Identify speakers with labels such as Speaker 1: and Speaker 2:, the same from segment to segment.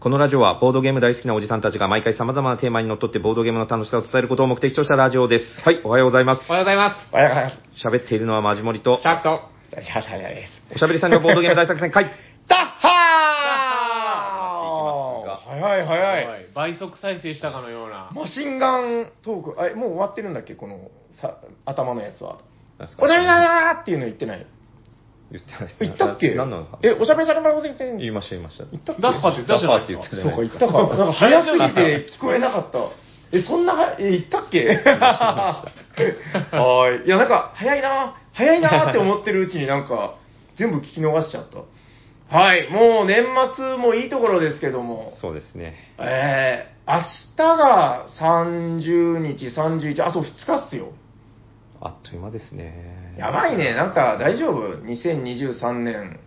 Speaker 1: このラジオはボードゲーム大好きなおじさんたちが毎回様々なテーマにのっとってボードゲームの楽しさを伝えることを目的としたラジオです。はい、おはようございます。
Speaker 2: おはようございます。
Speaker 3: おはようございます。
Speaker 1: 喋っているのはマジモリと
Speaker 2: シ、ャークと。
Speaker 3: じゃあ、さやです。
Speaker 1: おしゃべりさんのボードゲーム大作戦 会。
Speaker 3: ダッ
Speaker 2: ハ
Speaker 3: ハ
Speaker 1: ー
Speaker 3: ー早い早い。
Speaker 2: い。倍速再生したかのような。
Speaker 3: マシンガントーク、あれ、もう終わってるんだっけこのさ頭のやつは。
Speaker 1: 何ですか
Speaker 3: おしゃべりだーっていうの言ってない。
Speaker 1: 言ってない
Speaker 3: 言ったっけ
Speaker 1: 何の
Speaker 3: え、おしゃべりさんのこと言ってん
Speaker 1: 言い
Speaker 3: 言
Speaker 1: ました、言いました。
Speaker 3: ったっけ
Speaker 2: ダッハって言ったじゃない
Speaker 1: ダッハって
Speaker 2: で
Speaker 1: 言っ
Speaker 2: す
Speaker 1: た
Speaker 2: か。
Speaker 1: じゃ
Speaker 3: そう
Speaker 1: ない
Speaker 3: か、言
Speaker 1: で
Speaker 3: っ
Speaker 1: すか。
Speaker 3: たか。 なんか早すぎ て聞こえなかった。え、そんなは、え、言ったっ けはーい。いや、なんか、早いな早いなって思ってるうちになんか、全部聞き逃しちゃった。はい、もう年末もいいところですけども。
Speaker 1: そうですね。
Speaker 3: えー、明日が30日、31、あと2日っすよ。
Speaker 1: あっという間ですね。
Speaker 3: やばいね、なんか大丈夫 ?2023 年。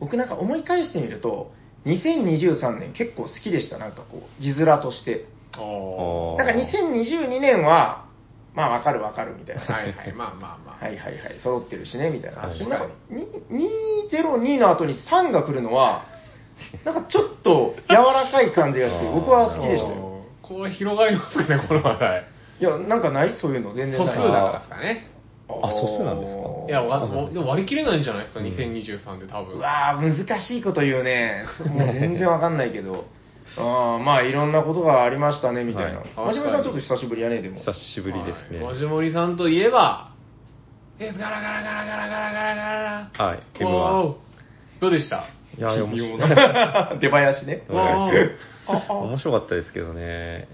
Speaker 3: 僕なんか思い返してみると、2023年結構好きでした、なんかこう、字面として。
Speaker 2: お
Speaker 1: お
Speaker 3: なんか2022年は、まあわかるわかるみたいな。
Speaker 2: ーはいはい、まあまあまあ。
Speaker 3: はいはいはい、揃ってるしね、みたいな。
Speaker 1: はい
Speaker 3: でもなんか、に202の後に3が来るのは、なんかちょっと柔らかい感じがして、僕は好きでしたよ。
Speaker 2: おーこれ広がりますかね、この話題。
Speaker 3: いや、なんかないそういうの、全然
Speaker 2: 素数
Speaker 3: な
Speaker 2: だ
Speaker 3: い。
Speaker 2: からですかね。
Speaker 1: あ素数なんですか
Speaker 2: いや、わ
Speaker 1: そうなんです
Speaker 2: もうでも割り切れないんじゃないですか、2023で多
Speaker 3: う
Speaker 2: 分。
Speaker 3: わー、難しいこと言うね。 もう全然わかんないけど。あーまあ、いろんなことがありましたね、みたいな。
Speaker 1: はい
Speaker 3: 真面目さん、ちょっと久しぶりやね、でも。
Speaker 1: 久しぶりですね。
Speaker 2: はい
Speaker 1: は
Speaker 2: もじもりさんといえば、え、ガラガラガラガラガラガラガラガラ。
Speaker 1: い、
Speaker 2: わー
Speaker 1: M1
Speaker 2: お。どうでした。
Speaker 1: いや、面白い。
Speaker 3: 出囃子ね。
Speaker 1: お願いし
Speaker 3: ああ
Speaker 1: 面白かったですけどね。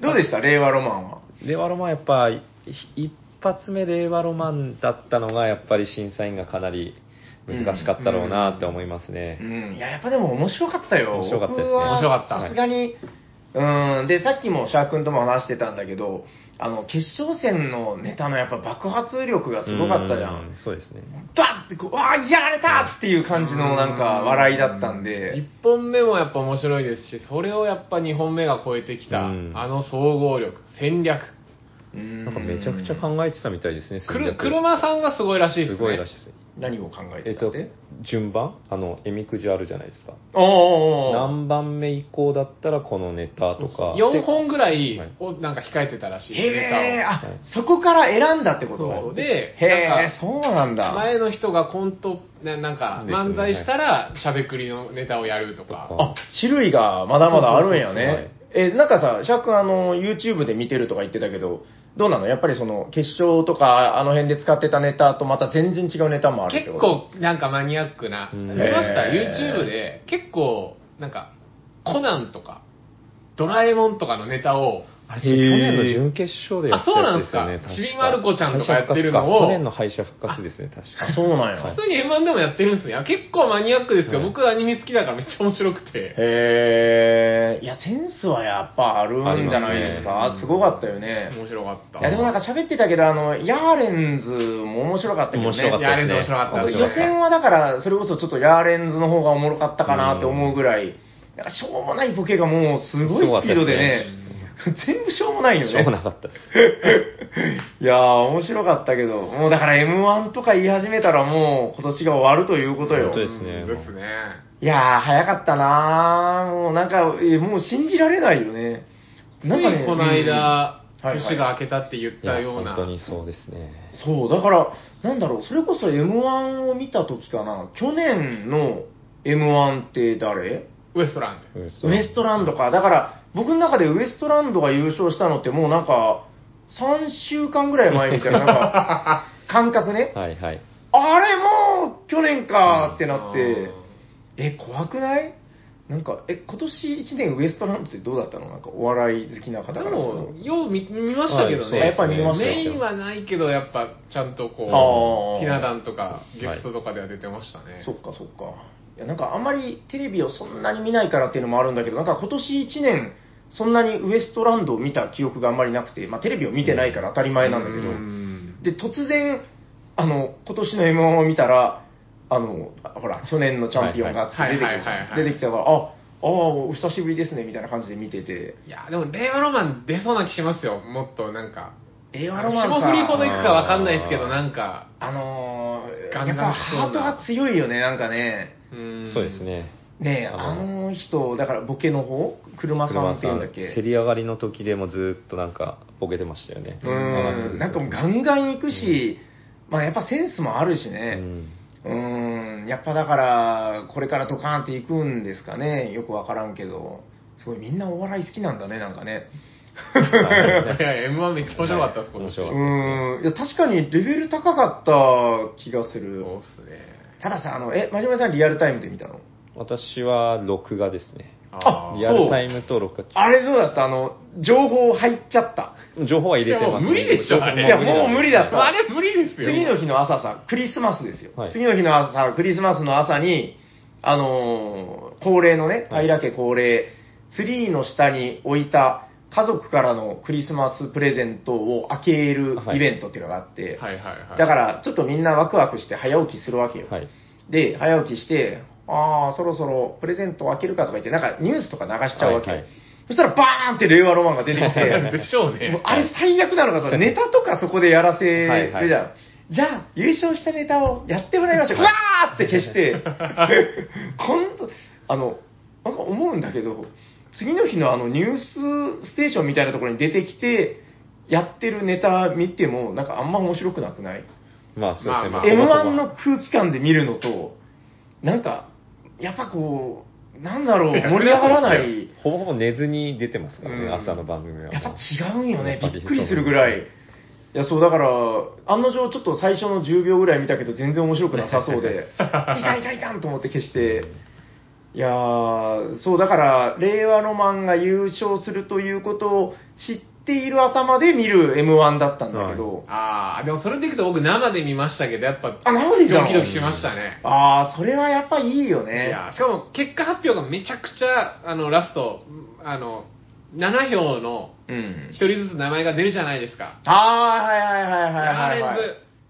Speaker 3: どうでした令和ロマンは。
Speaker 1: 令和ロマンやっぱひ一発目令和ロマンだったのがやっぱり審査員がかなり難しかったろうなって思います
Speaker 3: う
Speaker 1: ね。
Speaker 3: ん。いや、やっぱでも面白かったよ。
Speaker 1: 面白かったですね
Speaker 3: 僕は
Speaker 2: 面白かった
Speaker 3: さすがに。うん。で、さっきもシャー君とも話してたんだけど、あの、決勝戦のネタのやっぱ爆発力がすごかったじゃん
Speaker 1: う。そうですね。
Speaker 3: バッってこう、わあ、やられたっていう感じのなんか笑いだったん
Speaker 2: 1
Speaker 3: で、
Speaker 2: 本目もやっぱ面白いですし、それをやっぱ2本目が超えてきた、
Speaker 1: うん
Speaker 2: あの総合力、戦略。
Speaker 3: な
Speaker 1: なんかめちゃくちゃ考えてたみたいですね。
Speaker 2: く
Speaker 1: 戦
Speaker 2: る
Speaker 1: 略
Speaker 2: 車さんがすごいらしいですね。
Speaker 1: すごいらしいです。
Speaker 3: 何を考え
Speaker 1: え
Speaker 3: て
Speaker 1: った
Speaker 3: っ
Speaker 1: と
Speaker 3: て、
Speaker 1: 順番あのえみくじあるじゃないですか。
Speaker 3: おおお
Speaker 1: 何番目以降だったらこのネタとか。
Speaker 2: 4本ぐらい
Speaker 1: はい
Speaker 2: をなんか控えてたらしい、
Speaker 3: へえ、
Speaker 2: ネ
Speaker 3: あ
Speaker 1: はい、
Speaker 3: そこから選んだってこ
Speaker 2: タを。
Speaker 3: と
Speaker 2: そうそうで、
Speaker 3: へ
Speaker 2: なん
Speaker 3: え
Speaker 2: か、
Speaker 3: そうなんだ。
Speaker 2: 前の人がコント、ななんか
Speaker 1: ですね
Speaker 2: 漫才したらしゃべくりのネタをやると
Speaker 1: と
Speaker 2: か。
Speaker 1: か
Speaker 3: あ、種類がまだまだあるんや
Speaker 1: そうそうそう
Speaker 3: ね。え、なんかさ、シャークあの、YouTube で見てるとか言ってたけど、どうなのやっぱりその、決勝とか、あの辺で使ってたネタとまた全然違うネタもあるって
Speaker 2: 結
Speaker 3: こと
Speaker 2: 構なんかマニアックな、
Speaker 1: う
Speaker 2: 見
Speaker 1: ん
Speaker 2: ました
Speaker 3: へえ
Speaker 2: YouTube で結構なんかコナンとかドラえもんとかのネタを
Speaker 1: あれ去年の準決勝でやったやつですよね。
Speaker 2: あそうなんですか
Speaker 1: 確
Speaker 2: ちびまる子ちゃんとかやってるのを
Speaker 1: 敗者復活か去年の敗者復活ですね、確
Speaker 3: あ、
Speaker 1: か。
Speaker 3: そうなん
Speaker 2: 普
Speaker 3: や。
Speaker 2: 通に M1 でもやってるんですね。いや結構マニアックですけど、
Speaker 1: はい
Speaker 2: 僕アニメ好きだからめっちゃ面白くて。
Speaker 3: へえ、いや、センスはやっぱあるんじゃないです
Speaker 1: あ
Speaker 3: か。
Speaker 1: りますすね
Speaker 3: ごかったよね。
Speaker 2: 面白かった。
Speaker 3: いやでもなんか喋ってたけど、あの、ヤーレンズも面白かったけどね。
Speaker 1: 面白かっ
Speaker 2: い
Speaker 1: た
Speaker 2: やあれ面白かった。
Speaker 1: 面白
Speaker 3: 予
Speaker 1: かった
Speaker 3: 選はだから、それこそちょっとヤーレンズの方がおもろかったかなって思うぐらい、なんかしょうもないボケがもうすごいスピードでね、全部しょうもないよ
Speaker 1: しょうも
Speaker 3: ね。
Speaker 1: なかったです。
Speaker 3: いやー、面白かったけど、もうだから M1 とか言い始めたらもう今年が終わるということよ
Speaker 1: 本当。ですね
Speaker 2: うんですね。
Speaker 3: いやー、早かったなー。もうなんか、えーもう信じられないよね。
Speaker 2: つ
Speaker 3: なんかね
Speaker 2: いこの間、
Speaker 3: うんはいはい
Speaker 2: 年が明けたって言っ
Speaker 1: いや
Speaker 2: たような。
Speaker 1: 本当にそうですね。
Speaker 3: そう、だから、なんだろう、それこそ M1 を見た時かな、去年の M1 って誰
Speaker 2: ウエストランド。
Speaker 3: ウエストランドか。だから、僕の中でウエストランドが優勝したのってもうなんか、3週間ぐらい前みたいな、なんか、感覚ね。
Speaker 1: はいはい。
Speaker 3: あれもう、去年かってなっ
Speaker 2: うん
Speaker 3: て、え、怖くないなんか、え、今年1年ウエストランドってどうだったのなんか、お笑い好きな方か
Speaker 2: で
Speaker 3: らすると
Speaker 2: も、よう見見ましたけどね。
Speaker 3: はいそうですねやっぱ見ましたよ
Speaker 2: メインはないけど、やっぱちゃんとこう、
Speaker 3: あー
Speaker 2: ひな壇とかゲストとかでは出てましたね。
Speaker 3: そっかそっか。いや、なんかあんまりテレビをそんなに見ないからっていうのもあるんだけど、なんか今年1年、そんなにウエストランドを見た記憶があんまりなくて、まあテレビを見てないから当たり前なんだけど、
Speaker 2: うん
Speaker 3: で、突然、あの、今年の M1 を見たら、あの、あほら、去年のチャンピオンがつって出てき
Speaker 2: はいはいはいはい
Speaker 3: た出てきたから、あ、ああ、お久しぶりですね、みたいな感じで見てて、
Speaker 2: いや、でも、令和ロマン出そうな気しますよ。もっとなんか。
Speaker 3: 令和ロマン
Speaker 2: 霜降りほどい
Speaker 3: さ、
Speaker 2: くかわかんないですけど、なんか。
Speaker 3: あのー
Speaker 2: ガンガン
Speaker 3: やっぱハートが強いよね、なんかね。
Speaker 2: そ
Speaker 1: そうです。ね。
Speaker 3: ねえ、
Speaker 1: あ
Speaker 3: あ
Speaker 1: の
Speaker 3: の人、だからボケの方車さんっていうんだっけ
Speaker 1: 競り上がりの時でもずっとなんかボケてましたよね。
Speaker 3: うん、なんかもうガンガン行くし、まあやっぱセンスもあるし
Speaker 1: う
Speaker 3: ね、
Speaker 1: ん
Speaker 3: うん、やっぱだから、これからドカーンって行くんですかね、よくわからんけど、すごいみんなお笑い好きなんだね、なんかね。
Speaker 2: いやいや、M1 めっちゃ面白かったです、今年
Speaker 1: 面白
Speaker 2: は。
Speaker 1: か
Speaker 2: そ
Speaker 1: った
Speaker 2: う
Speaker 3: うん、いや確かにレベル高かった気がする。
Speaker 2: っすね。
Speaker 3: たださ、あの、え、真面目さんリアルタイムで見たの
Speaker 1: 私は録画ですね。
Speaker 3: あ
Speaker 1: リアルタイムと録
Speaker 3: あれどうだったあの、情報入っちゃった。
Speaker 1: 画。情報は入れてます、
Speaker 2: いやもう無理でしょあれ
Speaker 3: いやもう無理だった
Speaker 2: あれ無理ですよ。
Speaker 3: 次の日の朝さ、クリスマスですよ。
Speaker 1: はい
Speaker 3: 次の日の朝、クリスマスの朝に、あのー恒例のね、
Speaker 1: はい
Speaker 3: 平家恒例、ツリーの下に置いた家族からのクリスマスプレゼントを開ける
Speaker 1: はい
Speaker 3: イベントっていうのがあって、
Speaker 2: はいはいはい。
Speaker 3: だからちょっとみんなワクワクして早起きするわけよ。
Speaker 1: はい。
Speaker 3: で、早起きして、ああ、そろそろプレゼント開けるかとか言って、なんかニュースとか流しちゃうわけよ。
Speaker 1: はいはい
Speaker 3: そしたらバーンって令和ロマンが出てきて
Speaker 2: で、しょう
Speaker 3: もう
Speaker 2: ね。
Speaker 3: あれ最悪なのがさ、ネタとかそこでやらせるじゃん。
Speaker 1: はいはい
Speaker 3: じゃあ、優勝したネタをやってもらいましょう。うわーって消して、今度、あの、なんか思うんだけど、次の日のあのニュースステーションみたいなところに出てきて、やってるネタ見ても、なんかあんま面白くなくない
Speaker 1: まあそうですね。
Speaker 2: まあまあ
Speaker 1: そもそも
Speaker 3: M1 の空気感で見るのと、なんか、やっぱこう、なんだろう、盛り上がら ない。
Speaker 1: ほぼほぼ寝ずに出てますからね、
Speaker 2: うん
Speaker 1: 朝の番組は。
Speaker 3: やっぱ違うんよ
Speaker 1: や
Speaker 3: ね
Speaker 1: っぱ、り
Speaker 3: びっくりするぐらい。いや、そう、だから、案の定ちょっと最初の10秒ぐらい見たけど、全然面白くなさそ うで、いかんいかんいかんと思って消して、いやー、そう、だから、令和ロマンが優勝するということを知っている頭で見る M1 だったんだけど、
Speaker 2: ああ、でもそれでいくと僕生で見ましたけど、やっぱ、
Speaker 3: あ、なで見た
Speaker 2: ド
Speaker 3: の
Speaker 2: キドキしましたね。
Speaker 3: あー、それはやっぱいいよ
Speaker 2: い
Speaker 3: ね。
Speaker 2: や、しかも結果発表がめちゃくちゃ、あの、ラスト、あの、7票の
Speaker 3: うん
Speaker 2: 一。人ずつ名前が出るじゃないですか。
Speaker 3: ああ、
Speaker 2: ラー
Speaker 3: はいはいはいはいはい、はい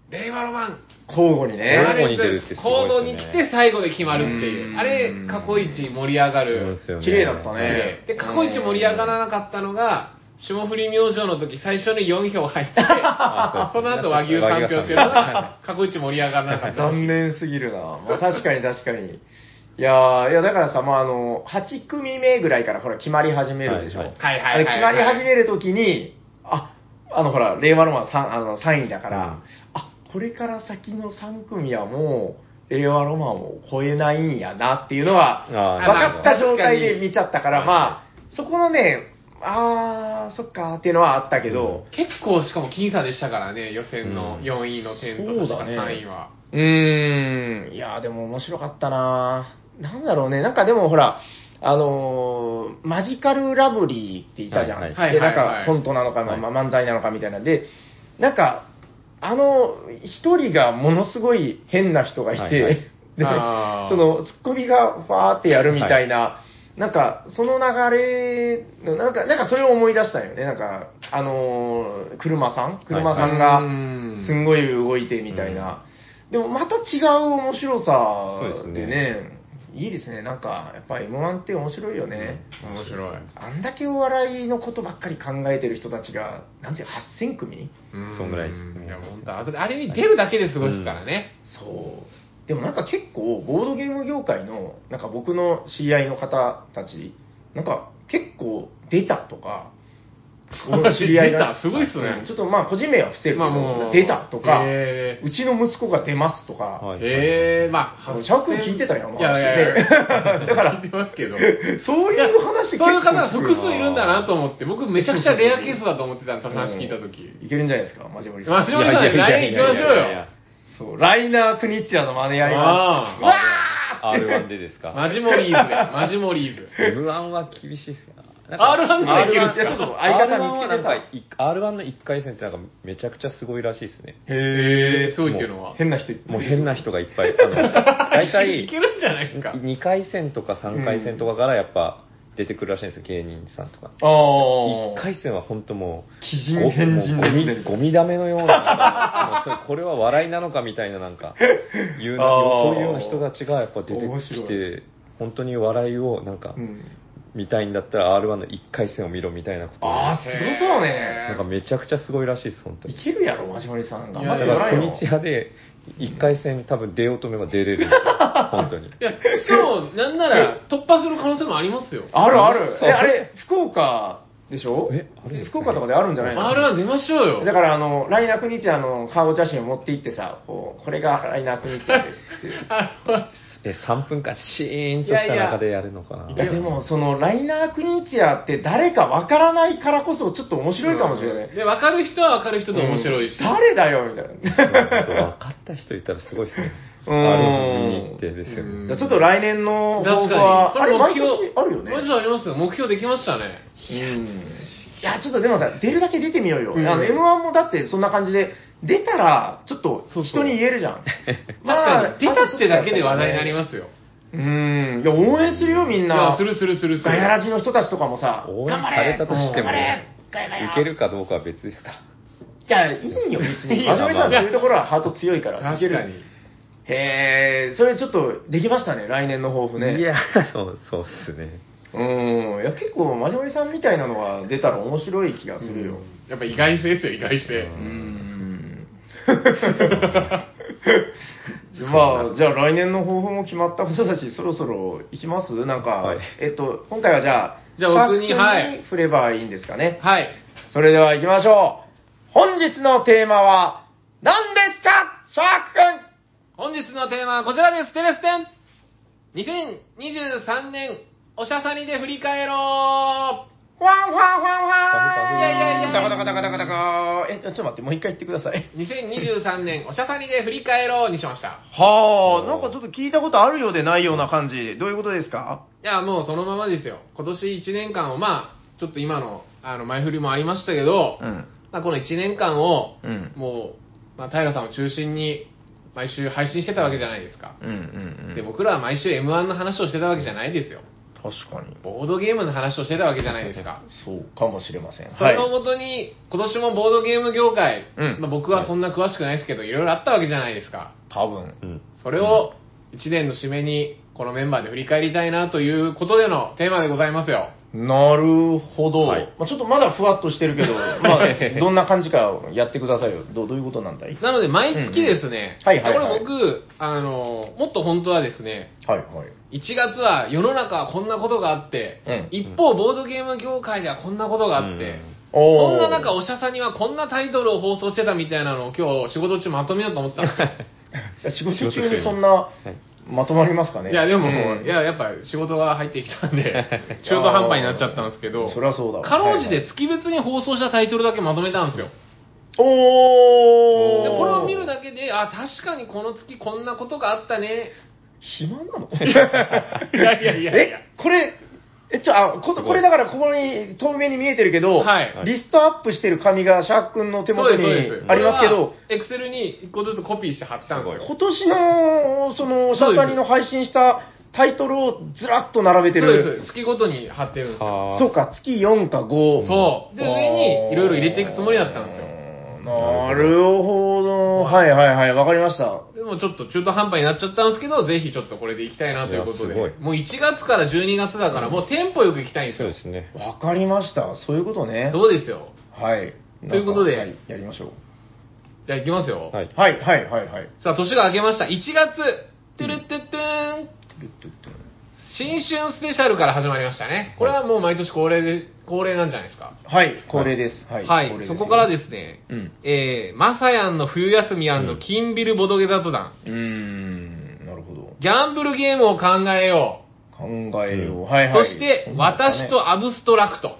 Speaker 2: レン。ズ、令和ロマン、
Speaker 3: 交互
Speaker 1: 交
Speaker 3: に
Speaker 2: ラー
Speaker 1: 互
Speaker 3: ね。
Speaker 2: レ
Speaker 1: に
Speaker 2: ン
Speaker 1: 出る
Speaker 2: ズ
Speaker 1: って、すごいですね
Speaker 2: 行動に来て最後で決まるっていうう。
Speaker 3: ん
Speaker 2: あれ、過去一盛り上がる。
Speaker 1: そうですよね
Speaker 3: 綺麗だったね。
Speaker 2: で、過去一盛り上がらなかったのが、霜降り明星の時最初に4票入って、
Speaker 1: あそ
Speaker 2: そうの後和牛3票っていうの
Speaker 1: は
Speaker 2: が、過去一盛り上がらなかったらしい
Speaker 3: 残念すぎ るな。まあ確かに確かに。いやーいやだからさ、まああの、8組目ぐらいからほら決まり始めるでしょ。
Speaker 1: はいはい
Speaker 2: はい
Speaker 3: あ
Speaker 2: は
Speaker 3: れ
Speaker 2: いは
Speaker 3: 決
Speaker 2: い
Speaker 3: ま
Speaker 2: はい。
Speaker 3: り始めるときに、あ、あのほら、令和ロマン 3, あの3位だから、
Speaker 1: うん
Speaker 3: あ、これから先の3組はもう、令和ロマンを超えないんやなっていうのは、
Speaker 1: あー
Speaker 3: 分かっ
Speaker 2: な
Speaker 3: た
Speaker 2: るほど
Speaker 3: 状態で見ちゃったから、
Speaker 2: 確かに
Speaker 3: まあ、そこのね、あー、そっかーっていうのはあったけど、
Speaker 2: 結構しかも僅差でしたからね、予選
Speaker 1: う
Speaker 2: の
Speaker 1: ん
Speaker 2: 4位の点と
Speaker 3: そう
Speaker 2: 確
Speaker 3: だ
Speaker 2: か
Speaker 3: ね
Speaker 2: 3位は。
Speaker 3: うーん、いやーでも面白かったなーなんだろうね、なんかでもほら、あのーマジカルラブリーっていたじゃん。
Speaker 1: はい
Speaker 2: はい
Speaker 3: で、
Speaker 2: は
Speaker 3: ないん
Speaker 2: はい
Speaker 3: かコントなのか、まあ
Speaker 1: は
Speaker 3: まあ漫才なのかみたいなんで、なんか、あの、一人がものすごい変な人がいて、
Speaker 1: はいはい
Speaker 3: で
Speaker 2: あー
Speaker 3: その、ツッコミがファーってやるみたいな、なんか、その流れの、なんか、なんかそれを思い出したよね。なんか、あのー車さん車さんが、
Speaker 2: うん
Speaker 3: すんごい動いてみたいな、でもまた違う面白さ
Speaker 1: そうで
Speaker 3: でね
Speaker 1: すね
Speaker 3: いいですねなんかやっぱ m 1って面白いよね、
Speaker 2: 面白い。
Speaker 3: あんだけお笑いのことばっかり考えてる人たちがなんていう8000組
Speaker 2: う
Speaker 1: そんぐらいですね
Speaker 2: いや、本当あとあれに出るだけですごいですからね。
Speaker 3: そうでもなんか結構ボードゲーム業界のなんか僕の知り合いの方たちなんか結構出たとか知り合いが
Speaker 2: 出たすごいっすね
Speaker 3: うんちょっとまあ個人名は伏せるけど、出たとか、
Speaker 2: え
Speaker 3: うちの息子が出ますとか、
Speaker 1: は
Speaker 2: ー
Speaker 1: い
Speaker 2: えー、ま
Speaker 3: あ
Speaker 2: あ、
Speaker 3: のシャオ君聞いてたよ
Speaker 2: いやいやいや。
Speaker 3: だから
Speaker 2: 聞いてますけ ど。
Speaker 3: そういう話結構
Speaker 2: そういう方が
Speaker 3: 聞く
Speaker 2: 複数いるんだなと思って、僕めちゃくちゃレアケースだと思ってたの、その話聞いたとき。
Speaker 3: いけるんじゃないですか、マジモリさん。
Speaker 2: マジモリさん、LINE 行きましょうよ。
Speaker 3: そう、ライナー・クニッチアのマネ合いが。
Speaker 2: あー
Speaker 3: わーって
Speaker 1: R1 でですか
Speaker 2: マジモリーズだよ、マジモリーズ。
Speaker 1: M1 は厳しいっすよな。
Speaker 2: R1
Speaker 1: なんか
Speaker 2: でできるん
Speaker 1: R1
Speaker 2: ですか
Speaker 1: いやちょっと
Speaker 3: R1 は
Speaker 1: 相方
Speaker 3: なんか
Speaker 1: 見つけてさ、R1 の1回戦ってなんかめちゃくちゃすごいらしいですね。
Speaker 2: え
Speaker 3: へ
Speaker 2: ーすごいっていうのは。
Speaker 3: 変な人いっぱい
Speaker 1: もう変な人がいっぱい。 あの大
Speaker 2: い
Speaker 1: 体、
Speaker 2: けるんじゃないですか。
Speaker 1: 2回戦とか3回戦とかからやっぱ出てくるらしいんですよ、芸人さんとか。
Speaker 3: あ
Speaker 1: 1
Speaker 3: ー。
Speaker 1: 回戦は本当もう、
Speaker 3: 奇人変人
Speaker 1: ゴ
Speaker 3: で
Speaker 1: ミ
Speaker 3: すね。
Speaker 1: ゴミだめのような、もうそれこれは笑いなのかみたいな、なんか、いうな
Speaker 3: あー
Speaker 1: そういうような人たちがやっぱ出て
Speaker 3: 面
Speaker 1: き
Speaker 3: 白
Speaker 1: て、本当に笑いを、なんか、
Speaker 3: うん
Speaker 1: 見たいんだったら R1 の1回戦を見ろみたいなことを
Speaker 3: ああ、すごそう
Speaker 1: なん
Speaker 3: ね
Speaker 1: か。めちゃくちゃすごいらしいです、本当に
Speaker 3: い。けるやろ、マシュマリさんが。
Speaker 2: い
Speaker 1: だ
Speaker 2: や
Speaker 1: か
Speaker 2: いや
Speaker 1: ら、
Speaker 2: 偉
Speaker 1: 小
Speaker 2: よ
Speaker 1: 日屋で1回戦多分出ようと思えば出 れる。本当に。
Speaker 2: いや、しかも、なんなら、突破する可能性もありますよ。
Speaker 3: あるある。
Speaker 1: そう
Speaker 3: え、あれ、福岡でしょ
Speaker 1: えあるんですね
Speaker 3: 福岡とかであるんじゃないの
Speaker 2: R1 出ましょうよ。
Speaker 3: だから、あの、ライナー国一の顔写真を持って行ってさ、こう、これがライナー国一で すって。
Speaker 2: あ
Speaker 1: え、3分間シーンとした中でやるのかな。
Speaker 3: いやでも、その、ライナー・クニチアって誰かわからないからこそ、ちょっと面白いかもしれない。
Speaker 2: で、分かる人は分かる人で面白いし。
Speaker 3: うん誰だよみたいな。
Speaker 1: なるほど分かった人いたらすごいですね。
Speaker 3: うん
Speaker 1: あれ見に行ってですよ
Speaker 2: う
Speaker 1: ね。
Speaker 2: ん
Speaker 3: だからちょっと来年の
Speaker 2: 確
Speaker 3: 抱負
Speaker 2: かに。
Speaker 3: は、あれ、
Speaker 2: こ目
Speaker 3: 毎
Speaker 2: 標
Speaker 3: 年あるよね。
Speaker 2: もちろんありますよ。目標できましたね。
Speaker 3: うんいや、ちょっとでもさ、出るだけ出てみようよ。
Speaker 2: うん
Speaker 3: あの、M1 もだってそんな感じで、出たら、ちょっと
Speaker 2: そうそう
Speaker 3: 人に言えるじ ゃん。
Speaker 2: 確かに、出たってだけで話題になり
Speaker 3: す。
Speaker 2: ますよ。
Speaker 3: うん。いや、応援するよ、みん
Speaker 2: いや
Speaker 3: な。
Speaker 2: するするするする。
Speaker 3: ガヤラジの人たちとかもさ、
Speaker 1: 応援されたとしても
Speaker 3: 頑張れガヤガヤ
Speaker 1: 受けるかどうかは別ですから。
Speaker 3: いや、いいよ、別
Speaker 1: い
Speaker 3: に。
Speaker 1: や
Speaker 3: 真面目さ
Speaker 1: ま
Speaker 3: ん、そ
Speaker 1: あ
Speaker 3: ういうところはハート強いから。
Speaker 2: 確かに。
Speaker 3: へえ、それちょっとできましたね、来年の抱負ね。
Speaker 1: いや、そう、そうっすね。
Speaker 3: うん。いや、結構、まじまりさんみたいなのが出たら面白い気がするよ。
Speaker 2: やっぱ意外性ですよ、意外性。
Speaker 3: うーん。 まあ、じゃあ来年の抱負も決まったことだし、そろそろ行きますなんか、
Speaker 1: はい
Speaker 3: えっと、今回はじゃあ、
Speaker 2: じゃあ僕に
Speaker 3: シャーク
Speaker 2: はい
Speaker 3: に振ればいいんですかね。
Speaker 2: はい。
Speaker 3: それでは行きましょう。本日のテーマは、何ですかシャークく
Speaker 2: 本
Speaker 3: ん
Speaker 2: 日のテーマはこちらです。テレステン !2023 年、おしゃさにで振り返ろ
Speaker 3: ワンワンワンワン
Speaker 1: パフパフ
Speaker 3: イェイイェイイェイダカダカダカダカダカえ、ちょっと待って、もう一回言ってください。
Speaker 2: う !2023 年、おしゃさにで振り返ろうにしました。
Speaker 3: は
Speaker 1: お
Speaker 3: あ、
Speaker 1: ー
Speaker 3: なんかちょっと聞いたことあるようでないような感じ。どういうことですか
Speaker 2: いや、もうそのままですよ。今年1年間を、まあ、ちょっと今の、あの、前振りもありましたけど、
Speaker 3: ん。
Speaker 2: まあ、この1年間を、
Speaker 3: うん。
Speaker 2: もう、まあ、平さんを中心に、毎週配信してたわけじゃないですか。
Speaker 3: うんうん
Speaker 2: で、僕らは毎週 M1 の話をしてたわけじゃないですよ。
Speaker 3: 確かに。
Speaker 2: ボードゲームの話をしてたわけじゃないですか。
Speaker 3: そうかもしれません。
Speaker 2: それをもとに、今年もボードゲーム業界、
Speaker 3: うん
Speaker 2: まあ、僕はそんな詳しくないですけど、いろいろあったわけじゃないですか。
Speaker 3: 多分。
Speaker 1: うん。
Speaker 2: それを1年の締めに、このメンバーで振り返りたいなということでのテーマでございますよ。
Speaker 3: なるほど。
Speaker 1: はい
Speaker 3: まあ、ちょっとまだふわっとしてる けど、まあ、どんな感じかやってくださいよ。どうどういうことなんだい
Speaker 2: なので、毎月ですね、
Speaker 3: うんうんはいはいはい
Speaker 2: これ僕、あの、もっと本当はですね、
Speaker 3: はいはい。
Speaker 2: 1月は世の中はこんなことがあって、
Speaker 3: うん
Speaker 2: 一方、ボードゲーム業界ではこんなことがあって、
Speaker 3: おー
Speaker 2: そんな中、おしゃさんにはこんなタイトルを放送してたみたいなのを今日仕事中まとめようと思ったん ですよ。
Speaker 3: いや仕事中にそんな、まとまりますかね
Speaker 2: いや、でも、
Speaker 3: うん
Speaker 2: いや、やっぱ仕事が入ってきたんで、 中途半端になっちゃったんですけど、
Speaker 3: そりゃそうだわ
Speaker 2: かろうじ
Speaker 3: はいは
Speaker 2: て
Speaker 3: い
Speaker 2: 月別に放送したタイトルだけまとめたんですよ。
Speaker 3: お
Speaker 2: で
Speaker 3: ー
Speaker 2: これを見るだけで、あ、確かにこの月こんなことがあったね。
Speaker 3: 暇な の
Speaker 2: いやいやいやいや
Speaker 3: え、これ、え、ちょ、あ、こ
Speaker 1: すごい
Speaker 3: これだからここに透明に見えてるけど、
Speaker 2: はい
Speaker 3: リストアップしてる紙がシャーク君の手
Speaker 2: そう
Speaker 3: 元
Speaker 2: です、
Speaker 3: に
Speaker 2: そうです。
Speaker 3: ありますけど、
Speaker 2: エクセルに一個ずつコピーして貼ったんですよ。
Speaker 3: 今年の、その、シャーサニの配信したタイトルをずらっと並べて
Speaker 2: そう
Speaker 3: る。
Speaker 2: です。月ごとに貼ってるんですよ。
Speaker 1: はあ。
Speaker 3: そうか、月4か5。
Speaker 2: そう。で、上にいろいろ入れていくつもりだったんですよ。
Speaker 3: すよ。なるほど。はいはいはい、わかりました。
Speaker 2: でもちょっと中途半端になっちゃったんですけど、ぜひちょっとこれでいきたいなということで。
Speaker 1: いやすごい
Speaker 2: もう1月から12月だから、もうテンポよくいきたいんです
Speaker 1: そう
Speaker 2: よ。
Speaker 1: ですね。
Speaker 3: わかりました。そういうことね。
Speaker 2: そうですよ。
Speaker 3: はい。
Speaker 2: ということで
Speaker 3: なんかはいやりましょう。
Speaker 2: じゃあいきますよ。
Speaker 1: はい。
Speaker 3: はいはいはいはい。
Speaker 2: さあ、年が明けました。1月、トゥルットゥットゥーン、新春スペシャルから始まりましたね。これはもう毎年恒例で、恒例なんじゃないですか。
Speaker 3: はい、これです。はい、
Speaker 2: はい、
Speaker 3: これ
Speaker 2: そこから
Speaker 3: す
Speaker 2: ですね、
Speaker 3: うん
Speaker 2: えー、まさやんの冬休み金ビルボドゲ雑談、
Speaker 3: よ。うーん、なるほど。
Speaker 2: ギャンブルゲームを考えよ
Speaker 3: 考えよう。
Speaker 1: うん
Speaker 3: は
Speaker 2: う。
Speaker 3: いはい。
Speaker 2: そして
Speaker 3: う、なんだね
Speaker 2: 私とアブストラクト。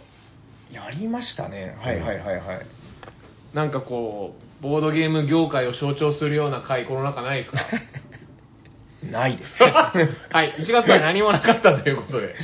Speaker 3: やりましたね。はいはいはいはい。
Speaker 2: なんかこう、ボードゲーム業界を象徴するような回、この中ないですか
Speaker 3: ないです。
Speaker 2: はい、1月は何もなかったということ で。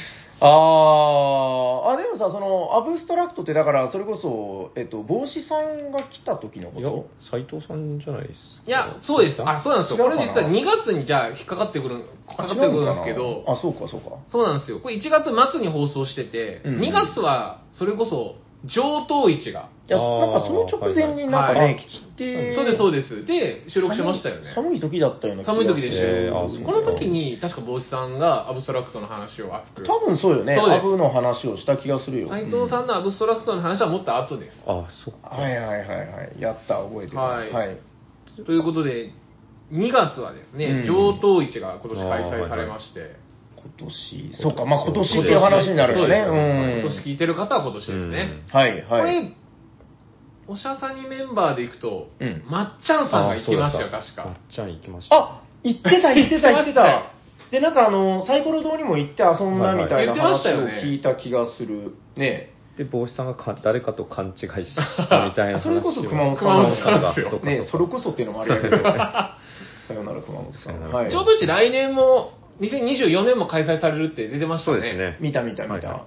Speaker 3: あーあ、でもさ、その、アブストラクトって、だから、それこそ、えっと、帽子さんが来た時のこ
Speaker 1: いや
Speaker 3: と、
Speaker 1: 斎藤さんじゃないですか。
Speaker 2: いや、そうです。あ、そうなんですよ。こ
Speaker 3: 違う
Speaker 2: れ
Speaker 3: か
Speaker 2: 実
Speaker 3: な
Speaker 2: は2月にじゃあ引っかかってくる、かかってくるんですけど、
Speaker 3: あ、そうか、そうか。
Speaker 2: そうなんですよ。これ1月末に放送してて、
Speaker 3: うん
Speaker 2: 2月はそれこそ上等市が。
Speaker 3: いや、
Speaker 1: あー
Speaker 3: なんかその直前になんか
Speaker 2: はい
Speaker 3: ね、来て、
Speaker 2: そうです、そう
Speaker 3: で
Speaker 2: です。で、収録しましたよね。
Speaker 3: 寒い寒い時だったよね。
Speaker 2: 寒い時でし
Speaker 1: えー
Speaker 2: ょ
Speaker 1: あそうか
Speaker 2: この時に、確か帽子さんがアブストラクトの話を熱く。
Speaker 3: 多分そうよね。
Speaker 2: そうです
Speaker 3: アブの話をした気がするよ。
Speaker 2: 斉藤さんのアブストラクトの話はもっと後で
Speaker 1: あ、そっか。
Speaker 3: はいはいはいはい。やった、覚えてる。
Speaker 2: はい
Speaker 3: はい。
Speaker 2: す。ということで、2月はですね、
Speaker 3: うん
Speaker 2: 上等市が今年開催されまして、
Speaker 3: 今年、そうか、まあ今年っていう話になるよね。
Speaker 2: そう
Speaker 3: う
Speaker 2: で
Speaker 3: ん。
Speaker 2: す今年聞いてる方は今年ですね。
Speaker 3: はい
Speaker 2: こ
Speaker 3: はい。
Speaker 2: れ、おしゃさにメンバーで行くと
Speaker 3: うん、
Speaker 2: まっちゃんさんが行きましたよ、確
Speaker 1: まっ
Speaker 2: か。
Speaker 1: ちゃん行きました。
Speaker 3: あ言ってた、言ってた、
Speaker 2: 言っ
Speaker 3: 言ってて
Speaker 2: ました
Speaker 3: た。で、なんかあの、サイコロ堂にも行って遊んだみたいな
Speaker 2: はいはい言ってまし
Speaker 3: 話
Speaker 2: たよ
Speaker 3: を
Speaker 2: ね
Speaker 3: 聞いた気がする。ね
Speaker 1: で、帽子さんがか誰かと勘違いしたみたいな話を。
Speaker 3: それこそ熊本
Speaker 2: さんですよ
Speaker 1: 熊本さんがそうか
Speaker 3: ねそれこそっていうのもあれだけど。 さよなら熊本さん。はい。
Speaker 2: ちょうどうち来年も、2024年も開催されるって出てました
Speaker 1: そ
Speaker 2: よ
Speaker 1: うですね。
Speaker 3: 見た見た見た。
Speaker 1: はいはい
Speaker 3: や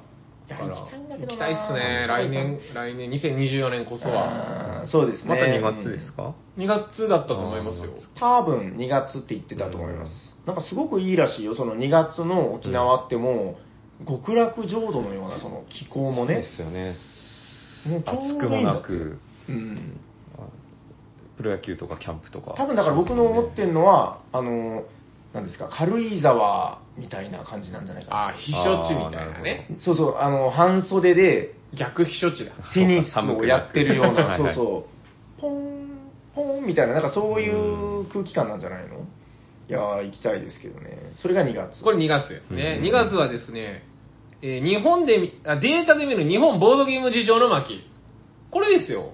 Speaker 2: だから
Speaker 3: 行きたいんだけ
Speaker 2: 行
Speaker 3: ど
Speaker 2: き
Speaker 3: な
Speaker 2: たいっすね。来年、来年、2024年こそは。
Speaker 3: あーそうですね。
Speaker 1: また2月ですか
Speaker 2: 2月だったと思いますよ。
Speaker 3: 多分2月って言ってたと思います。なんかすごくいいらしいよ、その2月の沖縄ってもう、極楽浄土のようなその気候も
Speaker 1: そう
Speaker 3: ね
Speaker 1: で、すよね。
Speaker 3: もうちょうどいい
Speaker 1: 暑
Speaker 3: んだ
Speaker 1: くもなく、
Speaker 3: うん、
Speaker 1: あプロ野球とかキャンプとか。
Speaker 3: 多分だから僕の思ってるのは、あの、なんですか、軽井沢みたいな感じなんじゃないかな。
Speaker 2: ああ、避暑地みたいなね。
Speaker 3: そうそう、あの、半袖で
Speaker 2: 逆避暑地だ。
Speaker 3: テニスをやってるような、
Speaker 1: そう
Speaker 3: そ
Speaker 1: か寒くなく
Speaker 3: うそう、ポン、ポンみたいな、なんかそういう空気感なんじゃないのいやー、行きたいですけどね。それが2月。
Speaker 2: これ2月ですね。
Speaker 1: うん
Speaker 2: 2月はですね、えー日本でみあ、データで見る日本ボードゲーム事情の巻。これですよ。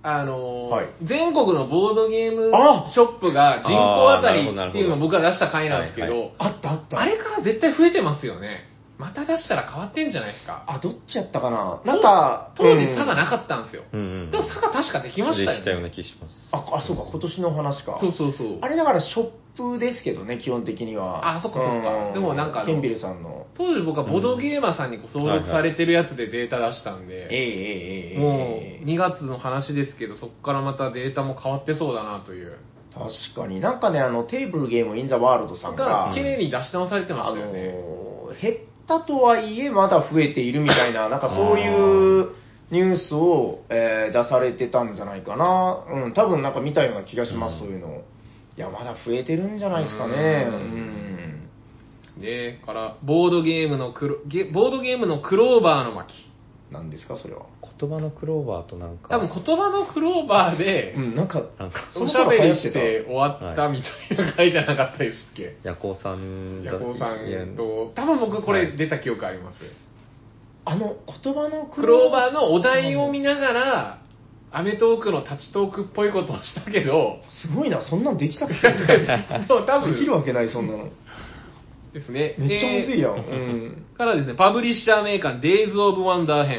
Speaker 2: あのー
Speaker 3: はい
Speaker 2: 全国のボードゲーム
Speaker 3: あ
Speaker 2: ショップが人口あた
Speaker 1: あ
Speaker 2: り
Speaker 1: ーなるほどなるほど
Speaker 2: っていうのを僕が出した回なんですけど、
Speaker 1: はいは
Speaker 3: あったあった。
Speaker 2: あれから絶対増えてますよね。また出したら変わってんじゃないですか。
Speaker 3: あ、どっちやったかななんか、
Speaker 2: 当時
Speaker 3: うん
Speaker 2: 差がなかったんですよ。
Speaker 1: うんうん。
Speaker 2: でも差が確かできました
Speaker 1: できたよ
Speaker 2: よ
Speaker 1: うな
Speaker 2: ね。
Speaker 1: 気がします。
Speaker 3: あ、あそうか、今年の話か。
Speaker 2: そうそうそう。
Speaker 3: あれだからショップですけどね、基本的には。
Speaker 2: あそっかそっか
Speaker 3: う
Speaker 2: でもなんかあの
Speaker 3: ケンビルさんの。
Speaker 2: 当時僕はボドゲーマーさんにご登録されてるやつでデータ出したんで、
Speaker 3: ええええええ
Speaker 2: もう
Speaker 3: ええ
Speaker 2: 2月の話ですけど、そこからまたデータも変わってそうだなという。
Speaker 3: 確かに。なんかね、あの、テーブルゲームインザワールドさん
Speaker 2: が
Speaker 3: が、、
Speaker 2: 綺麗に出し直されてま
Speaker 3: あ
Speaker 2: したよね。
Speaker 3: の、減ったとはいえ、まだ増えているみたいな、なんかそういうニュースを、えー出されてたんじゃないかな。うん、多分なんか見たような気がします、
Speaker 1: うん
Speaker 3: そういうの。いや、まだ増えてるんじゃないですかね。
Speaker 2: う
Speaker 3: うんん。
Speaker 2: で、から、ボードゲームのクロ、ゲボードゲームのクローバーの巻。
Speaker 3: なんですか、それは。
Speaker 1: 言葉のクローバーとなんか。
Speaker 2: 多分言葉のクローバーで
Speaker 3: う、ん、なんか、
Speaker 1: なんか、
Speaker 3: そ
Speaker 2: お
Speaker 3: の
Speaker 2: しゃ
Speaker 3: 頃
Speaker 2: べ
Speaker 3: 流
Speaker 2: り
Speaker 3: 行っ
Speaker 2: して
Speaker 3: た
Speaker 2: て終わったみたいな回じゃなかったですっけ
Speaker 1: ヤコウさんだ
Speaker 2: ヤコウさ
Speaker 1: いや
Speaker 2: んと、多分僕これ出た記憶あります。
Speaker 3: あの言葉の
Speaker 2: クローバ
Speaker 3: ー
Speaker 2: ーのお題を見ながら、アメトークの立ちトークっぽいことをしたけど、
Speaker 3: すごいなそんなんできたっけ
Speaker 2: そう多分
Speaker 3: できるわけないそんなの
Speaker 2: ですね。
Speaker 3: めっちゃむずいやん、
Speaker 2: えーからですね、パブリッシャーメーカー、デイズ・オブ・ワンダー編。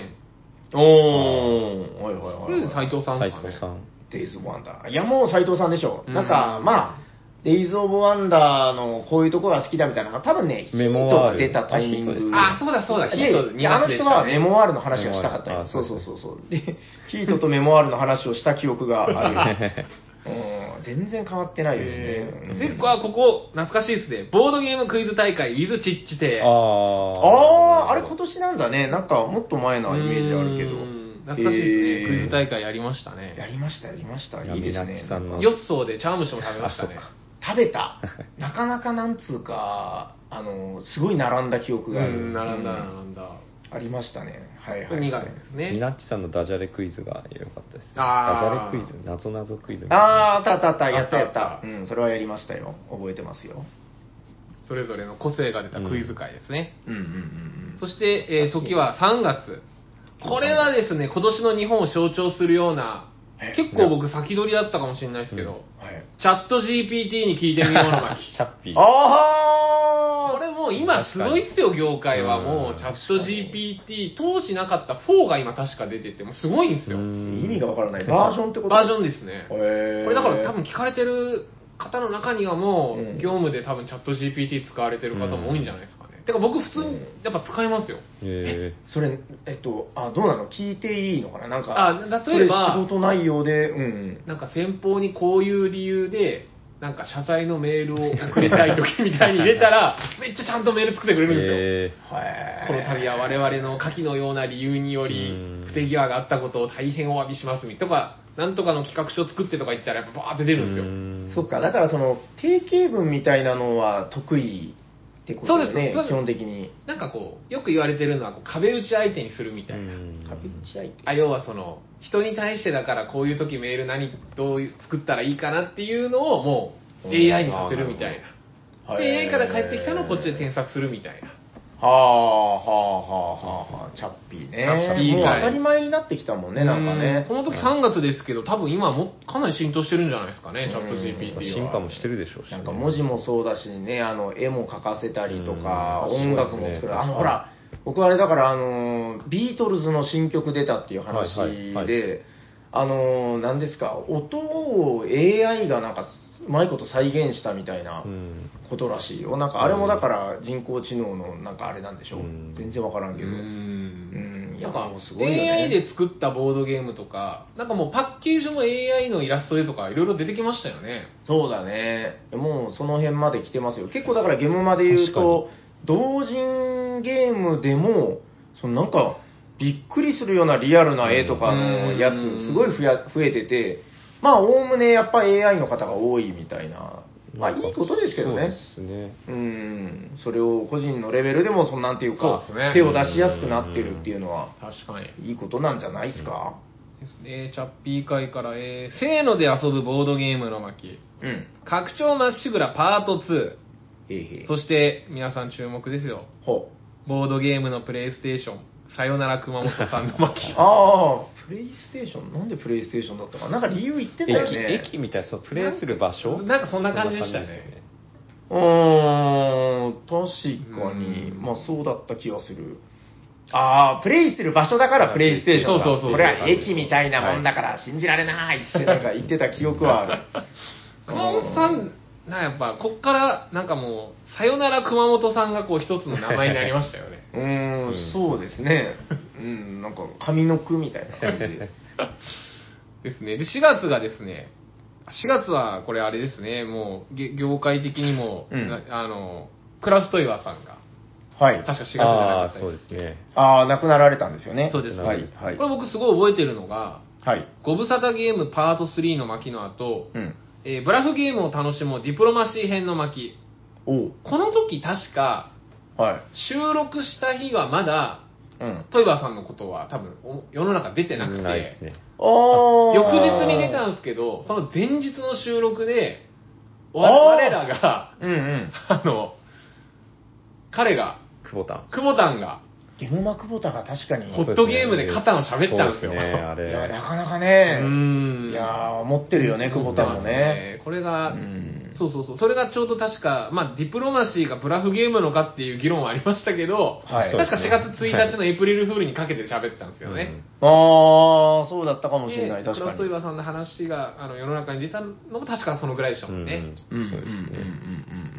Speaker 3: うんおおはいはいはい、はい、
Speaker 2: これ斎藤さんで
Speaker 1: 斉
Speaker 2: すかね
Speaker 1: 藤。さん。
Speaker 3: デイズ・オブ・ワンダーいやもう斎藤さんでしょ、
Speaker 2: うん
Speaker 3: なんかまあデイズ・オブ・ワンダーのこういうとこが好きだみたいなのが多分ねヒ
Speaker 1: メ
Speaker 3: ー
Speaker 1: モ
Speaker 3: ト
Speaker 1: ワー
Speaker 3: が
Speaker 1: ル
Speaker 3: 出たタイミング
Speaker 1: あヒートですね
Speaker 2: あ、そうだそうだ、ヒ
Speaker 3: で
Speaker 2: ット
Speaker 3: いやあ
Speaker 2: 2
Speaker 3: の
Speaker 2: 月でし
Speaker 3: 人
Speaker 2: た
Speaker 3: は
Speaker 2: ね
Speaker 3: メモワールの話がしたかった
Speaker 1: メモワー
Speaker 3: よ
Speaker 1: ル
Speaker 3: そうそう
Speaker 1: あ
Speaker 3: そ
Speaker 1: そう
Speaker 3: そうでヒートとメモワールの話をした記憶があるうん全然変わってないですね、
Speaker 2: え
Speaker 3: う
Speaker 2: ー
Speaker 3: ん
Speaker 2: で、ここはここ、懐かしいですね。ボードゲームクイズ大会、ウィズ・チッチ亭。
Speaker 3: ああ、
Speaker 1: あ
Speaker 3: あれ今年なんだね。なんかもっと前なイメージあるけ
Speaker 2: う
Speaker 3: ど
Speaker 2: ん。懐かしいですね。
Speaker 3: えー
Speaker 2: クイズ大会やりました
Speaker 3: や
Speaker 2: ね。
Speaker 3: りました、やりました。
Speaker 1: いや
Speaker 3: いいです
Speaker 1: みな
Speaker 3: ね
Speaker 1: っち。さんの
Speaker 2: ヨッソーでチャームシも食べましたね
Speaker 1: あ。
Speaker 3: 食べた。なかなかなんつうか、あの、すごい並んだ記憶
Speaker 2: う
Speaker 3: がある。
Speaker 2: ん、並んだ、
Speaker 3: う
Speaker 2: 並んだ。
Speaker 3: ありましたね。はいはい、
Speaker 2: 2
Speaker 3: は
Speaker 2: 月
Speaker 3: い。
Speaker 2: です
Speaker 1: ミ
Speaker 2: ね。
Speaker 1: ナッチさんのダジャレクイズが良かったですね。ダ
Speaker 2: あー
Speaker 1: ジャレクイズ、謎謎クイズみたいな。
Speaker 3: ああ、あったあったあった、やった
Speaker 2: あ
Speaker 3: や
Speaker 2: っ
Speaker 3: ったた
Speaker 2: あった
Speaker 3: うん、それはやりましたよ。覚えてますよ。
Speaker 2: それぞれの個性が出たクイズ会ですね。
Speaker 3: うんうんうんうん。
Speaker 2: そして、えー時は3月。これはですね、今年の日本を象徴するような、
Speaker 3: え
Speaker 2: 結構僕先取りだったかもしれないですけど、
Speaker 3: はい。
Speaker 2: チャット GPT に聞いてみようの巻。
Speaker 1: チャッピー。
Speaker 3: ああ
Speaker 2: これもう今すごいっすよ、業界は。もうチャット GPT、当時なかった4が今確か出てて、もうすごいんですよ
Speaker 1: う。ん
Speaker 3: 意味がわからない。バージョンってこと
Speaker 2: バージョン
Speaker 3: ン。
Speaker 2: ですね。こ
Speaker 3: えー、
Speaker 2: れだから多分聞かれてる方の中にはも
Speaker 3: う
Speaker 2: う、
Speaker 3: ん
Speaker 2: 業務で多分チャット GPT 使われてる方も多いんじゃないですかね。てか僕普通にやっぱ使いますよ。
Speaker 1: え
Speaker 3: それ、えっと、あ、どうなの聞いていいのかななんか、
Speaker 2: あ例えば
Speaker 3: それ仕事内容で、うん。
Speaker 2: なんか先方にこういう理由で、なんか謝罪のメールを送りたい時みたいに入れた ら、めっちゃちゃんとメール作ってくれるんですよ。
Speaker 1: え
Speaker 3: はい
Speaker 2: この度は我々の下記のような理由により
Speaker 1: うん、
Speaker 2: 不手際があったことを大変お詫びしますとか、なんとかの企画書を作ってとか言ったら、やっぱバーって出るんですよ。
Speaker 1: ー
Speaker 3: そっか、だからその、定型文みたいなのは得意ってことですね、
Speaker 2: そうですそうです
Speaker 3: 基本的に。
Speaker 2: なんかこう、よく言われてるのはこう、壁打ち相手にするみたいな。
Speaker 1: うん
Speaker 3: 壁打ち相手。
Speaker 2: あ要はその、人に対してだからこういう時メール何、どういう作ったらいいかなっていうのをもう
Speaker 3: うん
Speaker 2: AI にさせるみたいな。
Speaker 3: へー
Speaker 2: で、AI から返ってきたのをこっちで添削するみたいな。
Speaker 3: はあ、はあ、はあ、はあ、チャッピーね。
Speaker 2: チャッピー
Speaker 3: もう
Speaker 2: はい
Speaker 3: 当たり前になってきたもんね、なんか
Speaker 2: う
Speaker 3: ね
Speaker 2: ん。この時3月ですけど、多分今もかなり浸透してるんじゃないですかね、チャット
Speaker 3: うん
Speaker 2: GPT は。
Speaker 1: 進化もしてるでしょうしね、
Speaker 3: なんか文字もそうだしね、あの、絵も描かせたりとか、
Speaker 1: うん
Speaker 3: 音楽も作
Speaker 1: そうです
Speaker 3: る。
Speaker 1: ね
Speaker 3: あの、ほら、僕あれだから、あの、ビートルズの新曲出たっていう話で、
Speaker 1: はいはいは
Speaker 3: あの、なんですか、音を AI がなんか、うまいこと再現したみたいな。
Speaker 1: うん
Speaker 3: ことらしいよ。なんかあれもだから人工知能のなんかあれなんでしょ
Speaker 1: うん
Speaker 3: 全然わからんけ
Speaker 2: う
Speaker 3: ど。
Speaker 2: ん
Speaker 3: うん
Speaker 2: なん
Speaker 3: いや
Speaker 2: か
Speaker 3: もうすごいよね
Speaker 2: AI で作ったボードゲームとか、なんかもうパッケージも AI のイラストでとか、いろいろ出てきましたよね。
Speaker 3: そうだね。もうその辺まで来てますよ。結構だからゲームまで言うと、同人ゲームでも、そのなんかびっくりするようなリアルな絵とかのや
Speaker 2: うん
Speaker 3: つ、すごい増や増えてて、まあ、おおむねやっぱ AI の方が多いみたいな。まあ、いいことですけどね。
Speaker 1: そうですね
Speaker 3: うん。それを個人のレベルでも、そのなんていうか
Speaker 2: そうですね
Speaker 3: 手を出しやすくなってるっていうのは、
Speaker 2: 確かに。で
Speaker 3: いいことなんじゃないですか
Speaker 2: すね、チャッピー会から、えー、せーので遊ぶボードゲームの巻。
Speaker 3: うん。
Speaker 2: 拡張まっしぐらパート2。
Speaker 3: へいへい。
Speaker 2: そして、皆さん注目ですよ。
Speaker 3: ほう。
Speaker 2: ボードゲームのプレイステーション。さよなら熊本さんの巻。
Speaker 3: ああ、プレイステーション、なんでプレイステーションだったかな、なんか理由言ってたよ
Speaker 1: 駅
Speaker 3: ね。
Speaker 1: 駅みたいなそうプレイする場所
Speaker 2: なんかそんな感じでしたね。
Speaker 3: うーん、確かに、
Speaker 2: うん
Speaker 3: まあそうだった気がする。ああ、プレイする場所だからプレイステーションだ。
Speaker 2: そうそうそう
Speaker 3: これは駅みたいなもんだから信じられないってなんか言ってた記憶は ある。
Speaker 2: 熊本さん、なんかやっぱ、こっから、なんかもう、さよなら熊本さんがこう一つの名前になりましたよ ね。
Speaker 3: うー
Speaker 1: うんん、
Speaker 3: そうですね。うん、なんか上の句みたいな感じで。
Speaker 2: ですね。で、4月がですね、4月はこれあれですね、もう、げ業界的にも、
Speaker 3: うん
Speaker 2: なあの、クラストイワーさんが、
Speaker 3: はい
Speaker 2: 確。か4月じゃなか
Speaker 1: ああ
Speaker 2: った
Speaker 1: そうですね
Speaker 3: ああ、亡くなられたんですよね。
Speaker 2: そうです
Speaker 3: はい
Speaker 2: そうで、す
Speaker 3: はい
Speaker 2: こ。れ僕すごい覚えてるのが、
Speaker 3: はい。
Speaker 2: ご無沙汰ゲームパート3の巻の後、
Speaker 3: うん。
Speaker 2: えーブラフゲームを楽しもうディプロマシー編の巻。
Speaker 3: おう。
Speaker 2: この時確か、
Speaker 3: はい。
Speaker 2: 収録した日はまだ、
Speaker 3: うん。
Speaker 2: トイワーさんのことは多分お世の中出てなくて、
Speaker 1: ないですね
Speaker 3: あ
Speaker 2: 翌日に出た
Speaker 3: ん
Speaker 2: んですけど、その前日の収録で、
Speaker 3: あー
Speaker 2: わ我らが、
Speaker 3: うんうん。
Speaker 2: あの、彼が、
Speaker 1: 久保田ん
Speaker 2: クモタンが、
Speaker 3: ゲムマクボタが確かに、
Speaker 2: ほホットゲームで肩を喋ったんですよ
Speaker 1: そうねあ
Speaker 3: い
Speaker 1: れ
Speaker 3: や、なかなか
Speaker 2: う
Speaker 3: ね、
Speaker 2: ん
Speaker 3: いやー、持ってるよね、クボタもね。。
Speaker 2: これが、
Speaker 3: うん
Speaker 2: そうそうそう、それがちょうど確か、まあ、ディプロマシーがブラフゲームのかっていう議論はありましたけど、
Speaker 3: はい
Speaker 2: 確か4月1日
Speaker 1: の
Speaker 2: のエイプリルフールにかけて喋ってたんですよね。
Speaker 3: あー、そうだったかもしれない、
Speaker 2: でク
Speaker 3: 確
Speaker 2: ラ
Speaker 3: か
Speaker 2: ス
Speaker 3: に。
Speaker 2: トイバーさんの話があの世の中に出たのも確かそのぐらいでしたもんね。
Speaker 3: うんうん
Speaker 1: そうです
Speaker 3: うん
Speaker 1: ね
Speaker 3: うん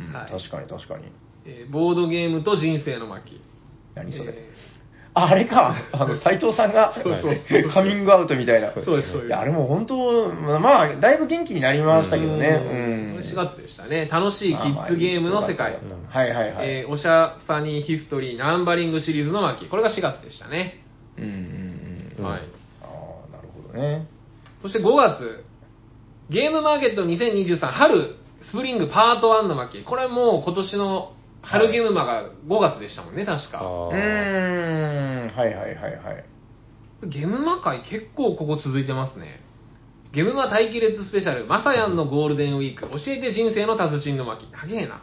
Speaker 3: うんうん
Speaker 2: はい
Speaker 3: 確かに、確かに。
Speaker 2: えーボードゲームと人生の巻。
Speaker 3: 何それ。
Speaker 2: え
Speaker 3: あ、あれ か、あの、斎藤さんが、
Speaker 1: うそう
Speaker 3: カミングアウトみたいな。
Speaker 1: そう
Speaker 2: ーそうです、そう
Speaker 3: い
Speaker 2: です
Speaker 3: や、あ。れも本当、まあ、だいぶ元気になりましたけどね。
Speaker 2: こ
Speaker 3: うん
Speaker 2: れ。4月でしたね。楽しいキッズゲームの世界。
Speaker 1: うん
Speaker 3: はいはいはい。
Speaker 2: えーおしゃさにヒストリーナンバリングシリーズの巻。これが4月でしたね。
Speaker 3: うんうんうん。
Speaker 2: はい。
Speaker 3: あー、なるほどね。
Speaker 2: そして5月、ゲームマーケット2023春スプリングパート1の巻。これもう今年の春ゲームマが5月でしたもんね、確
Speaker 1: あ
Speaker 2: か。
Speaker 3: う
Speaker 1: ー
Speaker 3: ーん、はいはいはいはい。
Speaker 2: ゲームマ界結構ここ続いてますね。ゲームマ待機列スペシャル、まさやんのゴールデンウィーク、教えて人生の達人の巻。長えな。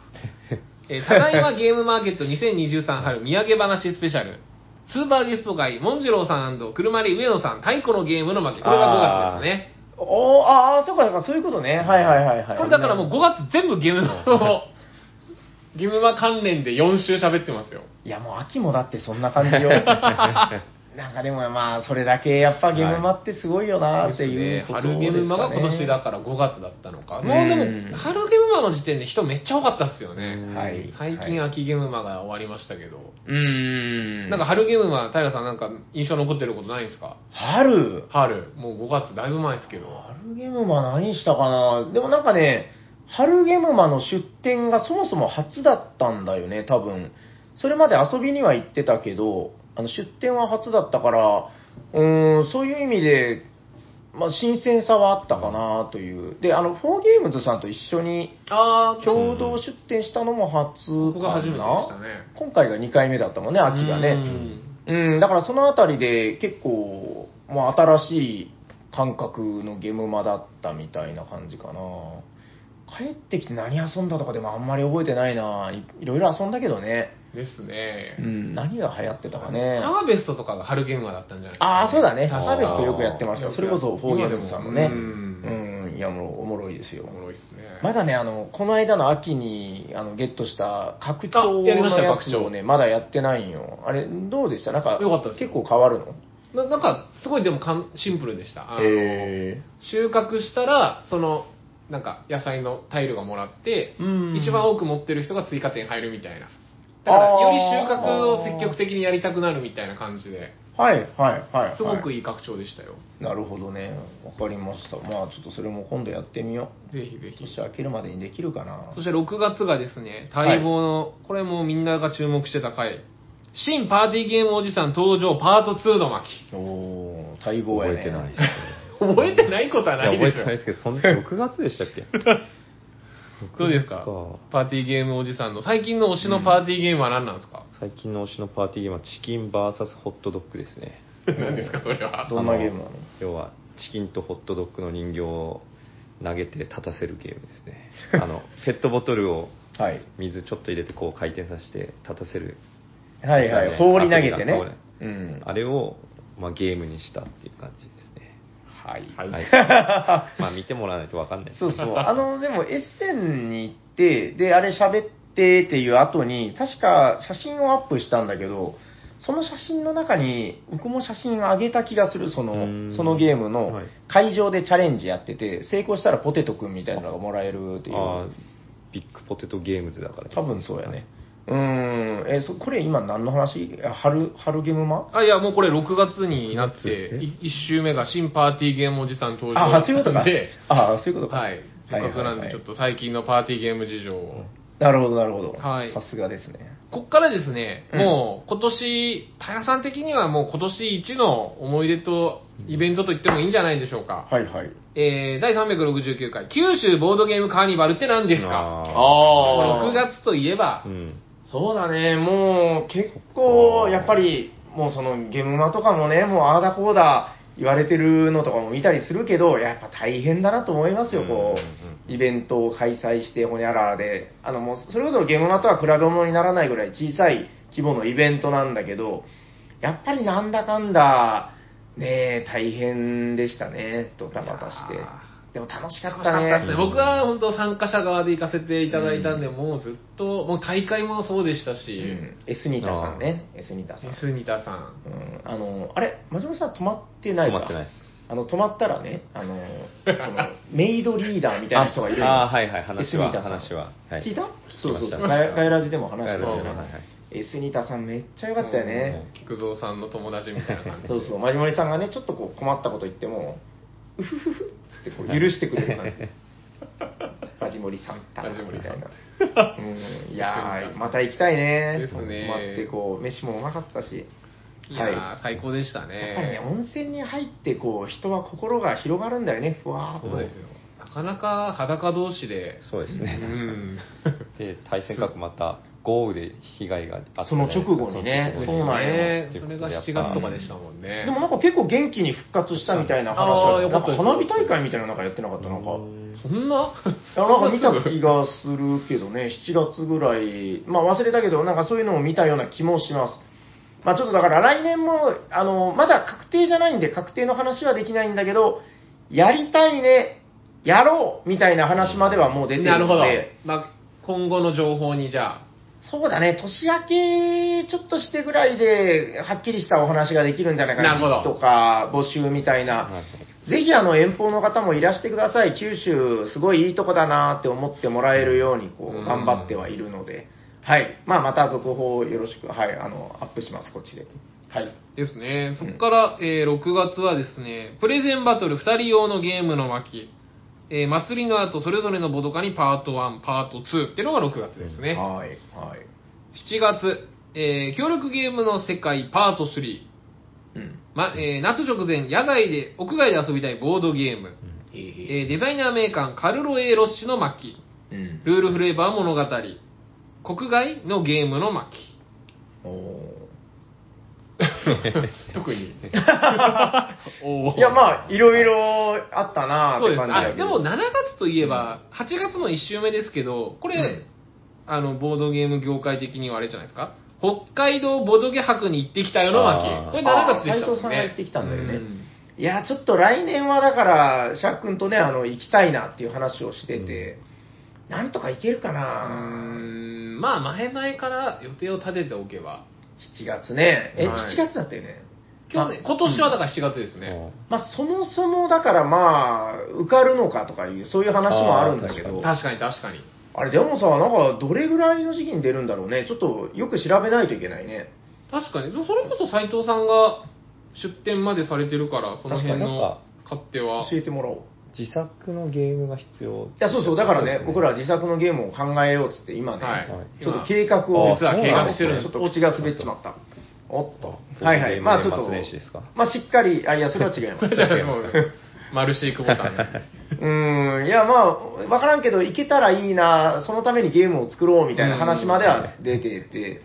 Speaker 2: えーただいまゲームマーケット2023春土産話スペシャル。スーパーゲスト会、モンジローさん車り上野さん、太鼓のゲームの巻。これが5月ですね。
Speaker 3: おーああ、そうか、だからそういうことね。はいはいはいはい。
Speaker 2: これだからもう
Speaker 3: う、
Speaker 2: 5月全部ゲームマの、 ゲームマ関連で4週喋ってますよ。
Speaker 3: いやもう秋もだってそんな感じ よ。なんかでもまあ、それだけやっぱゲームマってすごいよなっていうことですかね。
Speaker 2: 春ゲームマが今年だから5月だったのか。もうで
Speaker 3: うん
Speaker 2: も、春ゲームマの時点で人めっちゃ多かったっすよね。
Speaker 1: ら
Speaker 3: はい。
Speaker 2: 最近
Speaker 3: はい
Speaker 2: 秋ゲームマが終わりましたけど。
Speaker 3: うーん。
Speaker 2: なんか春ゲームマ、平さんなんか印象残ってることないんですか
Speaker 3: 春
Speaker 2: 春。もう5月だいぶ前ですけど。
Speaker 3: 春ゲームマ何したかなでもなんかね、春ゲムマの出店がそもそも初だったんだよね、多分。それまで遊びには行ってたけど、あの出店は初だったから、うーん、そういう意味で、まあ、新鮮さはあったかなという。で、あの、フォーゲームズさんと一緒に
Speaker 2: あー、
Speaker 3: 共同出店したのも初かな、
Speaker 2: ここが初めてでしたね。
Speaker 3: 今回が2回目だったもんね、秋がね。
Speaker 2: うん
Speaker 3: うん、だからそのあたりで結構、まあ、新しい感覚のゲームマだったみたいな感じかな。帰ってきて何遊んだとかでもあんまり覚えてないない。いろいろ遊んだけどね。
Speaker 2: です
Speaker 3: う
Speaker 2: ね。
Speaker 3: ん、何が流行ってたかね。
Speaker 2: ハーベストとかが春ゲームマだったんじゃない
Speaker 3: ああ、そうだね。
Speaker 2: 確か
Speaker 3: ハーベストよくやってました。それこそ、フォーゲームズさんのね。
Speaker 2: う
Speaker 3: うんん、いや、もうおもろいですよ
Speaker 2: お。もろいっすね。
Speaker 3: まだね、あの、この間の秋に、あの、ゲットした、拡張の
Speaker 2: あやりました
Speaker 3: やつをね、まだやってないんよ。あれ、どうでしたなんか、
Speaker 2: よかったですよ
Speaker 3: 結構変わるの
Speaker 2: ななんか、すごいでもかんシンプルでした。あの
Speaker 3: へ
Speaker 2: 収穫したら、その、なんか野菜のタイルがもらって、
Speaker 3: うん
Speaker 2: 一番多く持ってる人が追加点入るみたいな。だから、
Speaker 3: あー
Speaker 2: より収穫を積極的にやりたくなるみたいな感じで、
Speaker 3: はいはいはい、はい。
Speaker 2: すごくいい拡張でしたよ。
Speaker 3: なるほどね。わかりました。まあちょっとそれも今度やってみよ
Speaker 2: ぜひぜ
Speaker 3: う。
Speaker 2: ひ。
Speaker 3: 年明けるまでにできるかな
Speaker 2: そ。して6月がですね、待望の、これもみんなが注目してた回、新パーティーゲームおじさん登場パート2の巻。
Speaker 3: おー、待望や
Speaker 1: 覚えて
Speaker 3: ね。
Speaker 1: ないですね。
Speaker 2: 覚えてないことはいな
Speaker 1: や
Speaker 2: い
Speaker 1: 覚え
Speaker 2: です
Speaker 1: て
Speaker 2: よ
Speaker 1: ない。ですけど、そん な6月でしたっけ
Speaker 2: どうですか
Speaker 1: 6月
Speaker 2: パーティーゲームおじさんの最近の推しのパーティーゲームは何なんですか、
Speaker 1: 最近の推しのパーティーゲームはチキン VS ホットドッグですね。
Speaker 2: 何ですかそれは。
Speaker 3: どんなゲームなの
Speaker 1: あ要は、チキンとホットドッグの人形を投げて立たせるゲームです ね。あの、ペットボトルを
Speaker 3: はい。
Speaker 1: 水ちょっと入れてこう回転させて立たせる。
Speaker 3: はいは
Speaker 1: ね
Speaker 3: い。放り投げて
Speaker 1: 遊びが
Speaker 3: ね。うん。
Speaker 1: あれを、まあ、ゲームにしたっていう感じですね。
Speaker 3: はい。
Speaker 2: はい
Speaker 1: はい。まあ見てもらわないとわかんないです
Speaker 3: そうそう。あの、でも、エッセンに行って、で、あれ喋ってっていう後に、確か写真をアップしたんだけど、その写真の中に、僕も写真あげた気がする、そうの、
Speaker 1: ん
Speaker 3: そのゲーム
Speaker 1: は
Speaker 3: の
Speaker 1: い
Speaker 3: 会場でチャレンジやってて、成功したらポテトくんみたいなのがもらえるってい
Speaker 1: あ
Speaker 3: う
Speaker 1: ー。ビッグポテトゲームズだからです
Speaker 3: 多分そうやね。うーん。え、そ、これ今何の話あ春、春ゲームマ
Speaker 2: あ、いや、もうこれ6月になっ
Speaker 1: 六月
Speaker 2: て、
Speaker 1: え
Speaker 2: 1週目が新パーティーゲームおじさん登場
Speaker 3: あ、そういうことか
Speaker 2: で、。
Speaker 3: あ、そういうことか。
Speaker 2: はい。せっかくなん
Speaker 3: はいはいは
Speaker 2: で、
Speaker 3: い
Speaker 2: ちょっと最近のパーティーゲーム事情を。
Speaker 3: なるほど、なるほど。
Speaker 2: はい
Speaker 3: さすがですね。
Speaker 2: こっからですね、
Speaker 3: うん
Speaker 2: もう今年、平さん的にはもう今年一の思い出とイベントと言ってもいいんじゃないでしょうか。
Speaker 3: はいはい。
Speaker 2: えー、第369回、九州ボードゲームカーニバルって何ですか
Speaker 3: あ
Speaker 2: 6月といえば、
Speaker 1: うん。
Speaker 3: そうだね、もう結構、やっぱり、もうそのゲームマとかもね、もうああだこうだ言われてるのとかも見たりするけど、やっぱ大変だなと思いますよ、こう、イベントを開催して、ほにゃららで、あのもうそれこそゲームマとは比べ物にならないぐらい小さい規模のイベントなんだけど、やっぱりなんだかんだ、ねえ、大変でしたね、ドタバタして
Speaker 2: いや。
Speaker 3: でも楽しか
Speaker 2: 楽
Speaker 3: っ
Speaker 2: しか
Speaker 3: た
Speaker 2: っ
Speaker 3: ね。
Speaker 2: たですね僕は本当参加者側で行かせていただいたんで、もうずっと、もう大会もそうでした
Speaker 3: う
Speaker 2: し、
Speaker 3: ん、エスニータさんね、エスニータさん。
Speaker 2: スニタさん。
Speaker 3: うんあの、あれ、松本さん止まってない
Speaker 1: 止
Speaker 3: か
Speaker 1: まってないです。
Speaker 3: あの、止まったらね、あの、その、 メイドリーダーみたいな人がいる
Speaker 1: ああー、はいはい、話は、
Speaker 3: エスニタさん
Speaker 1: 話は。はい
Speaker 3: 聞いた
Speaker 1: 聞き
Speaker 3: そう
Speaker 1: ま
Speaker 3: そう
Speaker 1: し
Speaker 3: そ
Speaker 1: た
Speaker 3: う。ガイガイラジでも話
Speaker 1: ガイ
Speaker 3: し
Speaker 1: ラ
Speaker 3: た
Speaker 1: ジ
Speaker 3: よ
Speaker 1: でもはい
Speaker 3: ね
Speaker 1: はい。
Speaker 3: エスニタさんめっちゃ良かったよね。
Speaker 2: 菊蔵さんの友達みたいな感じで。
Speaker 3: そうそう、マジモリさんがね、ちょっとこう困ったこと言っても、うふふふって こう許してくれる感じ。マジモリさんったら
Speaker 2: マジモリ
Speaker 3: み
Speaker 2: さ
Speaker 3: た
Speaker 2: ん
Speaker 3: いな。うん、いやー、また行きたいね。
Speaker 2: ですね
Speaker 3: 泊まってこう、飯もうまかったし。
Speaker 2: いやー、最高でした
Speaker 3: やっぱりね、
Speaker 2: ね。
Speaker 3: 温泉に入ってこう人は心が広がるんだよね、ふわーっと。
Speaker 2: そうですよ。なかなか裸同士で、
Speaker 1: そうです
Speaker 2: う
Speaker 1: ね。
Speaker 2: ん。
Speaker 1: で、対戦各また、豪雨で被害があった
Speaker 3: その直後にね
Speaker 1: じゃいですか
Speaker 3: そうなんや
Speaker 2: ね
Speaker 1: という
Speaker 2: そ
Speaker 1: こ
Speaker 2: れ
Speaker 1: と
Speaker 2: が
Speaker 1: でやっぱ
Speaker 2: 7月とかでしたもんね。
Speaker 3: でもなんか結構元気に復活したみたいな話
Speaker 2: あー
Speaker 3: は、
Speaker 2: よか
Speaker 3: な
Speaker 2: っ
Speaker 3: んか
Speaker 2: たです
Speaker 3: 花火大会みたいなのなんかやってなかった、なんか。
Speaker 1: うん
Speaker 2: そんな
Speaker 3: いやなんか見た
Speaker 2: そん
Speaker 3: 気
Speaker 2: な
Speaker 3: がするけどね、7月ぐらい、まあ忘れたけど、なんかそういうのを見たような気もします。まあちょっとだから来年も、あの、まだ確定じゃないんで、確定の話はできないんだけど、やりたいね、やろうみたいな話まではもう出てるので、
Speaker 2: なるほど。まあ、今後の情報にじゃあ、
Speaker 3: そうだね、年明けちょっとしてぐらいで、はっきりしたお話ができるんじゃないか
Speaker 2: なるほど
Speaker 3: 時期とか募集みたい
Speaker 1: は
Speaker 3: な。
Speaker 1: い
Speaker 3: ぜひあの遠方の方もいらしてください。九州、すごいいいとこだなって思ってもらえるように、こ
Speaker 2: うん
Speaker 3: う、頑張ってはいるので。はい。まあ、また続報をよろしく、はい、あの、アップします、こっちで。はい。
Speaker 2: ですね。そこから、えー6月はですね、プレゼンバトル2人用のゲームの巻、えー祭りの後、それぞれのボドカにパート1、パート2っていうのが6月ですね。
Speaker 3: はい、はい。
Speaker 2: 7月、えー協力ゲームの世界パート3。
Speaker 3: うん。
Speaker 2: まえー夏直前、野外で、屋外で遊びたいボードゲーム。
Speaker 3: へへ
Speaker 2: えーデザイナー名鑑、カルロ・エロッシュの末期。
Speaker 3: うん。
Speaker 2: ルールフレーバー物語。国外のゲームの末期。
Speaker 3: おー特に。
Speaker 2: お
Speaker 3: いや、まあ、いろいろあったなー
Speaker 2: そう
Speaker 3: っ
Speaker 2: で
Speaker 3: て
Speaker 2: す。
Speaker 3: 感じだ
Speaker 2: あ、
Speaker 3: け
Speaker 2: で
Speaker 3: ど。
Speaker 2: も7月といえば、8月の1週目ですけど、これ、
Speaker 3: うん
Speaker 2: あの、ボードゲーム業界的にはあれじゃないですか北海道ボドゲ博に行ってきたよの巻
Speaker 1: あー。
Speaker 2: これ7月でしたもんね。
Speaker 3: 斎藤さんが行ってきたんだよね。
Speaker 2: うん
Speaker 3: いや、ちょっと来年はだから、シャックンとね、あの、行きたいなっていう話をしてて、なんとか行けるか
Speaker 2: うー
Speaker 3: な、
Speaker 2: んまあ、前々から予定を立てておけば。
Speaker 3: 7月ね。え、
Speaker 2: はい
Speaker 3: 7月だったよね。
Speaker 2: 去年、今年はだから7月ですね。
Speaker 3: まあ、そもそもだからまあ、受かるのかとかいう、そういう話もあるんだけ
Speaker 1: あー
Speaker 3: ど、あ
Speaker 2: 確かに確かに。
Speaker 3: れ、でもさ、なんか、どれぐらいの時期に出るんだろうね。ちょっと、よく調べないといけないね。
Speaker 2: 確かに。でもそれこそ斎藤さんが出店までされてるから、その辺の勝手は。
Speaker 3: 教えてもらおう。
Speaker 1: 自作のゲームが必要。
Speaker 3: いや、そうそう、だから
Speaker 1: そう
Speaker 3: ね、
Speaker 1: ですね
Speaker 3: 僕らは自作のゲームを考えようっつって、今ね、
Speaker 2: はい
Speaker 1: はい。
Speaker 3: ちょっと計画を
Speaker 1: あ実は計画してるんです
Speaker 3: ちょっと気が滑っちまった。おっと。
Speaker 1: あ
Speaker 3: はいは
Speaker 1: ゲー
Speaker 3: い。
Speaker 1: ム
Speaker 3: まあちょっと
Speaker 1: 年末年始ですか、
Speaker 3: まあしっかり、あ、いや、そ れは違いま
Speaker 2: そ
Speaker 3: す。
Speaker 2: れじゃあもう、丸シークボタン。
Speaker 3: うーん、いや、まあ、わからんけど、いけたらいいな、そのためにゲームを作ろうみたいな話までは出てて、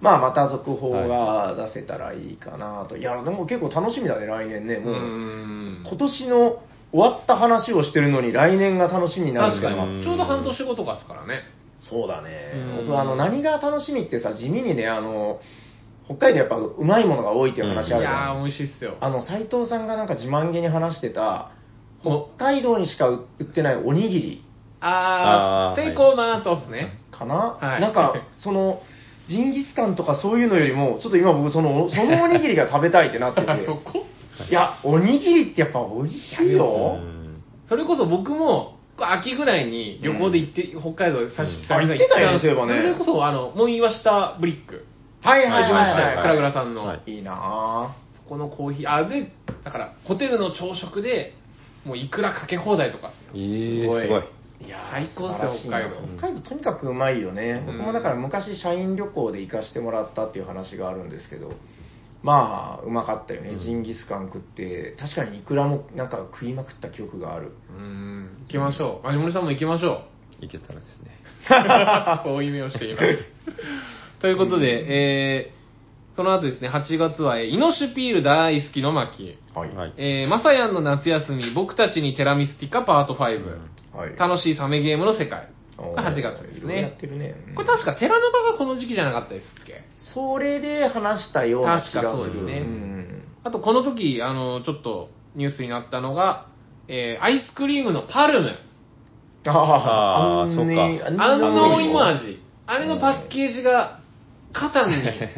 Speaker 3: まあ、また続報が出せたらいいかなと。いや、でも結構楽しみだね、来年ね。
Speaker 2: う
Speaker 3: もう、
Speaker 2: ん。
Speaker 3: 今年の終わった話をしてるのに、来年が楽しみにな
Speaker 2: 確
Speaker 3: るんだ
Speaker 2: か
Speaker 3: な
Speaker 2: に。ちょうど半年後とかですからね。
Speaker 3: そうだね
Speaker 2: うん。
Speaker 3: 僕あの、何が楽しみってさ、地味にね、あの、北海道やっぱうまいものが多いっていう話
Speaker 2: い
Speaker 3: あるじゃ
Speaker 2: や
Speaker 3: ん。
Speaker 2: ー、美味しいっすよ。
Speaker 3: あの、斎藤さんがなんか自慢げに話してた、
Speaker 2: お
Speaker 3: 北海道にしか売ってないおにぎり
Speaker 2: あ
Speaker 1: あ
Speaker 2: ー、
Speaker 1: ー
Speaker 2: セイコーマートっすね。
Speaker 3: かな、
Speaker 2: はい
Speaker 3: なんか、その、ジンギスカンとかそういうのよりも、ちょっと今僕その、そのおにぎりが食べたいってなって
Speaker 2: そ
Speaker 3: て、
Speaker 2: こ
Speaker 3: いや、おにぎりってやっぱ美味しいよ。
Speaker 1: うん
Speaker 2: それこそ僕も、秋ぐらいに旅行で行って、北海道で久し
Speaker 3: あ
Speaker 2: ぶり
Speaker 3: 行ってたよねそういえばね
Speaker 2: それこそ、あの、もう言いました、ブリック。
Speaker 3: はい
Speaker 2: 行
Speaker 3: はい
Speaker 2: きました
Speaker 3: は
Speaker 2: よ、
Speaker 3: い、
Speaker 2: クラグ
Speaker 3: は
Speaker 2: ラさんの。
Speaker 1: はい
Speaker 3: い。いいなぁ。
Speaker 2: そこのコーヒー、あ、で、だから、ホテルの朝食で、もういくらかけ放題とかっすよ
Speaker 1: えー、すごい。
Speaker 3: いや
Speaker 2: 最高っすよ
Speaker 3: 素晴らしいな
Speaker 1: 北
Speaker 3: 北海道とにかくうまいよね、
Speaker 2: うん
Speaker 3: 僕もだから昔社員旅行で行かしてもらったっていう話があるんですけどまあうまかったよね、
Speaker 1: うん
Speaker 3: ジンギスカン食って確かにいくらもなんか食いまくった記憶がある
Speaker 2: うん、行きましょう。マジモリさんも行きましょ
Speaker 1: いけたらですね。
Speaker 2: う。 そういう目をして います。ということで、えー、その後ですね、8月は、えーイノシュピール大好きの巻。
Speaker 3: はい
Speaker 1: はい
Speaker 2: えー、まさやんの夏休み、僕たちにテラミスティカパート5、
Speaker 3: はい
Speaker 2: 楽しいサメゲームの世界。が8月です
Speaker 3: いろいろやっ
Speaker 2: ね。
Speaker 3: てるね、うん
Speaker 2: これ確か寺の場がこの時期じゃなかったですっけ
Speaker 3: それで話したような気が
Speaker 2: 確か
Speaker 3: す
Speaker 2: そうです
Speaker 3: る
Speaker 2: ね
Speaker 3: うん
Speaker 2: あと、この時、あの、ちょっとニュースになったのが、えーアイスクリームのパルム、
Speaker 1: あー
Speaker 3: んに
Speaker 1: そっか
Speaker 3: あんな
Speaker 2: 安納芋
Speaker 3: あ
Speaker 2: 味。あれのパッケージが、カタン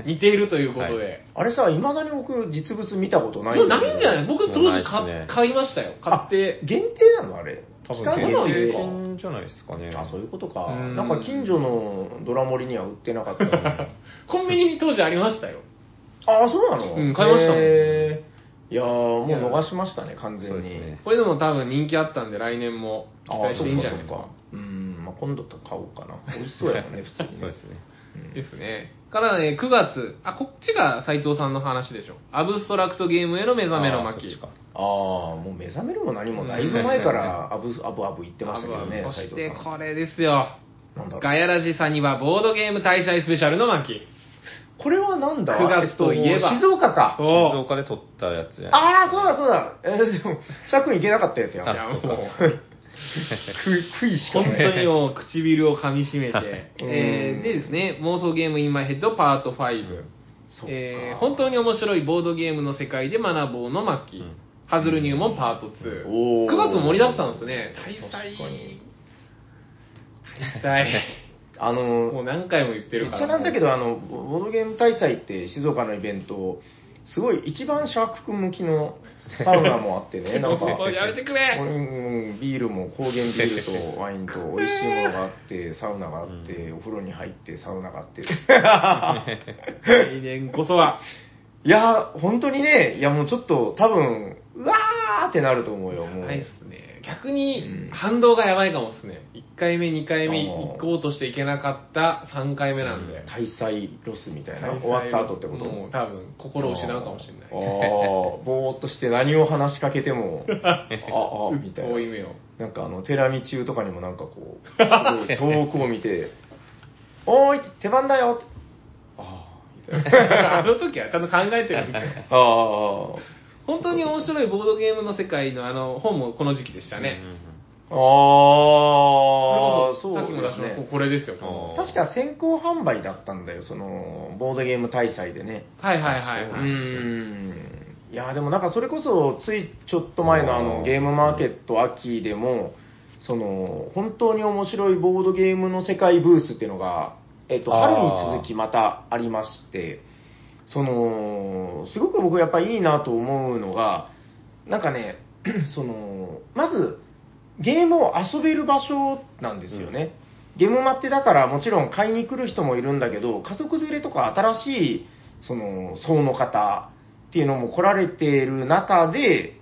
Speaker 2: に似ているということで。
Speaker 3: れさいまだに僕実物見たことない
Speaker 2: もうないんじゃない僕当時
Speaker 1: もうないっ
Speaker 2: 買
Speaker 1: すね
Speaker 2: 買いましたよ。買って。
Speaker 3: 限定なのあれ
Speaker 1: 多分
Speaker 3: 期間限
Speaker 2: 限
Speaker 3: 定
Speaker 2: 定
Speaker 1: 景
Speaker 3: か
Speaker 1: 品じゃないですかね。
Speaker 3: あそういうことか
Speaker 2: うん
Speaker 3: なんか近所のドラ盛りには売ってなかった な
Speaker 2: コンビニに当時ありましたよ。
Speaker 3: ああそうなの
Speaker 2: うん買いましたもん
Speaker 3: へーいやーもう逃しましたね完全
Speaker 1: そう
Speaker 3: に
Speaker 1: ですね
Speaker 2: これでも多分人気あったんで来年も期
Speaker 3: あ
Speaker 2: 待
Speaker 3: あ
Speaker 2: し
Speaker 3: そ
Speaker 2: て
Speaker 3: う
Speaker 2: いいん
Speaker 3: か
Speaker 2: じゃないです
Speaker 3: そう
Speaker 2: か
Speaker 3: か。うん、まあ、今度と買おうかな美味しそうや もんね普通に
Speaker 1: そうですね。
Speaker 3: うん
Speaker 2: ですね。から、ね、9月、あ、こっちが斎藤さんの話でしょ。アブストラクトゲームへの目覚め
Speaker 1: あ
Speaker 2: の
Speaker 1: ー
Speaker 2: 巻
Speaker 1: そっ。ち
Speaker 3: ああもう目覚めるも何もだいぶ前からアブアブアブ言ってましたけどね
Speaker 2: そ
Speaker 3: 斉
Speaker 2: し
Speaker 3: 藤
Speaker 2: て
Speaker 3: さん
Speaker 2: これですよ。
Speaker 3: なんだろう
Speaker 2: ガヤラジさんにはボードゲーム大祭スペシャルの巻。
Speaker 3: これはなんだ
Speaker 2: 九月といえば
Speaker 3: っと静岡か
Speaker 2: そ
Speaker 1: 静
Speaker 2: う。
Speaker 1: 岡で撮ったやつじゃない
Speaker 3: ああ、そうだそうだ。えーでも、シャクン行けなかったやつやん。
Speaker 2: いや、も う、
Speaker 3: く悔いしか
Speaker 2: 本
Speaker 3: ない。
Speaker 2: 当にもう唇を噛み締めて。
Speaker 3: うん
Speaker 2: えーでですね、妄想ゲームインマイヘッドパート5。
Speaker 3: そっか
Speaker 2: えー本当に面白いボードゲームの世界で学ぼうの巻。
Speaker 1: うん
Speaker 2: ハズルニューモンパート2。
Speaker 3: おー
Speaker 2: 9月も盛りだくさんですね。大祭
Speaker 3: 確かに。
Speaker 2: 大祭。も
Speaker 3: あの
Speaker 2: う、何回も言って
Speaker 3: め
Speaker 2: る
Speaker 3: っ
Speaker 2: か
Speaker 3: ちゃ
Speaker 2: ら。
Speaker 3: なんだけど、あの、ボードゲーム大祭って静岡のイベント、すごい一番シャーク君向きのサウナもあっ てね、なんか、
Speaker 2: もうやめてくれ
Speaker 3: うんビールも高原ビールとワインと美味しいものがあって、サウナがあって、お風呂に入って、サウナがあって。
Speaker 2: 来年こそは。
Speaker 3: いやー、本当にね、いやもうちょっと多分、うわーってなると思うよ、もう。
Speaker 2: はいですね。逆に
Speaker 3: うん
Speaker 2: 反動がやばいかもっすね。1回目、2回目
Speaker 3: あー
Speaker 2: 行こうとしていけなかった3回目なんで。
Speaker 3: 大祭ロスみたいな、終わった後ってこと
Speaker 2: もう多分心を失うかもしれ
Speaker 3: あ
Speaker 2: ない。
Speaker 3: ーぼーっとして何を話しかけて も、ああ、みたい
Speaker 2: 遠い
Speaker 3: な。
Speaker 2: 目を。
Speaker 3: なんかあの、寺見中とかにもなんかこう、 すごい遠くを見て、おーい、手番だよああ、みたいな。
Speaker 2: あの時はちゃんと考えてるみたいな。
Speaker 3: ああ、
Speaker 2: 本当に面白いボードゲームの世界のあの本もこの時期でしたね。
Speaker 3: ああ、
Speaker 2: それこ
Speaker 3: そう
Speaker 2: さ
Speaker 3: で
Speaker 2: っき
Speaker 3: す
Speaker 2: の出しの
Speaker 3: ね。
Speaker 2: これですよ。
Speaker 1: あ
Speaker 3: 確か先行販売だったんだよ、その、ボードゲーム大祭でね。
Speaker 2: はいはいはいうは
Speaker 3: ー
Speaker 2: い。
Speaker 3: ん。いや、でもなんかそれこそ、ついちょっと前のあ
Speaker 1: あ
Speaker 3: の
Speaker 1: ー
Speaker 3: ゲームマーケット秋でも、その、本当に面白いボードゲームの世界ブースっていうのが、えっと、
Speaker 1: あ
Speaker 3: 春に
Speaker 1: ー
Speaker 3: 続きまたありまして、その、すごく僕やっぱいいなと思うのが、なんかね、 その、まず、ゲームを遊べる場所なんですよね。ゲームマってだからもちろん買いに来る人もいるんだけど、家族連れとか新しいその層の方っていうのも来られている中で、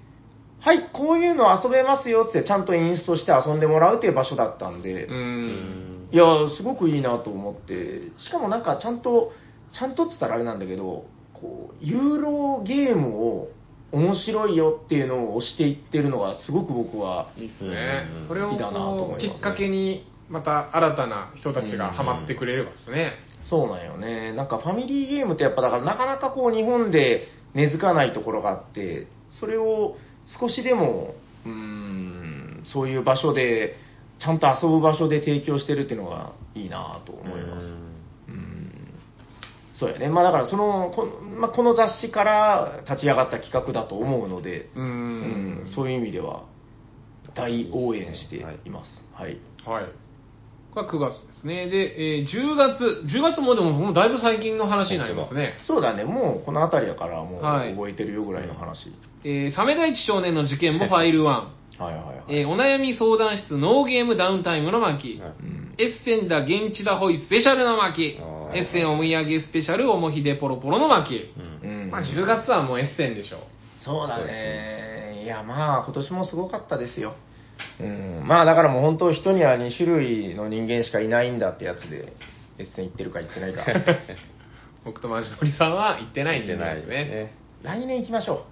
Speaker 3: はい、こういうの遊べますよってちゃんとインストして遊んでもらうっていう場所だったんで、
Speaker 2: う。
Speaker 1: うんん
Speaker 3: いやー、すごくいいなと思って、しかもなんかちゃんと、ちゃんとっつったらあれなんだけど、こう、ユーロゲームを面白いよっていうのを押していってるのがすごく僕は、
Speaker 2: いいっすね
Speaker 1: う。ん
Speaker 2: それを
Speaker 3: 好きだなと
Speaker 2: こ
Speaker 3: 思
Speaker 2: う
Speaker 3: い
Speaker 2: き
Speaker 3: ます
Speaker 2: っかけに、また新たな人たちがハマってくれればですね。
Speaker 3: そうなんよね。なんかファミリーゲームってやっぱだからなかなかこう日本で根付かないところがあって、それを少しでも、うーん、そういう場所で、ちゃんと遊ぶ場所で提供してるっていうのがいいなと思います。うんそうやね。まあだからその、こ,、まあ、この雑誌から立ち上がった企画だと思うので、
Speaker 2: う
Speaker 3: うんん、。そういう意味では大応援しています。はい。
Speaker 2: はい。が9月ですね。で、えー10月、10月もでももうだいぶ最近の話になりますね。
Speaker 3: そうだね、もうこの辺りやからもう
Speaker 2: はい
Speaker 3: 覚えてるよぐらいの話。
Speaker 2: えー、サメ大地少年の受験もファイル1。
Speaker 3: はい、はいはいはい
Speaker 2: えーお悩み相談室ノーゲームダウンタイムの巻。
Speaker 1: はい
Speaker 3: うん
Speaker 2: エッセンだ現地だホイスペシャルの巻
Speaker 1: あ。ー
Speaker 2: エッセンお土産スペシャルおもひでポロポロの巻。
Speaker 1: うん
Speaker 3: うん
Speaker 2: まあ10月はもうエッセンでしょう。
Speaker 3: そうだ
Speaker 1: そうです
Speaker 3: ね。いや、まあ、今年もすごかったですよ。うん。まあ、だからもう本当、人には2種類の人間しかいないんだってやつで、エッセン行ってるか行って ないか。
Speaker 2: 僕とマジモリさんは行ってないんですね。
Speaker 3: 来年行きましょ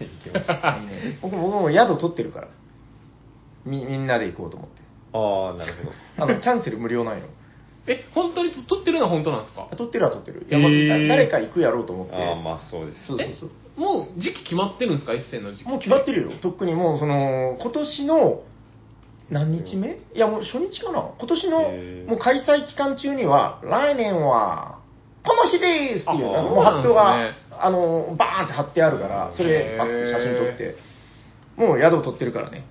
Speaker 3: う。
Speaker 1: 行きましょう
Speaker 3: 来年僕、僕も宿取ってるから。み、みんなで行こうと思って。
Speaker 1: ああ、なるほど。
Speaker 3: あの、キャンセル無料なんよ。
Speaker 2: え、本当にと撮ってるのは本当なんですか
Speaker 3: 取ってるは取ってる。いや、まあ
Speaker 2: へー
Speaker 3: 誰か行くやろうと 思って。
Speaker 1: ああ、まあそうです。
Speaker 3: そうそうそう。
Speaker 2: もう時期決まってるんですかエッセンの時期。
Speaker 3: もう決まってるよ。とっくにもう、その、今年の、何日目いや、もう初日かな今年
Speaker 1: へー
Speaker 3: の、もう開催期間中には、来年は、この日ですっていう、
Speaker 1: あ
Speaker 3: もうハット
Speaker 2: そうなん
Speaker 3: が
Speaker 2: です、
Speaker 3: あの、バーンって貼ってあるから、そ
Speaker 2: へ
Speaker 3: れ、
Speaker 2: ー
Speaker 3: パッと写真撮って、もう宿を撮ってるからね。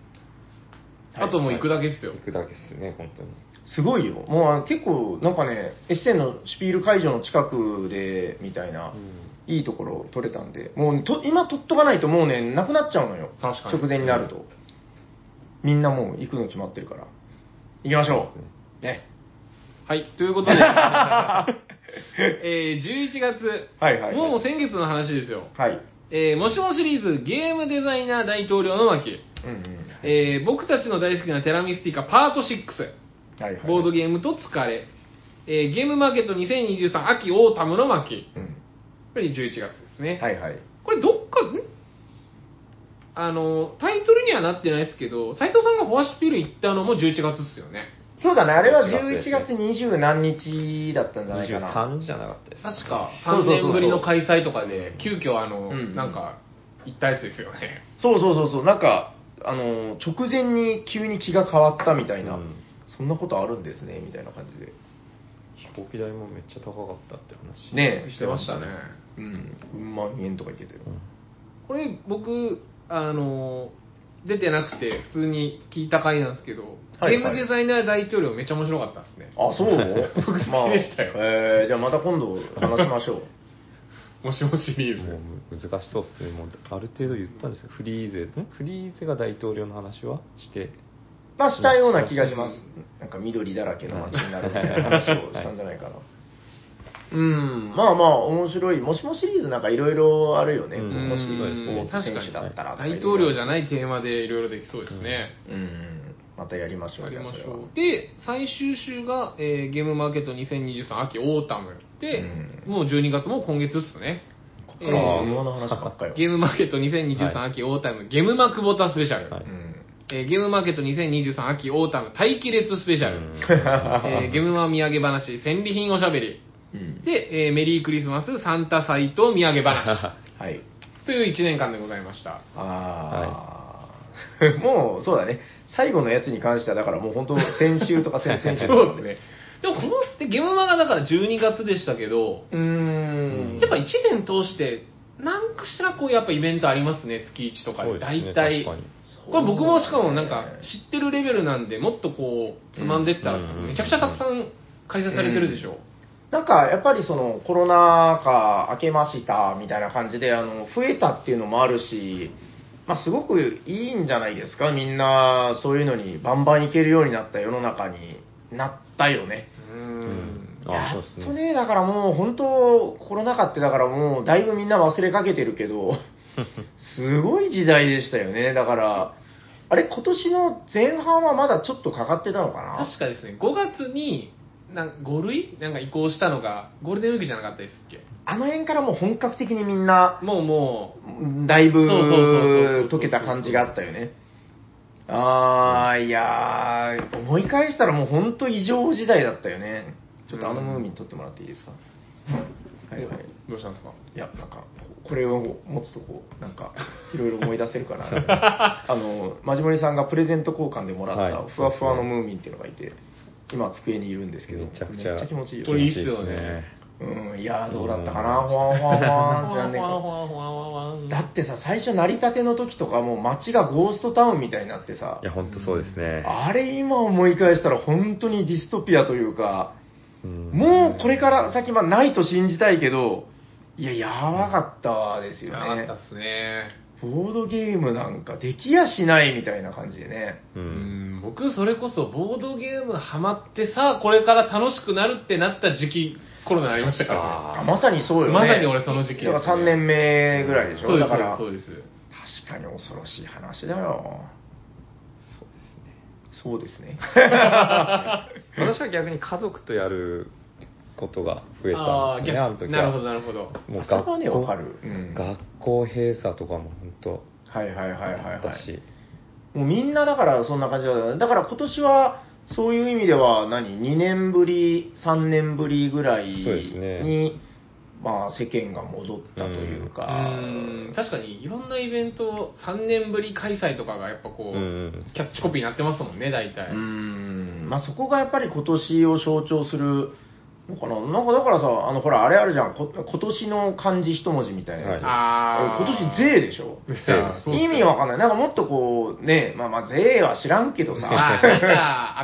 Speaker 2: あともう行くだけですよ。
Speaker 1: 行くだけっすね、本当に。
Speaker 3: すごいよ。もうあの結構、なんかね、エッセンのスピール会場の近くで、みたいな、いいところを撮れたんで、もうと今撮っとかないともうね、なくなっちゃうのよ。
Speaker 2: 確かに
Speaker 3: 直前になると。みんなもう行くの決まってるから。行きましょう。ね。
Speaker 2: はい、ということで、 えー11月、
Speaker 3: はいはいはい
Speaker 2: もう先月の話ですよ。
Speaker 3: はい。
Speaker 2: えーもしもシリーズゲームデザイナー大統領の巻、
Speaker 3: うんうん。
Speaker 2: えー僕たちの大好きなテラミスティカパート6、
Speaker 3: はいはい。
Speaker 2: ボード
Speaker 3: ゲ
Speaker 2: ゲームと疲れ、えーゲームマーケット2023秋オータムの巻、こ
Speaker 3: ーム。
Speaker 2: れ11月です
Speaker 3: う
Speaker 2: ね。
Speaker 3: ん。はいはい。
Speaker 2: これどっか、んあの、タイトルにはなってないですけど、斉藤さんがフォアシピール行ったのも11月っすよね。
Speaker 3: そうだね、あれは
Speaker 1: 11
Speaker 3: 11月20何日だったんじゃないかな。
Speaker 1: 23じゃなかったです。
Speaker 2: 確か
Speaker 3: そう
Speaker 2: 3
Speaker 3: そうそうそう
Speaker 2: 年ぶりの開催とかで急遽あの、
Speaker 3: うんうん
Speaker 2: なんか行ったやつですよね
Speaker 3: そうそうそうそう、なんか、あの、直前に急に気が変わったみたいな、
Speaker 1: うん
Speaker 3: そんなことあるんですね、みたいな感じで。
Speaker 1: 飛行機代もめっちゃ高かったって話。
Speaker 3: ねえ
Speaker 2: してましたね
Speaker 3: うん。うん、万円とか言ってたよ。
Speaker 2: これ僕あの出てなくて普通に聞いた回なんですけど、
Speaker 3: はいはい
Speaker 2: ゲームデザイナー大統領めっちゃ面白かったですね
Speaker 3: あ、そう
Speaker 2: 僕好きでしたよ
Speaker 3: まあえーじゃあまた今度話しましょう。
Speaker 2: もしもシリーズ
Speaker 1: もう難しそうっすね。もうある程度言ったんですよ。フリーゼ、んフリーゼが大統領の話はして、
Speaker 3: まあしたような気がします。なんか緑だらけの街になるみたいな話をしたんじゃないかな。
Speaker 2: うん。
Speaker 3: まあまあ、面白い。もしもシリーズなんかいろいろあるよね。
Speaker 1: うん
Speaker 3: もしスポーツ
Speaker 2: 確
Speaker 3: 選
Speaker 2: か
Speaker 3: 手
Speaker 2: に
Speaker 3: だったらとか
Speaker 2: 大統領じゃ
Speaker 3: い
Speaker 2: ないテーマでいろいろできそうですね。
Speaker 3: ろいろ。うん。またやりましょう。
Speaker 2: やりまし
Speaker 3: じゃあそれは
Speaker 2: ょう。で、最終週が、えーゲームマーケット2023秋オータム。で、
Speaker 3: う
Speaker 2: もう12月も今月っすね。
Speaker 3: こっからは重要な話ばっかよ。
Speaker 2: ゲームマーケット2023秋オータム、ゲームマクボタスペシャル、
Speaker 1: はい
Speaker 3: うん
Speaker 2: えーゲームマーケット2023秋オータム待機列スペシャル、 えーゲームマ土産話戦利品おしゃべり
Speaker 3: うん。
Speaker 2: で、えーメリークリスマスサンタサイト土産 話
Speaker 3: はい。
Speaker 2: という1年間でございました
Speaker 3: ああ、もうそうだね、最後のやつに関しては、だからもう本当、先週とか先々週とか
Speaker 2: そう
Speaker 3: で
Speaker 2: です
Speaker 3: ね。
Speaker 2: でもこのでゲームマがだから12月でしたけど
Speaker 3: うーん
Speaker 2: やっぱ1年通して何かしらこうやっぱイベントありますね月1とかで大体、
Speaker 1: そうですね確かに
Speaker 2: これ僕もしかもなんか知ってるレベルなんでもっとこうつまんでったら
Speaker 1: うん
Speaker 2: めちゃくちゃたくさん開催されてるでしょ、
Speaker 3: なんかやっぱりそのコロナ禍明けましたみたいな感じであの増えたっていうのもあるし、まあ、すごくいいんじゃないですかみんなそういうのにバンバン行けるようになった世の中になったよね。
Speaker 2: うん
Speaker 1: あ
Speaker 3: や
Speaker 1: そう
Speaker 3: っ
Speaker 1: です
Speaker 3: と
Speaker 1: ね
Speaker 3: ね、だからもう本当、コロナ禍ってだからもうだいぶみんな忘れかけてる けど、すごい時代でしたよね。だから、あれ、今年の前半はまだちょっとかかってたのかな
Speaker 2: 確かですね5月になん5類なんか移行したのがゴールデンウィークじゃなかったですっけ
Speaker 3: あの辺からもう本格的にみんな、
Speaker 2: もうも
Speaker 3: だいぶ
Speaker 2: そうそうそうそう
Speaker 3: 溶けた感じがあったよね。あー、いやー、思い返したらもう本当異常時代だったよね。ちょっとあのムーミン撮ってもらっていいですか、
Speaker 2: う、
Speaker 3: はいはい。
Speaker 2: どうしたんですか
Speaker 3: いや、なんか、これを持つとこう、なんか、いろいろ思い出せる かな。あの、まじもりさんがプレゼント交換でもらった、
Speaker 1: はい
Speaker 3: ふわふわのムーミンっていうのがいて、今机にいるんですけど、
Speaker 1: めちゃくちゃ
Speaker 3: めっちゃ気持ちいい
Speaker 2: これいいっ
Speaker 3: よ。
Speaker 2: すよね
Speaker 3: うん、いやー、どうだったかな、ほわんほわんほわんってなんで
Speaker 2: ほわほわほわほわほわ
Speaker 3: だってさ、最初成り立ての時とか、もう街がゴーストタウンみたいになってさ
Speaker 1: いや、本当そうですね。
Speaker 3: あれ今思い返したら本当にディストピアというか、
Speaker 1: うん
Speaker 3: もうこれから先はないと信じたいけど、いや、やばかったですよね。
Speaker 2: なかったっすね
Speaker 3: ボードゲームなんかできやしないみたいな感じでね。
Speaker 1: う。
Speaker 2: うんん僕それこそボードゲームハマってさあこれから楽しくなるってなった時期コロナになりましたからね
Speaker 3: あまさにそうよね。
Speaker 2: まさに俺その時期ですね
Speaker 3: だから3年目ぐらいでしょ。
Speaker 2: そうで
Speaker 3: だ
Speaker 2: す
Speaker 3: から、
Speaker 2: そう
Speaker 3: 確
Speaker 2: ですそうです
Speaker 3: かに恐ろしい話だよ。そうですね。
Speaker 1: 私は逆に家族とやることが増え
Speaker 2: あ
Speaker 1: た
Speaker 2: あ
Speaker 1: ん
Speaker 2: ー
Speaker 1: ですね、あの時は
Speaker 2: なるほど、なるほど。
Speaker 1: もう
Speaker 3: それはね、
Speaker 1: 学校
Speaker 3: わかる。うん
Speaker 1: 学校閉鎖とかも本当
Speaker 3: はいはいはいはい、
Speaker 1: あっ
Speaker 3: は
Speaker 1: た
Speaker 3: い。
Speaker 1: し、
Speaker 3: もうみんなだからそんな感じだっただから今年はそういう意味では何2年ぶり3年ぶりぐらいに
Speaker 1: そうですね
Speaker 3: まあ、世間が戻ったという
Speaker 2: う
Speaker 3: か、
Speaker 2: ん確かにいろんなイベント3年ぶり開催とかがやっぱこう、
Speaker 1: うん
Speaker 2: キャッチコピーになってますもんね大体、
Speaker 3: うーんまあ、そこがやっぱり今年を象徴するのかな、なんかだからさ、あのほら、あれあるじゃん、こ今年の漢字一文字みたいなや
Speaker 1: は
Speaker 3: つ、
Speaker 1: い
Speaker 2: ああ
Speaker 3: 今年、税でしょ、
Speaker 1: 税です
Speaker 2: そうそう
Speaker 3: 意味わかんない、なんかもっとこう、ね、まあまあ、税は知らんけど
Speaker 2: あ
Speaker 3: さ
Speaker 2: ー、なん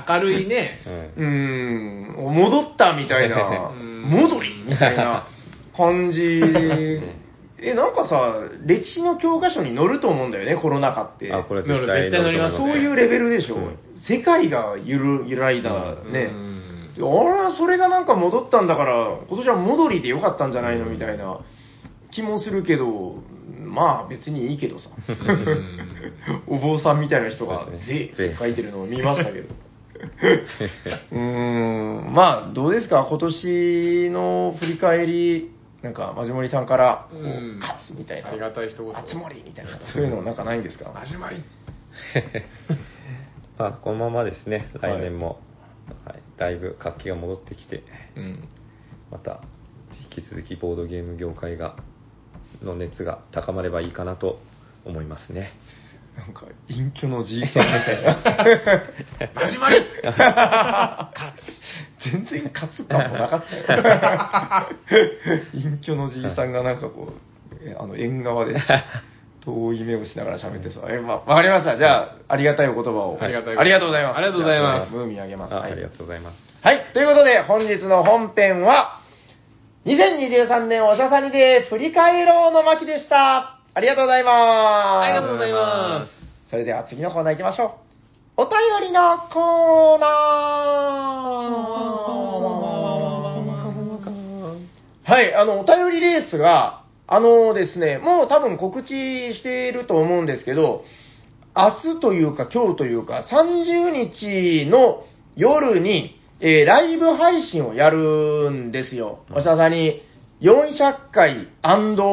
Speaker 2: か明るいね
Speaker 1: うん
Speaker 3: うーん、戻ったみたいな
Speaker 2: う、ん
Speaker 3: 戻りみた いな感じ、え、なんかさ、歴史の教科書に載ると思うんだよね、コロナ禍って。
Speaker 1: あこれ絶対
Speaker 2: 絶対乗ります
Speaker 1: 乗
Speaker 3: そ
Speaker 1: る
Speaker 3: う
Speaker 1: と思い
Speaker 3: いうレベルでしょ、
Speaker 1: うん
Speaker 3: 世界が揺る揺らいだね。
Speaker 2: うん
Speaker 3: で俺はそれがなんか戻ったんだから、今年は戻りでよかったんじゃないのみたいな気もするけど、まあ別にいいけ どさ。 お坊さんみたいな人が
Speaker 1: そうで
Speaker 3: 「
Speaker 1: す
Speaker 3: ぜ
Speaker 1: ね」
Speaker 3: って書いてるのを見ました けど。うーん、まあどうですか、今年の振り返り、なんか、まじもりさんから、こう
Speaker 2: うん
Speaker 3: 勝つみたいな、
Speaker 2: ありがたい一言
Speaker 3: あつ森みたいな、そういうのなんかないんですか
Speaker 2: 始まり
Speaker 1: まあこのままですね
Speaker 3: はい
Speaker 1: 来年も、はいだいぶ活気が戻ってきて
Speaker 3: うん。
Speaker 1: また引き続きボードゲーム業界がの熱が高まればいいかなと思いますね
Speaker 3: なんか、隠居のじいさんみたいな。
Speaker 2: 始まり
Speaker 3: 全然勝つ感もなかった よ。隠居のじいさんがなんかこう、えあの、縁側で、遠い目をしながら喋ってさ、え、ま、わかりました。じゃあ、ありがたいお言葉を。
Speaker 2: ありがたい
Speaker 3: ありがとうございます。
Speaker 2: ありがとうございます
Speaker 3: じゃあムーミンあげます。
Speaker 1: あ
Speaker 3: はい
Speaker 1: あり。がとうございます
Speaker 3: はいということで、本日の本編は、2023年おしゃさにで振り返ろうの巻でした。ありがとうございます。。
Speaker 2: ありがとうございます
Speaker 3: それでは次のコーナー行きましょう。お便りのコーナーはい、あの、お便りレースが、あのですね、もう多分告知していると思うんですけど、明日というか今日というか、30日の夜に、えーライブ配信をやるんですよ。
Speaker 1: うん
Speaker 3: おしゃさんに、400回なんだ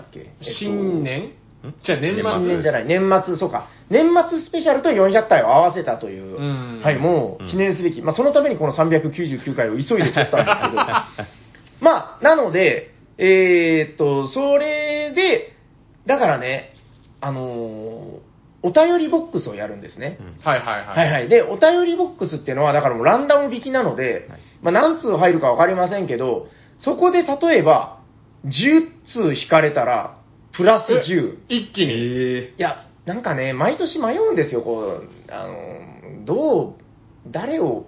Speaker 3: っけ、えっと
Speaker 2: 新年
Speaker 1: ん。
Speaker 2: じゃあ年末
Speaker 3: 新年じゃないい、年末、そうか。年末スペシャルと400回を合わせたというう、
Speaker 2: ん
Speaker 3: はい、もう記念すべき。まあ、そのためにこの399回を急いで撮ったんですけど、 まあ、なので、えーっと、それで、だからね、あのーお便りボックスをやるんですね。
Speaker 1: うん
Speaker 2: はいはいはい。
Speaker 3: はいはい。で、お便りボックスっていうのは、だからもうランダム引きなので、
Speaker 1: はい
Speaker 3: まあ何通入るかわかりませんけど、そこで例えば、10通引かれたら、プラス10。
Speaker 2: 一気に。
Speaker 1: え
Speaker 3: いや、なんかね、毎年迷うんですよ、こう、あの、どう、誰を、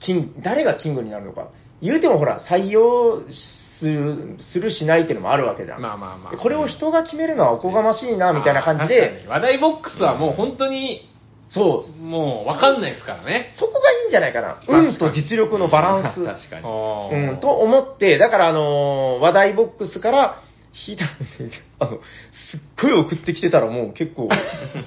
Speaker 3: 金、誰がキングになるのか。言うてもほら、採用する、するしないっていうのもあるわけじゃん。
Speaker 2: まあまあまあ。
Speaker 3: これを人が決めるのはおこがましいな、みたいな感じ
Speaker 2: あー確か
Speaker 3: で、
Speaker 2: に話題ボックスはもう本当に、
Speaker 3: そう、
Speaker 2: もうわかんないですからね。
Speaker 3: そこがいいんじゃないかな。
Speaker 2: かに
Speaker 3: 運と実力のバラ ン
Speaker 1: 確
Speaker 3: ス。
Speaker 1: かに。
Speaker 2: あー
Speaker 3: うん、と思って、だからあのー話題ボックスから引いた、あの、すっごい送ってきてたらもう結構、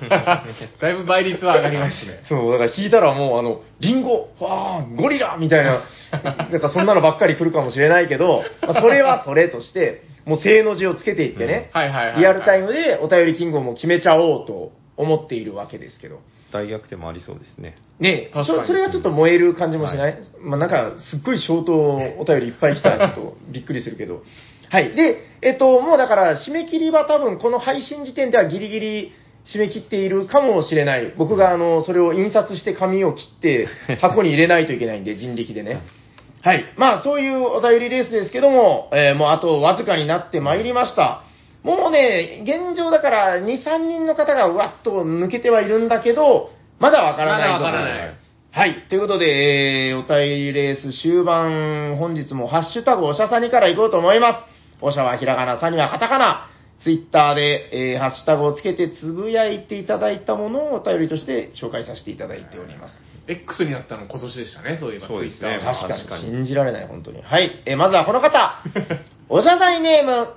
Speaker 2: だいぶ倍率は上がりますね。
Speaker 3: そう、だから弾いたらもう、あの、リンゴ、わー、ゴリラみたい な、なんかそんなのばっかり来るかもしれないけど、まあ、それはそれとして、もう正の字をつけていってね、
Speaker 2: うんはいはいはいはい
Speaker 3: リアルタイムでお便りキングをもう決めちゃおうと思っているわけですけど。
Speaker 1: 大逆転もありそうですね。
Speaker 3: ねえ
Speaker 2: 確かに
Speaker 3: そ、それがちょっと燃える感じもしない、まあなんか、すっごい消灯お便りいっぱい来た らちょっとびっくりするけど。はい。で、えっと、もうだから、締め切りは多分この配信時点ではギリギリ締め切っているかもしれない。僕があの、それを印刷して紙を切って箱に入れないといけないんで、人力 でね。はい。まあ、そういうお便りレースですけども、えーもうあとわずかになってまいりました。もうね、現状だから2、3人の方がうわっと抜けてはいるんだけど、まだわからない
Speaker 2: まだわから
Speaker 3: と思う
Speaker 2: ない
Speaker 3: はい。ということで、えーお便りレース終盤、本日もハッシュタグおしゃさにからいこうと思います。おしゃはひらがな、さにはカタカナ。ツイッターで、えーハッシュタグをつけてつぶやいていただいたものをお便りとして紹介させていただいております。
Speaker 2: X になったの今年でしたね、そういえば。
Speaker 1: そうですね
Speaker 2: Twitter は
Speaker 3: 確かに
Speaker 1: 確かに
Speaker 3: 信じられない、本当に。はい。えーまずはこの方。おしゃさにネーム、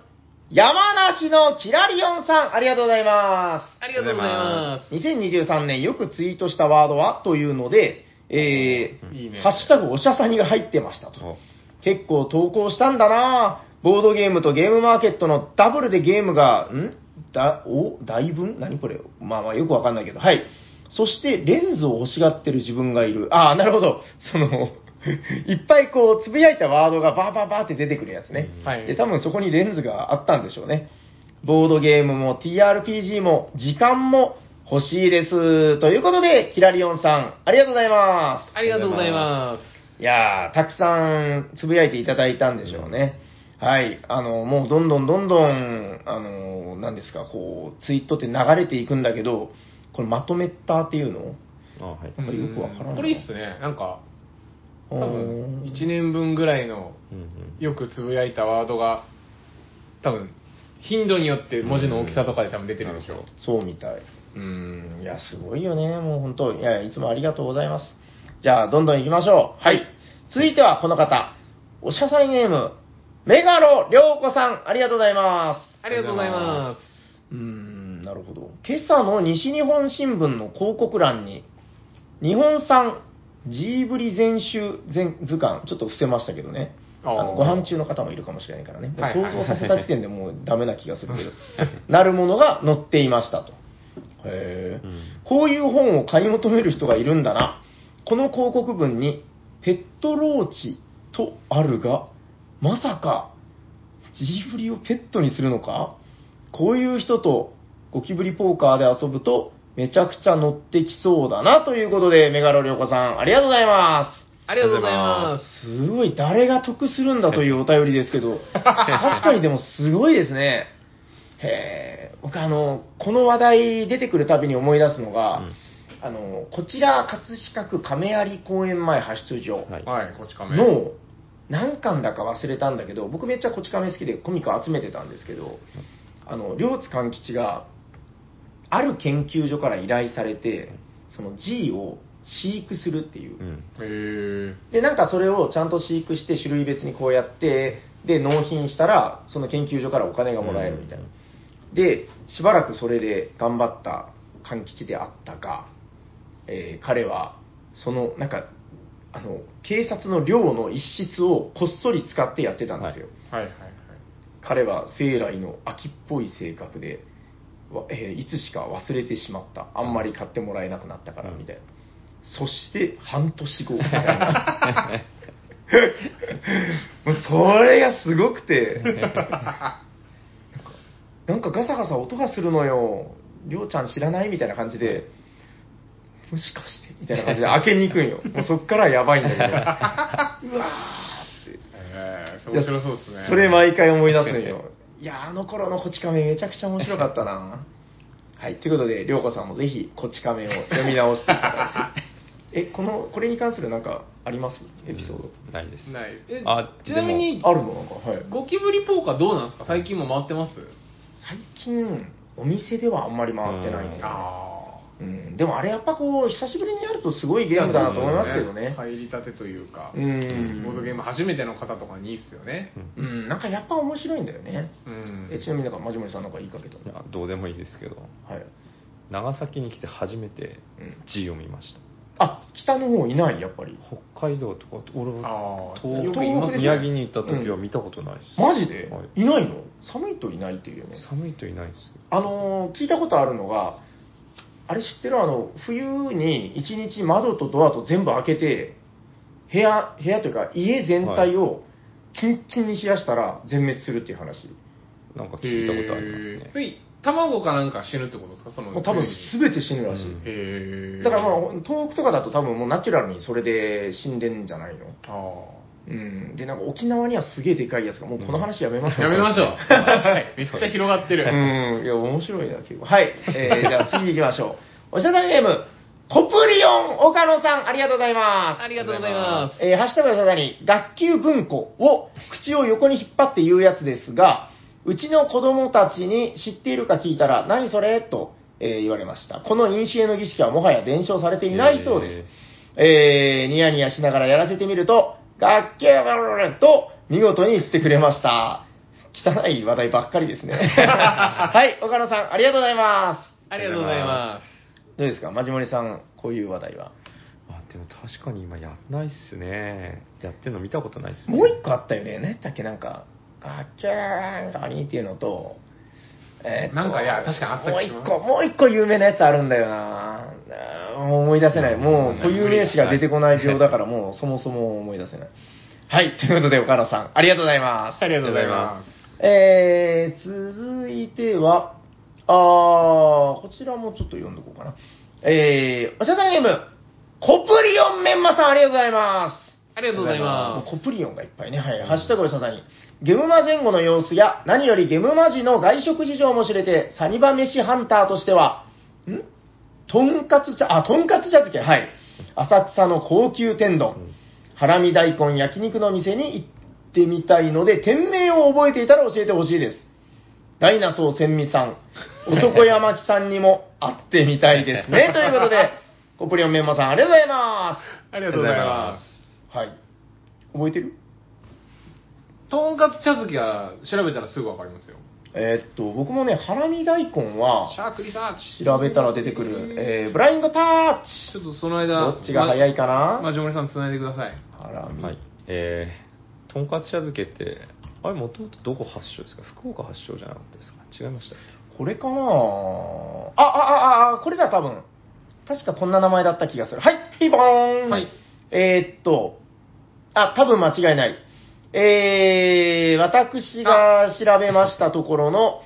Speaker 3: 山梨のキラリオンさん、ありがとうございます。
Speaker 2: ありがとうございま
Speaker 3: 2023年よくツイートしたワードはというので、えー
Speaker 2: いいね
Speaker 3: ハッシュタグおしゃさにが入ってましたと。
Speaker 1: お
Speaker 3: 結構投稿したんだなぁボードゲームとゲームマーケットのダブルでゲームが、んだ、お大分何これまあまあよくわかんないけど。はい。そしてレンズを欲しがってる自分がいる。ああ、なるほど。その、 いっぱいこう、つぶやいたワードがバーバーバーって出てくるやつね。
Speaker 2: す。はい。
Speaker 3: で、多分そこにレンズがあったんでしょうね。ボードゲームも TRPG も時間も欲しいです。ということで、キラリオンさん、ありがとうございます。
Speaker 2: ありがとうございます。
Speaker 3: いやー、たくさんつぶやいていただいたんでしょうね。はい。あの、もうどんどんどんどん、あの、なんですか、こう、ツイートって流れていくんだけど、これまとめたっていうの
Speaker 1: あはい。
Speaker 3: ぱりよくわからんな
Speaker 2: これいいっすね。なんか、多
Speaker 3: う
Speaker 2: 分
Speaker 3: ん
Speaker 2: 1年分ぐらいの
Speaker 1: うんうん
Speaker 2: よくつぶやいたワードが、多分頻度によって文字の大きさとかで多分出てるでしょ
Speaker 3: そうみたい。
Speaker 2: う。うん
Speaker 3: いや、すごいよね。もう本当、いや、いつもありがとうございます。じゃあ、どんどん行きましょう。はい。続いてはこの方。おしゃさりネーム、メガロりょうこさん、ありがとうございます。
Speaker 2: ありがとうございます。
Speaker 3: うーんなるほど。今朝の西日本新聞の広告欄に、日本産ジーブリ全集全図鑑、ちょっと伏せましたけどね。あ
Speaker 2: あー
Speaker 3: のご飯中の方もいるかもしれないからね。
Speaker 2: はいはい
Speaker 3: 想像させた時点でもうダメな気がするけど、なるものが載っていましたと。へえ、
Speaker 1: うん
Speaker 3: こういう本を買い求める人がいるんだな。この広告文に、ペットローチとあるが、まさか、ジーブリをペットにするのかこういう人とゴキブリポーカーで遊ぶとめちゃくちゃ乗ってきそうだなということで、メガロリョコさん、ありがとうございま
Speaker 2: ありがとうございます
Speaker 3: す。すごい、誰が得するんだというお便りですけど、確かにでもすごいですね。へー僕あの、この話題出てくるたびに思い出すのが、
Speaker 1: うん
Speaker 3: あの、こちら葛飾区亀有公園前派出所。
Speaker 1: はい。
Speaker 2: はい、こっち亀。
Speaker 3: の何巻だか忘れたんだけど僕めっちゃこち亀好きでコミックを集めてたんですけどあの両津勘吉がある研究所から依頼されてその G を飼育するっていう
Speaker 1: う。ん。
Speaker 2: へえ。
Speaker 3: で、なんかそれをちゃんと飼育して種類別にこうやって、で、納品したら、その研究所からお金がもらえるみたいな。で、しばらくそれで頑張った勘吉であったが、えー彼は、その、なんか、あの、警察の寮の一室をこっそり使ってやってたんですよ。
Speaker 1: は
Speaker 2: はいはいはい。
Speaker 3: 彼は生来の秋っぽい性格で、わえーいつしか忘れてしまった。あんまり買ってもらえなくなったから、みたいな。そして、半年後、みたいな。もうそれがすごくて。なんか、なんかガサガサ音がするのよ。りょうちゃん知らないみたいな感じで、もしかしてみたいな感じで開けに行くんよ。もうそっからやばいんだけど。うわーって。
Speaker 2: ええ、面白そうです
Speaker 3: い
Speaker 2: ね
Speaker 3: や。それ毎回思い出すのよ。いや、あの頃のこち亀めちゃくちゃ面白かったな。 はい、ということで、りょうこさんもぜひ、こち亀を読み直していただい て。え、この、これに関するなんかありますエピソード。
Speaker 1: ないです。
Speaker 2: ない。え
Speaker 1: あ、
Speaker 2: ちなみに、
Speaker 3: あるのなんか、はい。
Speaker 2: ゴキブリポーカーどうなんですか最近も回ってます
Speaker 3: 最近、お店ではあんまり回ってないね
Speaker 1: うん。
Speaker 2: あ
Speaker 3: うん、でもあれやっぱこう、久しぶりにやるとすごいゲームだなと思いますけどね。
Speaker 2: 入りたてというか、
Speaker 3: う
Speaker 2: ボード
Speaker 3: ん。
Speaker 2: ゲーム初めての方とかにいいっすよね。
Speaker 3: うん、なんかやっぱ面白いんだよね。
Speaker 2: うん。
Speaker 3: え、ちなみになんか、まじもりさんなんか言いかけた
Speaker 1: いや、どうでもいいですけど、
Speaker 3: はい。
Speaker 1: 長崎に来て初めて
Speaker 3: うん。
Speaker 1: 字を見ました。
Speaker 3: あ、北の方いない、やっぱり。
Speaker 1: 北海道とか、俺、
Speaker 2: ああ、
Speaker 1: 東
Speaker 2: よく言いますね。
Speaker 1: 宮城に行った時は見たことないです。
Speaker 3: マジで、、
Speaker 1: はい
Speaker 3: ないの寒いといないっていうよね。
Speaker 1: 寒いといないですよ。
Speaker 3: あのー聞いたことあるのが、あれ知ってるあの、冬に一日窓とドアと全部開けて、部屋、部屋というか家全体をキンキンに冷やしたら全滅するっていう話。
Speaker 1: なんか聞いたことありますね
Speaker 2: へー。え卵かなんか死ぬってことですかその。
Speaker 3: もう多分全て死ぬらしい。
Speaker 1: うん
Speaker 2: へえ。
Speaker 3: だからまあ
Speaker 2: あ、
Speaker 3: 東北とかだと多分もうナチュラルにそれで死んでんじゃないの
Speaker 2: あ
Speaker 3: うん。で、なんか沖縄にはすげえでかいやつが、もうこの話やめましょ
Speaker 2: ー。
Speaker 3: う。
Speaker 2: やめましょう。確かに めっちゃ広がってる。
Speaker 3: うん、いや、面白いな、結構。はい、え ー、じゃあ次行きましょう。おしゃべりネーム、コプリオン岡野さん、ありがとうございます。
Speaker 2: ありがとうございま
Speaker 3: えー、ハッシュタグの方に、学級文庫を口を横に引っ張って言うやつですが、うちの子供たちに知っているか聞いたら、何それと、えー言われました。この飲酒への儀式はもはや伝承されていないそうです。えー、ニヤニヤしながらやらせてみると、学級文庫と見事に言ってくれました。汚い話題ばっかりです ね。はい、岡野さん、ありがとうございます。
Speaker 2: ありがとうございます。
Speaker 3: どうですか、まじもりさん、こういう話題は。
Speaker 1: あ、でも確かに今やんないっすね。やってんの見たことないっすね。
Speaker 3: もう一個あったよね。何やったっけなんか、ガキャーンガニっていうのと、えっと
Speaker 2: なんかいや確かにあった
Speaker 3: もう
Speaker 2: 気
Speaker 3: 一
Speaker 2: がします
Speaker 3: 個、もう一個有名なやつあるんだよなあーもう思い出せない。もう固有名詞が出てこない病だから、もうそもそも思い出せない。はい、ということで岡野さん、ありがとうございます。。
Speaker 2: ありがとうございます
Speaker 3: えー、続いては、あー、こちらもちょっと読んどこうかな。えー、おしゃべりゲーム、コプリオンメンマさん、ありがとうございます。
Speaker 2: ありがとうございます。
Speaker 3: コプリオンがいっぱいね。はい。ハッシュタグおしゃさんに。ゲムマ前後の様子や、何よりゲムマ時の外食事情も知れて、サニバ飯ハンターとしては、んとんかつ茶、あ、とんかつ茶漬け、はい。浅草の高級天丼、
Speaker 1: うん
Speaker 3: ハラミ大根焼肉の店に行ってみたいので、店名を覚えていたら教えてほしいです。ダイナソー千美さん、男山木さんにも会ってみたいです ね。ということで、コプリオンメンマさん、ありがとうございます。
Speaker 2: ありがとうございます。
Speaker 3: はい。覚えてる
Speaker 2: とんかつ茶漬けは調べたらすぐわかりますよ。
Speaker 3: えーっと、僕もね、ハラミ大根は
Speaker 2: シ、ャークリサーチ。
Speaker 3: 調べたら出てくる、えー、ブラインドタッチ
Speaker 2: ちょっとその間、
Speaker 3: どっちが早いか
Speaker 2: ま、まあ、
Speaker 3: な
Speaker 2: ジョモリさん繋いでください。
Speaker 3: ハラミ。
Speaker 1: はい。えー、とんかつ茶漬けって、あれ、もともとどこ発祥ですか福岡発祥じゃなかったですか違いましたっ
Speaker 3: これかなあ、あ、あ、あ、あ、これだ、多分。確かこんな名前だった気がする。はい、ピボーン
Speaker 2: はい
Speaker 3: えーっと、あ、多分間違いない。えー、私が調べましたところの、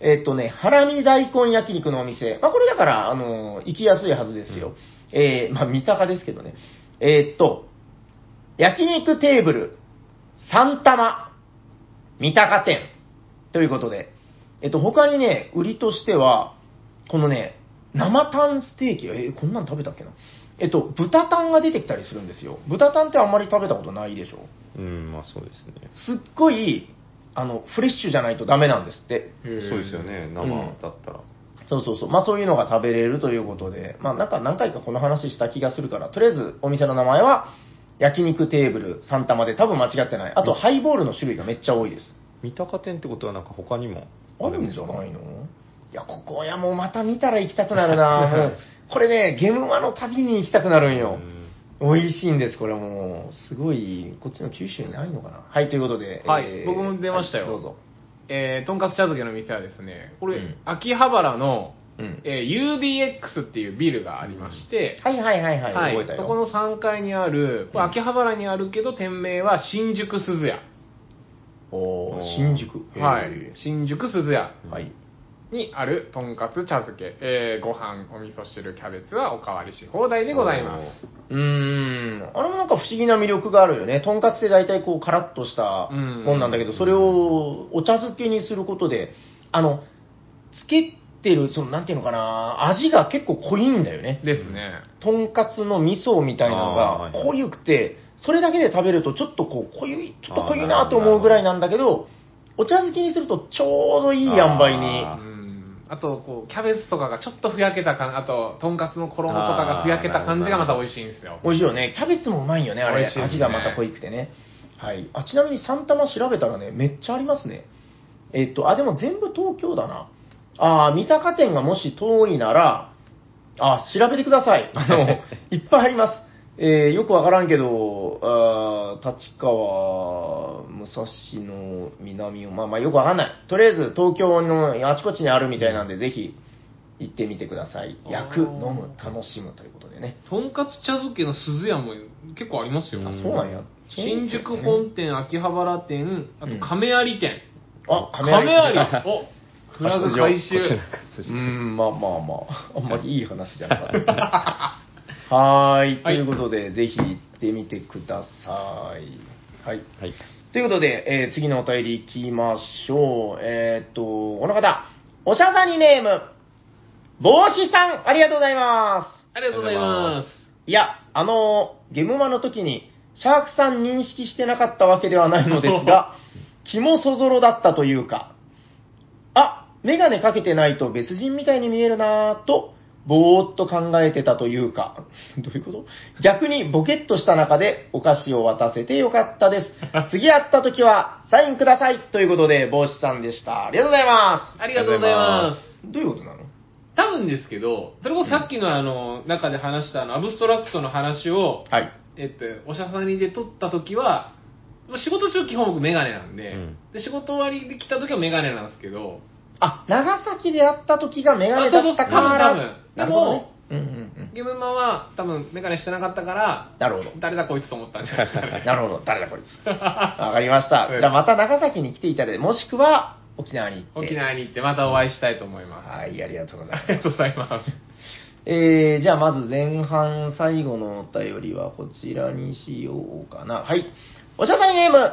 Speaker 3: えーっとね、ハラミ大根焼肉のお店。まあ、これだから、あのー行きやすいはずですよ。えー、まあ、三鷹ですけどね。えーっと、焼肉テーブル、三玉、三鷹店。ということで。えっと、他にね、売りとしては、このね、生タンステーキ、えーこんなん食べたっけな。えっと、豚タンが出てきたりするんですよ。豚タンってあんまり食べたことないでしょ。
Speaker 1: けうん、まあそうですね。
Speaker 3: すっごい、あの、フレッシュじゃないとダメなんですって。
Speaker 1: そうですよね、生だったら。
Speaker 3: そうそうそう。まあそういうのが食べれるということで、まあなんか何回かこの話した気がするから、とりあえずお店の名前は、焼肉テーブル3玉で多分間違ってない。あとハイボールの種類がめっちゃ多いです。
Speaker 1: 三鷹店ってことはなんか他にも
Speaker 3: あるんじゃないのいや、ここやもうまた見たら行きたくなるなも う、これね、ゲムマの旅に行きたくなるんよ。美味しいんです、これもう。すごい、こっちの九州にないのかなはい、ということで。
Speaker 2: はい僕も出ましたよ
Speaker 3: はいどうぞ。
Speaker 2: えー、とんかつ茶漬けの店はですね、これ、
Speaker 3: うん
Speaker 2: 秋葉原の、
Speaker 3: うん。
Speaker 2: えー UDX っていうビルがありまして、
Speaker 3: はいはいはいはい、覚えたよ。
Speaker 2: そこの3階にある、これ秋葉原にあるけど、店名は新宿鈴屋。
Speaker 3: お
Speaker 1: お
Speaker 3: ー
Speaker 1: ー
Speaker 3: 新宿。
Speaker 2: は
Speaker 3: へ
Speaker 2: い。新宿鈴屋
Speaker 3: ーはい。
Speaker 2: にある、とんかつ茶漬け、えーご飯、お味噌汁、キャベツはおかわりし放題でございます。
Speaker 3: うーん。あれもなんか不思議な魅力があるよね。とんかつって大体こうカラッとした
Speaker 2: うん
Speaker 3: もんなんだけど、それをお茶漬けにすることで、あの、つけてる、その、なんていうのかな、味が結構濃いんだよね。
Speaker 2: ですね。
Speaker 3: とんかつの味噌みたいなのが
Speaker 1: あーはい
Speaker 3: 濃ゆくて、それだけで食べるとちょっとこう濃い、ちょっと濃いなと思うぐらいなんだけど、お茶漬けにするとちょうどいい塩梅に。
Speaker 1: あ
Speaker 2: うんあと、こう、キャベツとかがちょっとふやけた感、あと、とんかつの衣とかがふやけた感じがまた美味しいんですよ。
Speaker 3: 美味しいよね。キャベツもうまいよね、あれ。
Speaker 2: 美味しいです
Speaker 3: 味
Speaker 2: ね
Speaker 3: がまた濃いくてね。はい。あ、ちなみに3玉調べたらね、めっちゃありますね。えっと、あ、でも全部東京だな。あー三鷹店がもし遠いなら、あ、調べてください。あの、いっぱいあります。えーよくわからんけど、あー立川、武蔵野、南を、まあまあよくわかんない。とりあえず東京のあちこちにあるみたいなんで、ぜひ行ってみてください。焼く、
Speaker 2: あー
Speaker 3: 飲む、楽しむということでね。
Speaker 2: とんかつ茶漬けの鈴屋も結構ありますよ。
Speaker 3: あ、そうなんや。
Speaker 2: 新宿本店、秋葉原店、あと亀有店。
Speaker 3: あ、
Speaker 2: 亀有おフラグ回
Speaker 1: こっち
Speaker 2: 収
Speaker 1: なん。か
Speaker 3: うーん、まあまあまあ、あんまりいい話じゃなかった。 はーい、ということで、ぜひ行ってみてください。はい。
Speaker 1: はい
Speaker 3: ということで、えー次のお便り行きましょう。えーっと、この方、おしゃさにネーム、帽子さん、ありがとうございます。
Speaker 2: ありがとうございます。
Speaker 3: いや、あのーゲムマの時に、シャークさん認識してなかったわけではないのですが、気もそぞろだったというか、あ、メガネかけてないと別人みたいに見えるなぁと、ぼーっと考えてたというか、どういうこと逆にボケっとした中でお菓子を渡せてよかったです。 次会った時はサインくださいということで、帽子さんでした。ありがとうございま。
Speaker 2: ありがとうございます
Speaker 3: どういうことなの
Speaker 2: す。多分ですけど、それこそさっきのあの、中で話したあの、アブストラクトの話を、
Speaker 3: はい。
Speaker 2: えっと、おしゃさにで撮った時は、まあ仕事中基本僕メガネなんで、
Speaker 1: うん
Speaker 2: で仕事終わりで来た時はメガネなんですけど、
Speaker 3: あ、長崎で会った時がメガネだったから。
Speaker 2: あそうそう多分多分
Speaker 3: なるほどねうんうんうん。
Speaker 2: ゲームマンは多分メガネしてなかったから、
Speaker 3: なるほど。
Speaker 2: 誰だこいつと思ったんじゃないですかね。
Speaker 3: なるほど。誰だこ いつ。 わかりました。じゃあまた長崎に来ていただいて、もしくは沖縄に行って。
Speaker 2: 沖縄に行ってまたお会いしたいと思います。
Speaker 3: はい、ありがとうござい
Speaker 2: あ
Speaker 3: ます。
Speaker 2: りがとうございます。
Speaker 3: えー、じゃあまず前半最後のお便りはこちらにしようかな。はい。おしゃさにネーム、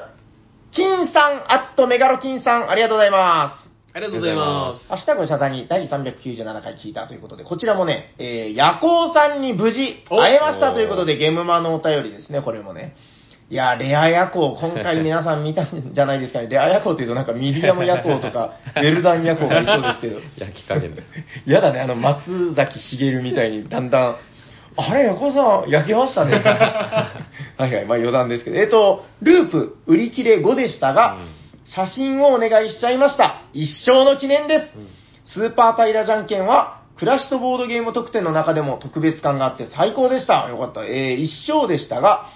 Speaker 3: 金さん、アットメガロ金さん、ありがとうございます。
Speaker 2: ありがとうございます。
Speaker 3: 明日ごしゃさに第397回聞いたということで、こちらもね、えー、夜行さんに無事会えましたということで、ゲームマのお便りですね、これもね。いや、レア夜行、今回皆さん見たんじゃないですかね。レア夜行というとなんかミディアム夜行とか、ウェルダン夜行がいそうですけど。
Speaker 1: 焼き加減です
Speaker 3: やだね、あの、松崎しげるみたい に、だんだん、あれ、横尾さん、焼けましたね。はいはい、まあ余談ですけど。えっと、ループ、売り切れ5でしたが、
Speaker 1: うん
Speaker 3: 写真をお願いしちゃいました。一生の記念です。スーパー平じゃんけんは、クラッシュとボードゲーム特典の中でも特別感があって最高でした。よかった。えー、一勝でしたが、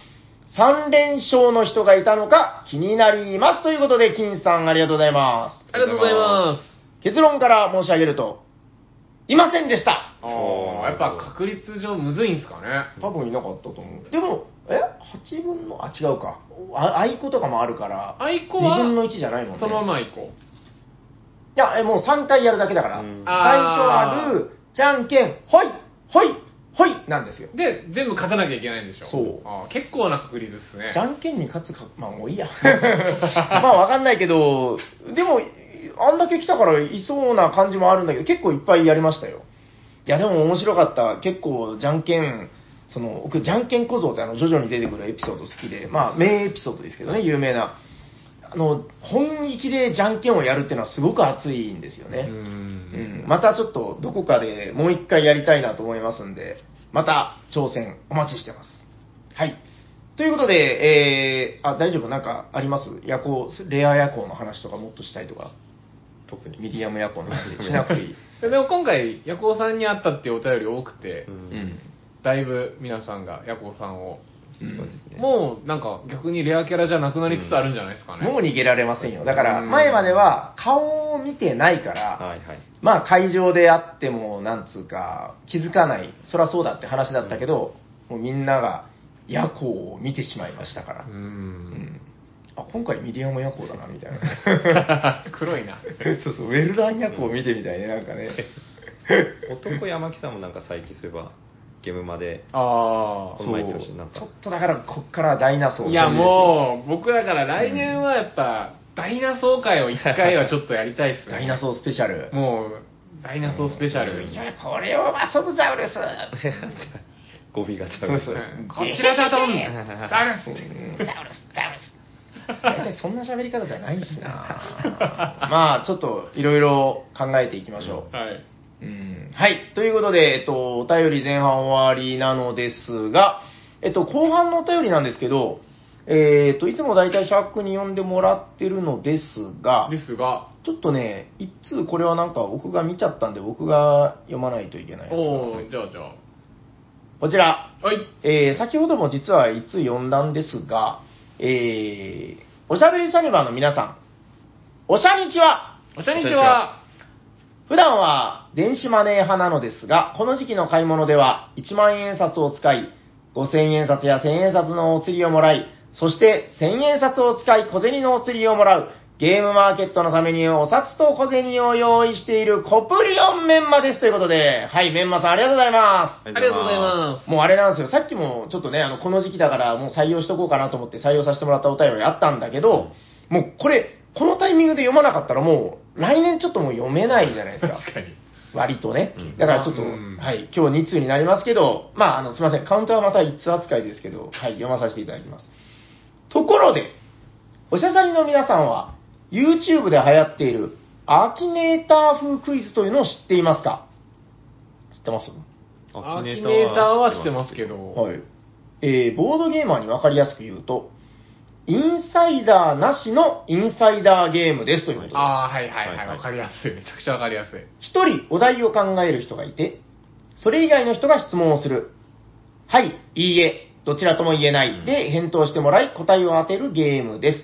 Speaker 3: 3連勝の人がいたのか気になります。ということで、金さんありがとうございます。。
Speaker 2: ありがとうございます
Speaker 3: 結論から申し上げると、いませんでした
Speaker 2: す。ああ、やっぱ確率上むずいんすかね。
Speaker 3: 多分いなかったと思う。でも、え ?8 分の、あ、違うか。あ、あいことかもあるから、
Speaker 2: アイコは、
Speaker 3: 2分の1じゃないもんね。
Speaker 2: そのまま行こ
Speaker 3: いや、えもう3回やるだけだから、
Speaker 1: うん
Speaker 3: 最初はグー、じゃんけん、ほい、ほい、ほいなんですよ。
Speaker 2: う。で、全部勝たなきゃいけないんでしょ。
Speaker 3: そう
Speaker 2: あー結構な確率ですね。
Speaker 3: じゃんけんに勝つか、まあもういいや。 まあわかんないけど、でも、あんだけ来たからいそうな感じもあるんだけど、結構いっぱいやりましたよ。いや、でも面白かった。結構、じゃんけん、その、僕、じゃんけん小僧ってあの、徐々に出てくるエピソード好きで、まあ、名エピソードですけどね、有名な。あの、本気でじゃんけんをやるっていうのはすごく熱いんですよね。うんまたちょっとどこかでもう一回やりたいなと思いますんで、また挑戦お待ちしてます。はい。ということで、えー、あ、大丈夫なんかあります夜行、レア夜行の話とかもっとしたいとか、
Speaker 1: 特に。
Speaker 3: ミディアム夜行の話しなくていい。
Speaker 2: ででも今回、ヤコウさんに会ったっていうお便り多くて、
Speaker 1: う
Speaker 3: うんん。
Speaker 2: だいぶ皆さんがヤコウさんを、
Speaker 1: そうですね。
Speaker 2: もうなんか逆にレアキャラじゃなくなりつつあるんじゃないですかね。
Speaker 3: もう逃げられませんよ。だから、
Speaker 2: うん
Speaker 3: 前までは顔を見てないから、
Speaker 1: はいはい。
Speaker 3: まあ会場であっても、なんつうか、気づかない、そりゃそうだって話だったけど、もうみんなが夜行を見てしまいましたから
Speaker 2: う。
Speaker 3: うん
Speaker 2: ん。
Speaker 3: あ、今回ミディアム夜行だな、みたいな。
Speaker 2: 黒いな。
Speaker 3: そうそう、ウェルダン夜行を見てみたいね、なんかね。
Speaker 1: 男山木さんもなんか最近そういえば、ゲームまで、
Speaker 2: あ
Speaker 1: この
Speaker 3: そう
Speaker 1: 前言ってましたなんか
Speaker 3: ちょっとだから、こっからはダイナソー
Speaker 2: あ。
Speaker 3: を
Speaker 2: いや
Speaker 3: するんですよ
Speaker 2: もう、僕だから来年はやっぱ、ダイナソー会を一回はちょっとやりたいっすね。
Speaker 3: ダイナソースペシャル。
Speaker 2: もう、ダイナソースペシャル。
Speaker 3: いや、これをマソドザウルス
Speaker 1: 語尾がちゃ
Speaker 3: そう
Speaker 1: う。
Speaker 3: そう
Speaker 2: うんこちらだとんねん。ダルス
Speaker 3: ザウルス、ザウルス。大体そんな喋り方じゃない しなまあ、ちょっといろいろ考えていきましょ
Speaker 2: はい。
Speaker 3: う。うんはい。ということで、えっと、お便り前半終わりなのですが、えっと、後半のお便りなんですけど、えっと、いつも大体シャークに呼んでもらってるのですが、
Speaker 2: ですが、
Speaker 3: ちょっとね、一通これはなんか僕が見ちゃったんで、僕が読まないといけないやつかな
Speaker 2: おおじゃあじゃ
Speaker 3: こちら。
Speaker 2: あ。はい。
Speaker 3: えー先ほども実はいつ呼んだんですが、えーおしゃべりサニバーの皆さん、おしゃにちは
Speaker 2: おしゃにちは。
Speaker 3: 普段は電子マネー派なのですが、この時期の買い物では1万円札を使い、5000円札や1000円札のお釣りをもらい、そして1000円札を使い小銭のお釣りをもらう、ゲームマーケットのためにお札と小銭を用意しているコプリオンメンマですということで、はい、メンマさんありがとうございます。
Speaker 2: ありがとうございます。
Speaker 3: もうあれなんですよ、さっきもちょっとね、あのこの時期だから、もう採用しとこうかなと思って採用させてもらったお便りあったんだけど、もうこれ、このタイミングで読まなかったら、もう来年ちょっともう読めないじゃないですか、
Speaker 2: 確かに。
Speaker 3: 割とね
Speaker 1: う。ん
Speaker 3: だからちょっと、
Speaker 2: うん
Speaker 3: はい、今日2通になりますけど、まあ、あのすみません、カウントはまた1通扱いですけど、はい、読まさせていただきます。ところで、おしゃさりの皆さんは、YouTube で流行っている、アーキネーター風クイズというのを知っていますか知ってます
Speaker 2: アーキネーターはしてますけど。
Speaker 3: はい。えーボードゲーマーに分かりやすく言うと、インサイダーなしのインサイダーゲームですということです。
Speaker 2: ああ、はいは
Speaker 1: は
Speaker 2: いはいい。
Speaker 1: はい
Speaker 2: わかりやすい。めちゃくちゃわかりやすい。
Speaker 3: 一人お題を考える人がいて、それ以外の人が質問をする。はい、いいえ、どちらとも言えな
Speaker 1: うん
Speaker 3: い。で、返答してもらい、答えを当てるゲームです。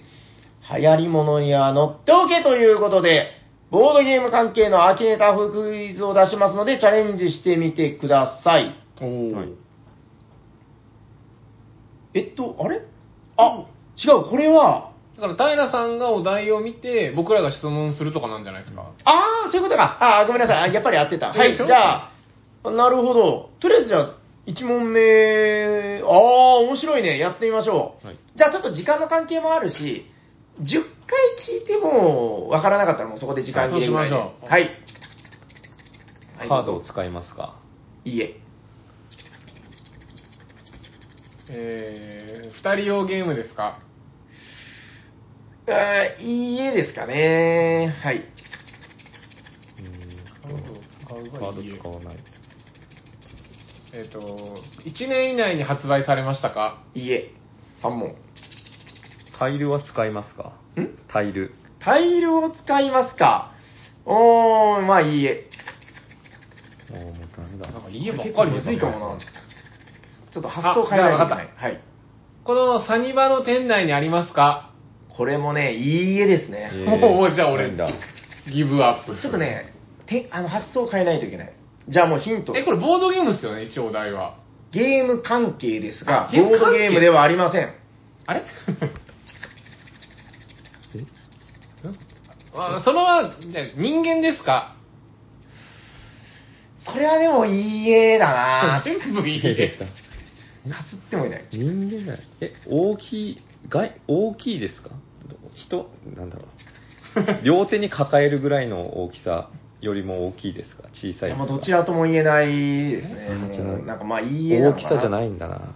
Speaker 3: 流行り物には乗っておけということで、ボードゲーム関係のアーキネーター風クイズを出しますので、チャレンジしてみてください。
Speaker 2: おお
Speaker 1: はい
Speaker 3: えっと、あれあ、違う、これは、
Speaker 2: だから、平さんがお題を見て、僕らが質問するとかなんじゃないですか。
Speaker 3: ああ、そういうことか。ああ、ごめんなさい。あやっぱり合ってた。は
Speaker 2: で
Speaker 3: い、
Speaker 2: し
Speaker 3: じ
Speaker 2: ょ
Speaker 3: ゃあ、なるほど。とりあえずじゃあ、1問目、ああ、面白いね。やってみましょう。
Speaker 1: はい
Speaker 3: じゃあ、ちょっと時間の関係もあるし、10回聞いても、わからなかったらもうそこで時間切れぐらいで。
Speaker 2: はいそうしましょう
Speaker 3: はい。
Speaker 1: カードを使いますか
Speaker 3: いいえ。
Speaker 2: えー、二人用ゲームですか
Speaker 3: あーいいえですかね。はい。
Speaker 2: カードを
Speaker 1: カ
Speaker 2: 使うが
Speaker 1: ード
Speaker 2: いいえ
Speaker 1: 使わない。
Speaker 2: えっ、と、1年以内に発売されましたか
Speaker 3: いいえ。3問。
Speaker 1: タイルは使いますか
Speaker 3: ん
Speaker 1: タイル。
Speaker 3: タイルを使いますかおー、まあいいえ。
Speaker 1: おーもうダメだ
Speaker 2: なん。かいいえばっ
Speaker 3: 結
Speaker 2: か
Speaker 3: 構
Speaker 2: り
Speaker 3: む
Speaker 2: です
Speaker 3: ず
Speaker 2: ね
Speaker 3: いかもな。ちょっと発想変えないといけない。はい。
Speaker 2: このサニバの店内にありますか
Speaker 3: これもね、いいえですね。
Speaker 1: え
Speaker 2: もうじゃあ俺
Speaker 1: ないんだ
Speaker 2: ギブアップする
Speaker 3: ちょっとね、てあの発想を変えないといけない。じゃあもうヒント。
Speaker 2: え、これボードゲームですよね、一応お題は。
Speaker 3: ゲーム関係ですが
Speaker 2: あ、ゲー
Speaker 3: ボ
Speaker 2: ム
Speaker 3: ー
Speaker 2: 関
Speaker 3: ド
Speaker 2: 係
Speaker 3: ゲームではありません。
Speaker 2: あれ
Speaker 1: え
Speaker 2: あそのは、じゃあ人間ですか
Speaker 3: それはでもいいえだなか
Speaker 2: 全部いいえ。
Speaker 3: すってもいない。
Speaker 1: 人間だよえ、大きい、外、大きいですか人、なん だろう。両手に抱えるぐらいの大きさよりも大きいですか小さいですか
Speaker 3: まあどちらとも言えないですね。
Speaker 1: え
Speaker 3: もうなんかまあいいえな
Speaker 1: 大
Speaker 3: のか。
Speaker 1: きさじゃないいんだな。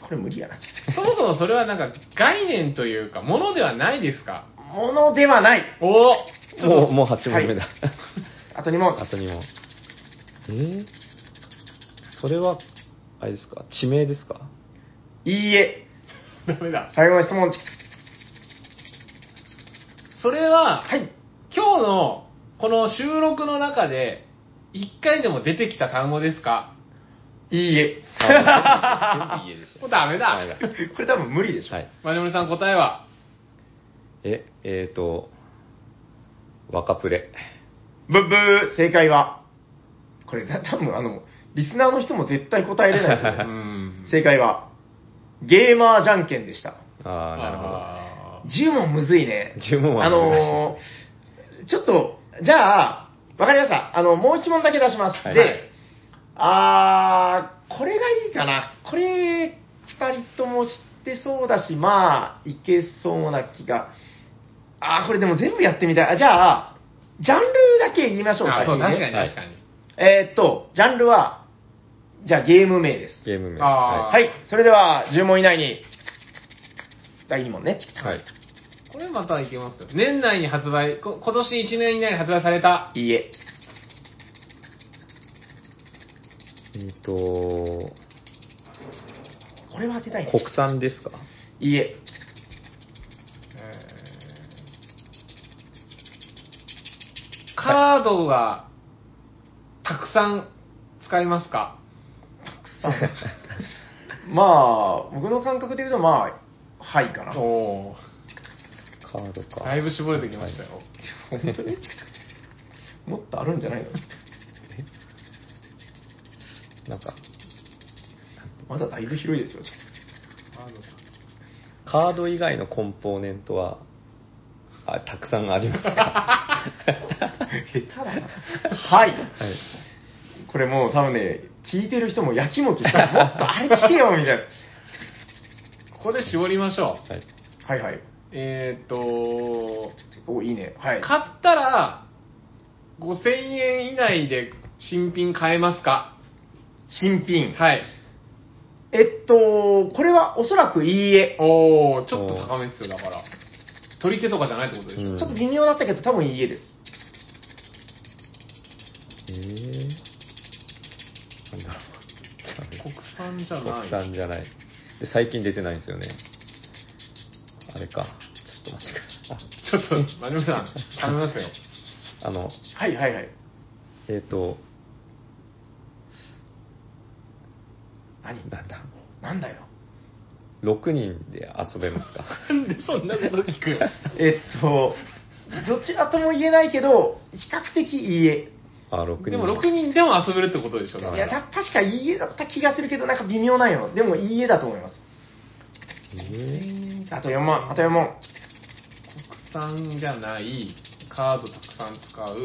Speaker 3: これ無理やな、チ クチクチ
Speaker 2: そもそもそれはなんか概念というか、ものではないですか
Speaker 3: ク。ものではない。
Speaker 2: おお
Speaker 1: もう、もう8問目だ。
Speaker 3: あと2問。
Speaker 1: あと2問。えー、それは、あれですか地名ですか
Speaker 3: いいえ。
Speaker 2: ダメだ。
Speaker 3: 最後の質問、チクチクチクチ
Speaker 2: それは、
Speaker 3: ク。はい。
Speaker 2: 今日のこの収録の中で、一回でも出てきた単語ですか
Speaker 3: いいえ。
Speaker 1: あ全部全部家でし
Speaker 2: もうダメ
Speaker 1: た。
Speaker 2: だ。
Speaker 1: はい。
Speaker 3: これ多分無理でしょ。
Speaker 1: はい
Speaker 2: マジモリさん答えは
Speaker 1: え、えっ、ー、と、若プレ。
Speaker 3: ブッブー、正解は。これ多分あの、リスナーの人も絶対答えれないと
Speaker 2: う
Speaker 3: 思う。
Speaker 2: ん
Speaker 3: 正解は、ゲーマーじゃんけんでした。
Speaker 1: ああ、なるほど。
Speaker 2: あ
Speaker 3: 10問むずいね。
Speaker 1: 10問は
Speaker 3: あのーちょっと、じゃあ、わかりました。あの、もう1問だけ出します。
Speaker 1: はい
Speaker 3: で、
Speaker 1: はい
Speaker 3: あー、これがいいかな。これ、2人とも知ってそうだし、まあ、いけそうな気が。あー、これでも全部やってみたい。あじゃあ、ジャンルだけ言いましょう
Speaker 2: ーあそう、
Speaker 3: 先
Speaker 2: 確かに
Speaker 1: はい
Speaker 2: 確かに。
Speaker 3: えーっと、ジャンルは、じゃあゲーム名です。
Speaker 1: ゲーム名。
Speaker 2: あー
Speaker 1: は
Speaker 3: はい、それでは10問以内に、第2問ね。
Speaker 1: い。はい。
Speaker 2: これまたいけますよ。年内に発売、こ今年1年以内に発売された。
Speaker 3: いいえ。
Speaker 1: えっ、と、
Speaker 3: これは当てたいね。
Speaker 1: 国産ですか
Speaker 3: いいえ。
Speaker 2: カードは、たくさん使いますか
Speaker 3: まあ、僕の感覚で言うと、まあ、はいかな。本
Speaker 2: おー
Speaker 1: カードか。
Speaker 2: だいぶ絞れてきましたよ。
Speaker 3: 当にチクチクチクチクもっとあるんじゃないの
Speaker 1: なんか、
Speaker 3: まだだいぶ広いですよ。チクチクチ
Speaker 1: カード以外のコンポーネントは、あたくさんありますか
Speaker 3: ク下手だな。はい。
Speaker 1: はい。
Speaker 3: これもう多分ね、聞いてる人もやきもきした。もっとあれ聞けよみたいな。
Speaker 2: ここで絞りましょう。
Speaker 1: はい。
Speaker 3: はいはい。
Speaker 2: えーっと、
Speaker 3: お、いいね。はい。
Speaker 2: 買ったら、5000円以内で新品買えますか
Speaker 3: 新品。
Speaker 2: はい。
Speaker 3: えっと、これはおそらくいいえ。
Speaker 2: おー、ちょっと高めっすよ、だから。取り手とかじゃないってことです。
Speaker 1: うん
Speaker 3: ちょっと微妙だったけど、多分いいえです。
Speaker 1: えー、なんだろう。
Speaker 2: 国産じゃな
Speaker 1: 国
Speaker 2: い。
Speaker 1: 産じゃない。で、最近出てないんですよね。あれか。ちょっと待ってください。
Speaker 2: ちょっと、真面目さん、頼みますよ。
Speaker 1: ああの、
Speaker 3: はいはいはい。
Speaker 1: えっ、と、
Speaker 3: 何
Speaker 1: なんだ。
Speaker 3: なんだよ。
Speaker 1: 6人で遊べますか
Speaker 2: なんでそんなこと聞く
Speaker 3: えっと、どちらとも言えないけど、比較的いいえ。
Speaker 1: あ、6人。
Speaker 2: でも6人でも遊べるってことでしょ、だか
Speaker 1: はい
Speaker 2: ら
Speaker 3: や、た、確かいいえだった気がするけど、なんか微妙なんよ。でもいいえだと思います。
Speaker 1: え
Speaker 3: あと4問、あと4問。
Speaker 2: 国産じゃない、カードたくさん使う、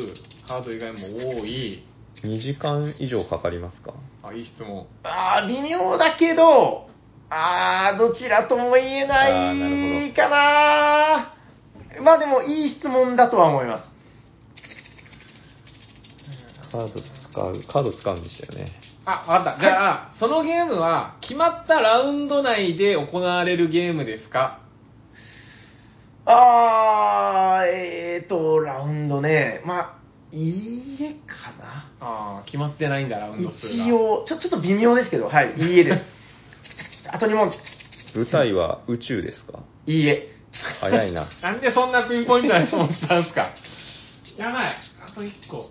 Speaker 2: カード以外も多い、
Speaker 1: ー、2時間以上かかりますか
Speaker 2: あ、いい質問。
Speaker 3: ああ、微妙だけど、ああ、どちらとも言え
Speaker 1: あーなる
Speaker 3: ない
Speaker 1: ほ
Speaker 3: かなまあでも、いい質問だとは思います。
Speaker 1: カード使う、カード使うんでしたよね。
Speaker 2: あ、わかった。じゃあ、そのゲームは、決まったラウンド内で行われるゲームですか
Speaker 3: ああ、えーと、ラウンドね。まあ、いいえかな。
Speaker 2: ああ、決まってないんだ、ラウンド数が。
Speaker 3: 一応、ちょ、ちょっと微妙ですけど、はい、いいえです。あと2問、
Speaker 1: 舞台は宇宙ですか
Speaker 3: いいえ。
Speaker 1: 早い な。
Speaker 2: なんでそんなピンポイントな質問したんですかやばい。あと1個。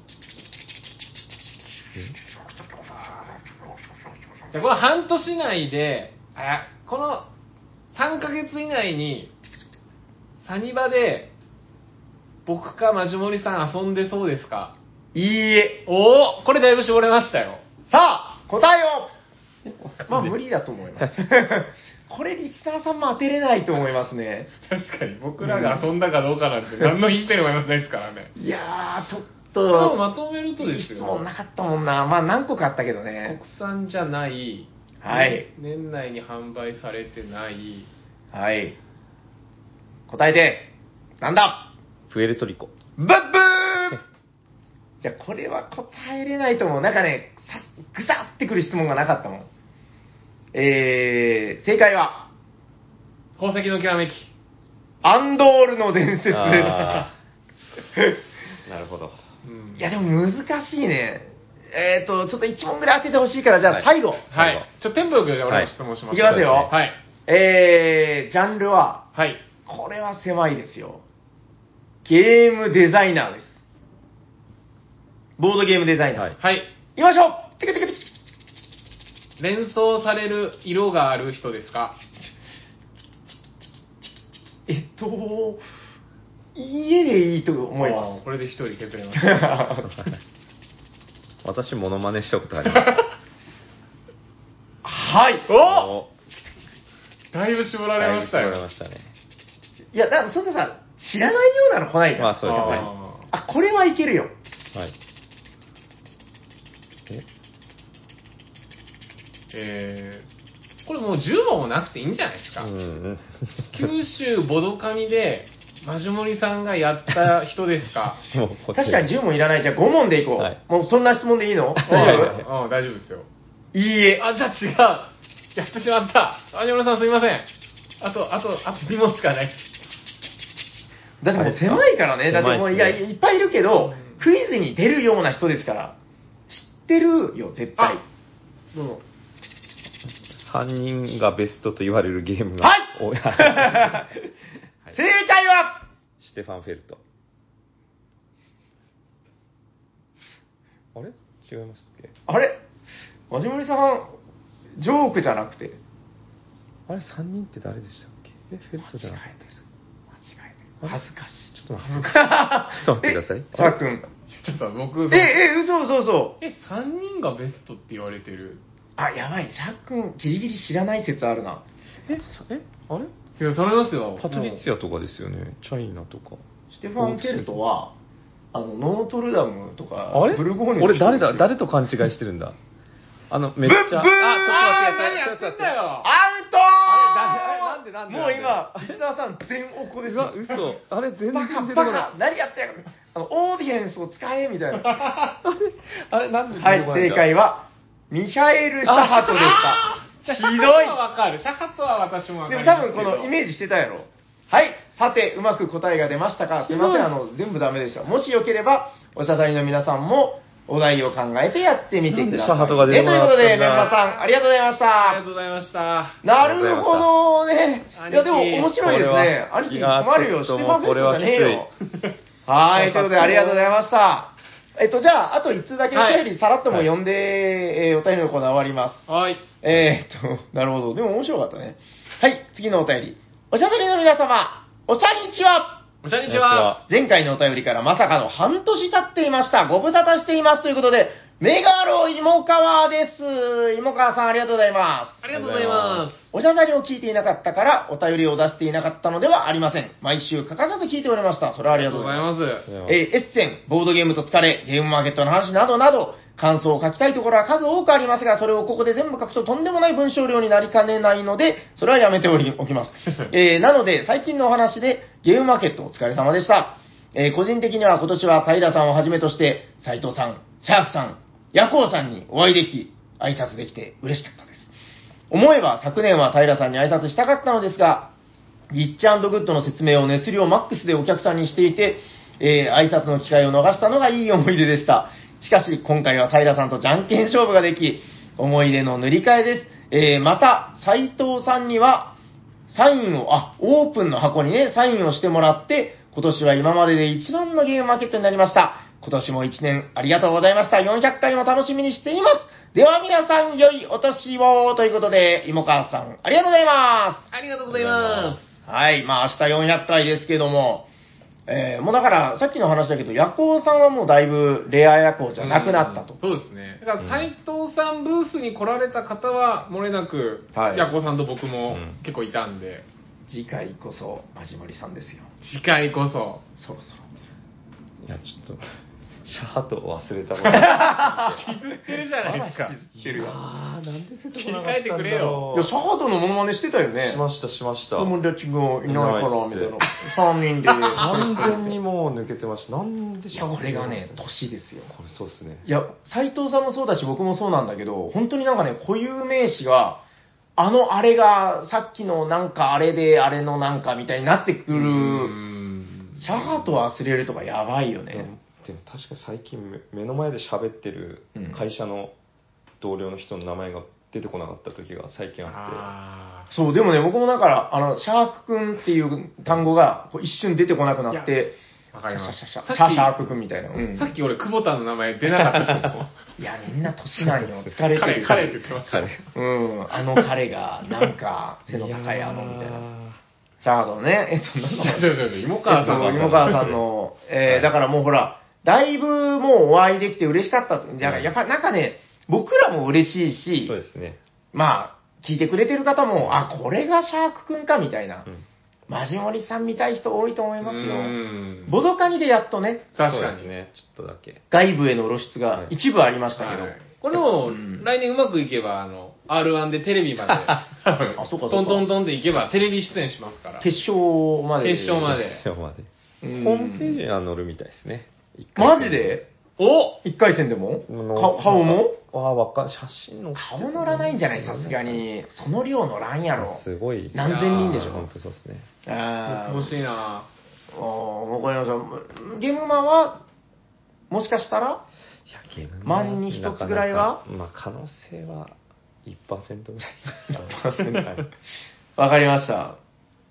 Speaker 2: じゃあこの半年内で、あこの3ヶ月以内に、サニバで、僕かマジモリさん遊んでそうですか
Speaker 3: いいえ。
Speaker 2: おおこれだいぶ絞れましたよ。
Speaker 3: さあ、答えをまあ無理だと思います。これリスナーさんも当てれないと思いますね。
Speaker 2: 確かに、僕らが遊んだかどうかなんて、何のヒントにもなりますないですからね。
Speaker 3: いやー、ちょっ
Speaker 2: でもま
Speaker 3: と、
Speaker 2: とめると
Speaker 3: い
Speaker 2: で
Speaker 3: い
Speaker 2: す
Speaker 3: 質
Speaker 2: よ
Speaker 3: 問、なかったもんな。まあ何個かあったけど
Speaker 2: 国
Speaker 3: ね。
Speaker 2: 産じゃない、
Speaker 3: はい
Speaker 2: 年内に販売されてない、
Speaker 3: はい。答えて、なんだ
Speaker 1: プエルトリコ。
Speaker 3: ブッブーいや、これは答えれないと思う。なんかね、さぐさってくる質問がなかったもん。えー、正解は、
Speaker 2: 宝石のきらめき。
Speaker 3: アンドールの伝説です。
Speaker 1: あーなるほど。
Speaker 3: いや、でも難しいね。えっ、と、ちょっと1問ぐらい当ててほしいから、じゃあ最後。
Speaker 2: はい。ちょ、テンポよくじゃあ俺も質問します。
Speaker 3: いきますよ
Speaker 2: はい。
Speaker 3: えー、ジャンルは、
Speaker 2: はい。
Speaker 3: これは狭いですよ。ゲームデザイナーです。ボードゲームデザイナー。
Speaker 1: はい
Speaker 3: い、
Speaker 2: はい。
Speaker 3: きましょうテクテクテクテク
Speaker 2: 連想される色がある人ですか
Speaker 3: えっと、家でいいと思い
Speaker 2: あ
Speaker 3: ま
Speaker 2: ー
Speaker 3: す。
Speaker 2: これで一人削れます。
Speaker 1: 私、モノマネしたことあります。
Speaker 3: はい。
Speaker 2: おだいぶ絞られましたよ。
Speaker 1: だいぶ絞られましたね。
Speaker 3: いや、だからそんなさ、知らないようなの来ないから。
Speaker 1: まあそうですね
Speaker 2: あ
Speaker 3: あ、これはいけるよ。
Speaker 1: はい。え
Speaker 2: ーえーこれもう10問もなくていいんじゃないです
Speaker 1: う
Speaker 2: か。
Speaker 1: ん。
Speaker 2: 九州ボドカミで、マジモリさんがやった人ですか
Speaker 1: もうこっち
Speaker 3: 確かに10問いらない。じゃあ5問でいこう。
Speaker 1: はい
Speaker 3: もうそんな質問でい いの
Speaker 2: うん
Speaker 3: 大丈
Speaker 2: うん大丈夫ですよ。
Speaker 3: 夫いいえ。
Speaker 2: あ、じゃあ違う。やってしまった。マジモリさんすいません。あと、あと、あと2問しかない。
Speaker 3: だってもう狭いからね。だってもう、い
Speaker 1: 狭
Speaker 3: や、
Speaker 1: いっすね
Speaker 3: いっぱいいるけど、クイズに出るような人ですから。知ってるよ、絶対。
Speaker 2: どうぞ。
Speaker 1: 3人がベストと言われるゲームが。
Speaker 3: はい
Speaker 1: お
Speaker 3: 正解は、
Speaker 1: シュテファン・フェルト。あれ違いますっけ
Speaker 3: あれマジモリさん、ジョークじゃなくて。
Speaker 1: あれ、3人って誰でしたっけえ、フェルトじゃなかったですか
Speaker 3: 間違えてる。
Speaker 1: あれ
Speaker 3: 恥ずかしい。
Speaker 1: ちょっと待ってください。ちょっと待ってください。
Speaker 3: さあくん。
Speaker 2: ちょっと僕
Speaker 3: え、え、嘘嘘嘘。
Speaker 2: え、3人がベストって言われてる。
Speaker 3: あ、やばい。シャーくん、ギリギリ知らない説あるな。
Speaker 1: え、さえ、あれ
Speaker 2: いや、それますよ。
Speaker 1: パトリツィアとかですよね。チャイナとか。
Speaker 3: ステファン・フェルトは、あの、ノートルダムとか、
Speaker 1: あれ
Speaker 3: ブルゴーニュの
Speaker 1: 俺誰だ、
Speaker 3: 人ですよ
Speaker 1: 誰と勘違いしてるんだ。あの、め
Speaker 3: ブ
Speaker 1: っ
Speaker 3: ッ
Speaker 1: ち
Speaker 3: ブ
Speaker 1: ゃ。
Speaker 3: ー
Speaker 2: あー、何
Speaker 1: ち
Speaker 2: や
Speaker 1: ょ
Speaker 2: っ
Speaker 1: と待
Speaker 2: て
Speaker 1: っ
Speaker 2: ん
Speaker 1: て
Speaker 2: だよ。
Speaker 3: アウト
Speaker 1: あれだなんでなんで
Speaker 3: もう今、リスナーさん全おこです
Speaker 1: うわ、嘘。あれ、全然
Speaker 3: バカ
Speaker 1: 出て
Speaker 3: バ
Speaker 1: こない
Speaker 3: カ何やってやるあの、オーディエンスを使えみたいな。
Speaker 1: あれ、なんで
Speaker 3: はい、正解
Speaker 1: は。
Speaker 3: は、ミヒャエル・シャハトでした。ひどい。
Speaker 2: シャハトはわかる。シャハトは私 もわか
Speaker 3: で
Speaker 2: る
Speaker 3: も
Speaker 2: んです
Speaker 3: 多
Speaker 2: けど。
Speaker 3: 分このイメージしてたやろ。はい、さて、うまく答えが出ましたかすいません、あの、全部ダメでした。もしよければ、おしゃさりの皆さんも、お題を考えてやってみてください。
Speaker 1: なんでシャハトが出て
Speaker 3: え
Speaker 1: ことなか
Speaker 3: いう
Speaker 1: った
Speaker 3: こと
Speaker 1: んだ
Speaker 3: で、メンバーさん、ありがとうございまし
Speaker 2: ありが
Speaker 3: た
Speaker 2: とう。ございました。
Speaker 3: なるほどね。いや、でも
Speaker 2: 兄貴
Speaker 3: 面白いですね。
Speaker 1: これは
Speaker 3: 兄貴、
Speaker 1: いや
Speaker 3: 困るよ。
Speaker 1: ちょっと
Speaker 3: シテ
Speaker 1: もう
Speaker 3: ファンフェルトじゃねえよ。はーい、ということで、ありがとうございました。えっと、じゃあ、あと1通だけお便り、さらっとも読んで、えーお便りのコーナー終わります。
Speaker 2: はい。
Speaker 3: えーっと、なるほど。でも面白かったね。はい、次のお便り。おしゃべりの皆様、おちゃにちは
Speaker 2: こんにち
Speaker 1: は
Speaker 2: は。
Speaker 3: 前回のお便りからまさかの半年経っていました。ご無沙汰しています。ということで、メガロ芋川です。芋川さん、ありがとうございます。
Speaker 2: ありがとうございま
Speaker 3: おしゃべりを聞いていなかったから、お便りを出していなかったのではありません。毎週欠かさず聞いておりました。それは
Speaker 2: す。
Speaker 3: ありがとうございます。
Speaker 2: ありがとうございます。
Speaker 1: え
Speaker 3: えーエッセン、ボードゲームと疲れ、ゲームマーケットの話などなど、感想を書きたいところは数多くありますが、それをここで全部書くととんでもない文章量になりかねないので、それはやめておりおきます。えーなので、最近のお話で、ゲームマーケットお疲れ様でした。えー個人的には今年は平さんをはじめとして、斉藤さん、シャークさん、ヤコウさんにお会いでき、挨拶できて嬉しかったです。思えば昨年は平さんに挨拶したかったのですが、リッチグッドの説明を熱量マックスでお客さんにしていて、えー挨拶の機会を逃したのがいい思い出でした。しかし、今回は平さんとじゃんけん勝負ができ、思い出の塗り替えです。えーまた、斉藤さんには、サインを、あ、オープンの箱にね、サインをしてもらって、今年は今までで一番のゲームマーケットになりました。今年も一年ありがとうございました。400回も楽しみにしています。では皆さん、良いお年をということで、芋川さん、ありがとうございます。
Speaker 2: ありがとうございま
Speaker 3: はい、まあ明日400回ですけども、えーもうだからさっきの話だけど、夜行さんはもうだいぶレア夜行
Speaker 2: す。
Speaker 3: じゃなくなったと
Speaker 2: うん。そうですね。だから斉藤さんブースに来られた方は、漏れなく、
Speaker 3: はい
Speaker 2: ヤコさんと僕
Speaker 1: う
Speaker 2: も
Speaker 1: ん
Speaker 2: 結構いたんで、
Speaker 3: 次回こそ、マジモリさんですよ。
Speaker 2: 次回こそ。
Speaker 3: そろそろ。
Speaker 1: いや、ちょっと、シャハト忘れたことあ
Speaker 2: 削ってるじゃないですか。
Speaker 3: 引きずってるよ。
Speaker 1: あー、なんで出
Speaker 2: てこなかったんだろう切り替えてくれよ
Speaker 3: いや、シャハトのモノマネしてたよね。
Speaker 1: しました、しました。
Speaker 3: 友達がいないから、 みたいな
Speaker 1: ないっ。
Speaker 3: 3人で。
Speaker 1: 完全にもう抜けてました。なんで
Speaker 3: い
Speaker 1: シ
Speaker 3: や、
Speaker 1: ャハト
Speaker 3: これがね、年ですよ。
Speaker 1: これそうですね。
Speaker 3: いや、斎藤さんもそうだし、僕もそうなんだけど、本当になんかね、固有名詞が、あのあれが、さっきのなんかあれで、あれのなんかみたいになってくる、シャハと忘れるとかやばいよ
Speaker 1: でも
Speaker 3: ね。
Speaker 1: でも確か最近目目の前で喋ってる
Speaker 3: うん
Speaker 1: 会社の同僚の人の名前が出てこなかった時が最近あっ
Speaker 2: あ
Speaker 3: そう、でもね、僕もだから、あの、シャークくんっていう単語が、こう一瞬出てこなくなっ
Speaker 2: い
Speaker 3: て、
Speaker 2: あ、わかります。
Speaker 3: シャシャシャシャシ
Speaker 2: さっ
Speaker 3: ャ
Speaker 2: き
Speaker 3: シャークくんみたいな。うん
Speaker 2: さっき俺、久保田の名前出なかったですよ。
Speaker 3: いや、みんな年なんよ。疲れて
Speaker 2: 彼、
Speaker 3: る。
Speaker 2: 彼って言ってま
Speaker 1: て
Speaker 2: した。
Speaker 3: うん、あの彼が、なんか、背の高いあのみたいな。シャードのね、えっと、なんだろ
Speaker 2: そ
Speaker 3: う
Speaker 2: うそうそう、芋川さん
Speaker 3: えっ
Speaker 2: は
Speaker 3: と芋川さんの、え
Speaker 1: は
Speaker 3: ー、
Speaker 1: い
Speaker 3: だからもうほら、だいぶもうお会いできて嬉しかったと。だからやっぱなんかね、僕らも嬉しいし
Speaker 1: そう、ですね、
Speaker 3: まあ、聞いてくれてる方も、あ、これがシャークくんかみたいな
Speaker 1: う。ん
Speaker 3: マジモリさん見たい人多いと思います
Speaker 2: う
Speaker 3: よ。
Speaker 2: ん
Speaker 3: ボドカニでやっとね、
Speaker 2: 確
Speaker 1: そう
Speaker 2: か
Speaker 1: です
Speaker 2: に。
Speaker 1: ねちょっとだけ
Speaker 3: 外部への露出が
Speaker 1: はい
Speaker 3: 一部ありましたけど、
Speaker 2: はいこれも
Speaker 3: うん、
Speaker 2: 来年うまくいけば、あの、R1 でテレビまで、あ
Speaker 3: そうかそうか
Speaker 2: トントントンでいけば、テレビ出演しますから。
Speaker 3: 決勝まで。
Speaker 2: 決勝まで
Speaker 1: 今日まで
Speaker 3: うん
Speaker 1: ホームページには載るみたいですね一回
Speaker 3: マジで
Speaker 2: お
Speaker 3: 一回戦でも
Speaker 1: あの
Speaker 3: か顔も
Speaker 1: ああわかん写真の
Speaker 3: 顔乗らないんじゃないさすがに。その量乗らんやろ。
Speaker 1: すごい
Speaker 3: 何千人でし
Speaker 2: いやー
Speaker 3: ょ
Speaker 1: 本。当そうですね
Speaker 3: あ
Speaker 2: やってほしいな
Speaker 3: あーわかりました。ゲームマンは、もしかしたら、
Speaker 1: いやゲーム
Speaker 3: 万に一つぐらいは
Speaker 1: なかなかまあ可能性は1%ぐらい
Speaker 3: わかりました。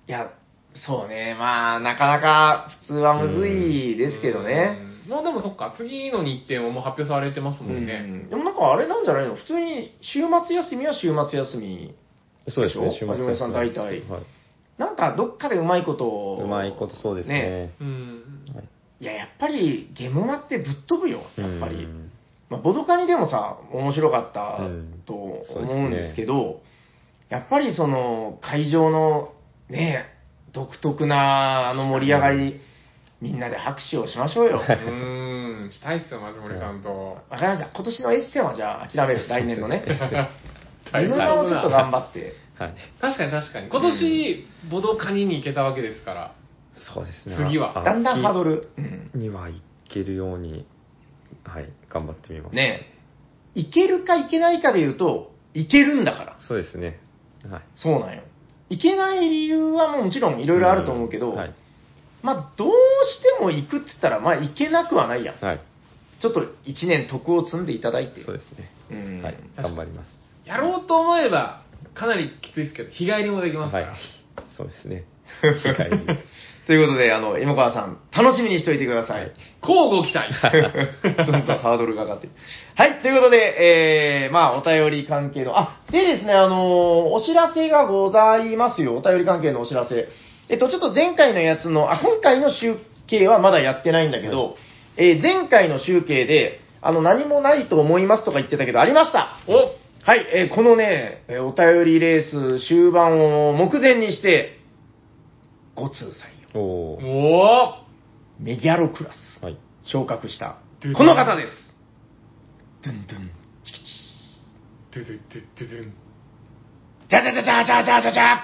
Speaker 3: いや、そうね。まあ、なかなか普通はむずい
Speaker 2: ー
Speaker 3: ですけどね。。
Speaker 2: うんもうでもそっか、次の日程ももう発表されてます
Speaker 3: う
Speaker 2: もんね。
Speaker 3: んでもなんかあれなんじゃないの普通に週末休みは週末休み。
Speaker 1: そうですね
Speaker 3: でしょはじめさん大体
Speaker 1: はい、
Speaker 3: なんかどっかでうまいことを
Speaker 1: うまいことそうですね
Speaker 2: うん。
Speaker 1: はい
Speaker 3: いや、やっぱりゲームマってぶっ飛ぶよ。やっぱり。
Speaker 1: うん
Speaker 3: まあ、ボドカニでもさ、面白かった
Speaker 1: うん
Speaker 3: と思
Speaker 1: そうですね
Speaker 3: うんですけど、やっぱりその会場のね、独特なあの盛り上がり、みんなで拍手をしまし ょうよ。わ
Speaker 2: う
Speaker 3: かり
Speaker 2: ーん、したいっすよ、松森さん と。
Speaker 3: ました。今年のエッセンはじゃあ諦める、来年のね。
Speaker 2: 大変
Speaker 3: ゲー
Speaker 2: だ
Speaker 3: ム
Speaker 2: な
Speaker 3: マもちょっと頑張って。
Speaker 1: はい
Speaker 2: 確かに確かに。今年、ボドカニに行けたわけですから。
Speaker 1: そうですね
Speaker 2: 次は
Speaker 3: だんだんハード
Speaker 1: ル
Speaker 3: ル。うん
Speaker 1: にはいけるようにはい頑張ってみます
Speaker 3: ねえいけるかいけないかで言うと、いけるんだから。
Speaker 1: そうですねはい
Speaker 3: そうなんよ。いけない理由はもちろんいろいろあると思うけど、
Speaker 1: んはい
Speaker 3: まあ、どうしても行くって言ったら、まあ、行けなくはないやん。
Speaker 1: はい
Speaker 3: ちょっと1年徳を積んでいただいて。
Speaker 1: そうですね
Speaker 3: うん
Speaker 1: はい頑張ります
Speaker 2: やろうと思えば、かなりきついですけど、日帰りもできますか
Speaker 1: はい
Speaker 2: ら。
Speaker 1: そうですね 世界に
Speaker 3: ということで、あの、今川さん、楽しみにしておいてください。
Speaker 2: 交互期待。
Speaker 3: どんどんハードルが上がってる。はい、ということで、えー、まあ、お便り関係の、あ、でですね、あのーお知らせがございますよ。お便り関係のお知らせ。えっと、ちょっと前回のやつの、あ、今回の集計はまだやってないんだけど、えー前回の集計で、あの、何もないと思いますとか言ってたけど、ありました。
Speaker 2: お
Speaker 3: はい、えーこのね、えーお便りレース終盤を目前にして、5通採用。
Speaker 1: おおー
Speaker 2: お
Speaker 3: メギャロクラス。
Speaker 1: はい
Speaker 3: 昇格した
Speaker 2: ドゥドゥン
Speaker 3: この方です。ドゥンドゥン。
Speaker 2: ドゥドゥドゥドゥドゥン。
Speaker 3: じゃじゃじゃじゃじゃじゃじゃじゃ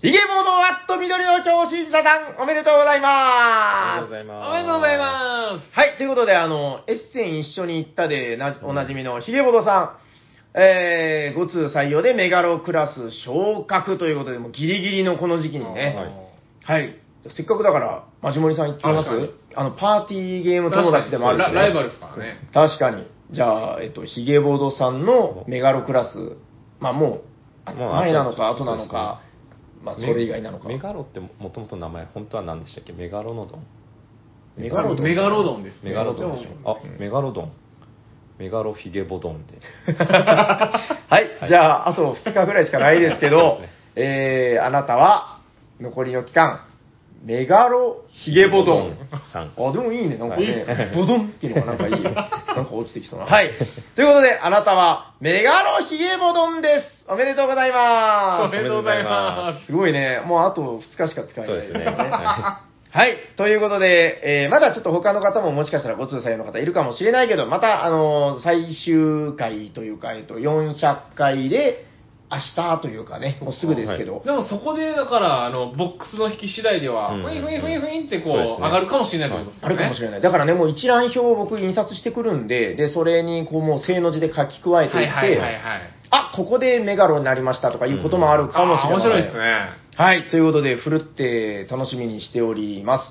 Speaker 3: ヒゲボードアット緑の教師者さん、おめでとうござい
Speaker 1: ありがとうご
Speaker 3: ます。
Speaker 1: ざいます
Speaker 2: おめでとうございます。
Speaker 3: はい、ということで、あの、エッセン一緒に行ったでなじおなじみのヒゲボドさん、えー、5通採用でメガロクラス昇格ということで、もうギリギリのこの時期にね。はい。せっかくだから、マジモリさん行ってみます
Speaker 2: 確かに
Speaker 3: あの、パーティーゲーム
Speaker 2: 確かに
Speaker 3: 友達でもあるし、
Speaker 2: ラライバルですからね。
Speaker 3: 確かに。じゃあ、えっと、ヒゲボードさんのメガロクラス、まあもう、あ
Speaker 1: もう
Speaker 3: 前なのか
Speaker 1: あと
Speaker 3: 後なのか、まあそれ以外なのか。
Speaker 1: メメガロってもともと名前本当は何でしたっけメガロノドン
Speaker 3: メガロドン
Speaker 2: メガロドンですね。
Speaker 1: メガロドンでしょあ
Speaker 2: も
Speaker 1: メガロドンメガロヒゲボドンで
Speaker 3: はい、じゃあ、あと2日ぐらいしかないですけど、 えー、あなたは、残りの期間、メガロヒゲボドン。
Speaker 1: さん
Speaker 3: あ、でもいいね、なんか
Speaker 1: は
Speaker 3: ね
Speaker 1: い、
Speaker 3: ボドンっていうのがなんかいいよ。なんか落ちてきそうな。はい。ということで、あなたは、メガロヒゲボドンです。おめでとうござい
Speaker 2: お
Speaker 3: ま。
Speaker 2: めでとうございます
Speaker 3: すごいね、もうあと2日しか使え
Speaker 1: そ
Speaker 3: な
Speaker 1: う
Speaker 3: い
Speaker 1: ですねは
Speaker 3: はい。ということで、えーまだちょっと他の方ももしかしたらご通採用の方いるかもしれないけど、また、あのー最終回というか、えっと、400回で、明日というかね、もうすぐですけど
Speaker 2: う。でもそこで、だから、あの、ボックスの引き次第では、
Speaker 1: うん
Speaker 2: ふいふいふいふいってこう、
Speaker 1: そうですね
Speaker 2: 上がるかもしれないってことです
Speaker 3: あ
Speaker 2: よね。
Speaker 3: るかもしれない。だからね、もう一覧表を僕印刷してくるんで、で、それにこうもう正の字で書き加えていって、
Speaker 2: はいはいはいはい。
Speaker 3: あ、ここでメガロになりましたとかいうこともあるかもしれません。
Speaker 2: あー面白いですね。
Speaker 3: はい、ということで、ふるって楽しみにしております。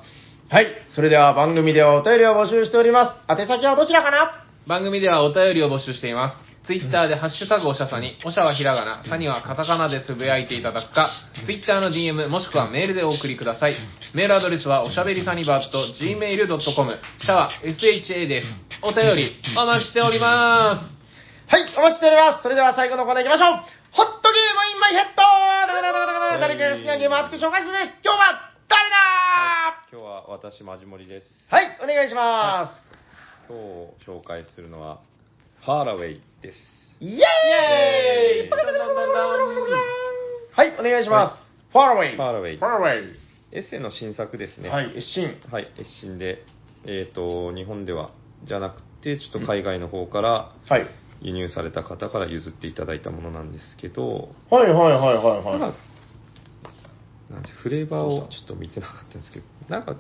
Speaker 3: はい、それでは番組ではお便りを募集しております。宛先はどちらかな
Speaker 2: 番組ではお便りを募集しています。ツイッターでハッシュタグおしゃさに、おしゃはひらがな、さにはカタカナでつぶやいていただくか、ツイッターの DM もしくはメールでお送りください。メールアドレスはおしゃべりさにばっと gmail.com、シャワ SHA です。お便りお待ちしておりま
Speaker 3: はい、お待ちしております。それでは最後のコーナー行きましょう。ホットゲームインマイヘッドダメダメダメダメ誰かが好きなゲームを熱く紹介するね今日は誰だ
Speaker 1: 今日は私、マジモリです。
Speaker 3: はい、お願いしま
Speaker 1: 今日紹介するのは、ファーラウェイです。
Speaker 3: す。イエーイ
Speaker 1: イエーイ
Speaker 3: はい、お願いします。ファーラウェイ。
Speaker 1: ファーラウェイ
Speaker 3: ファーラウェイ。
Speaker 1: エッセの新作ですね。
Speaker 3: はい、一心。
Speaker 1: はい、一新で、えっ、と、日本では、じゃなくて、ちょっと海外の方から
Speaker 3: はい。
Speaker 1: 輸入された方から譲っていただいたものなんですけど、
Speaker 3: はいはいはいは
Speaker 1: た
Speaker 3: いは
Speaker 1: だ
Speaker 3: い。、
Speaker 1: なんてフレーバーをちょっと見てなかったんですけど、なんか、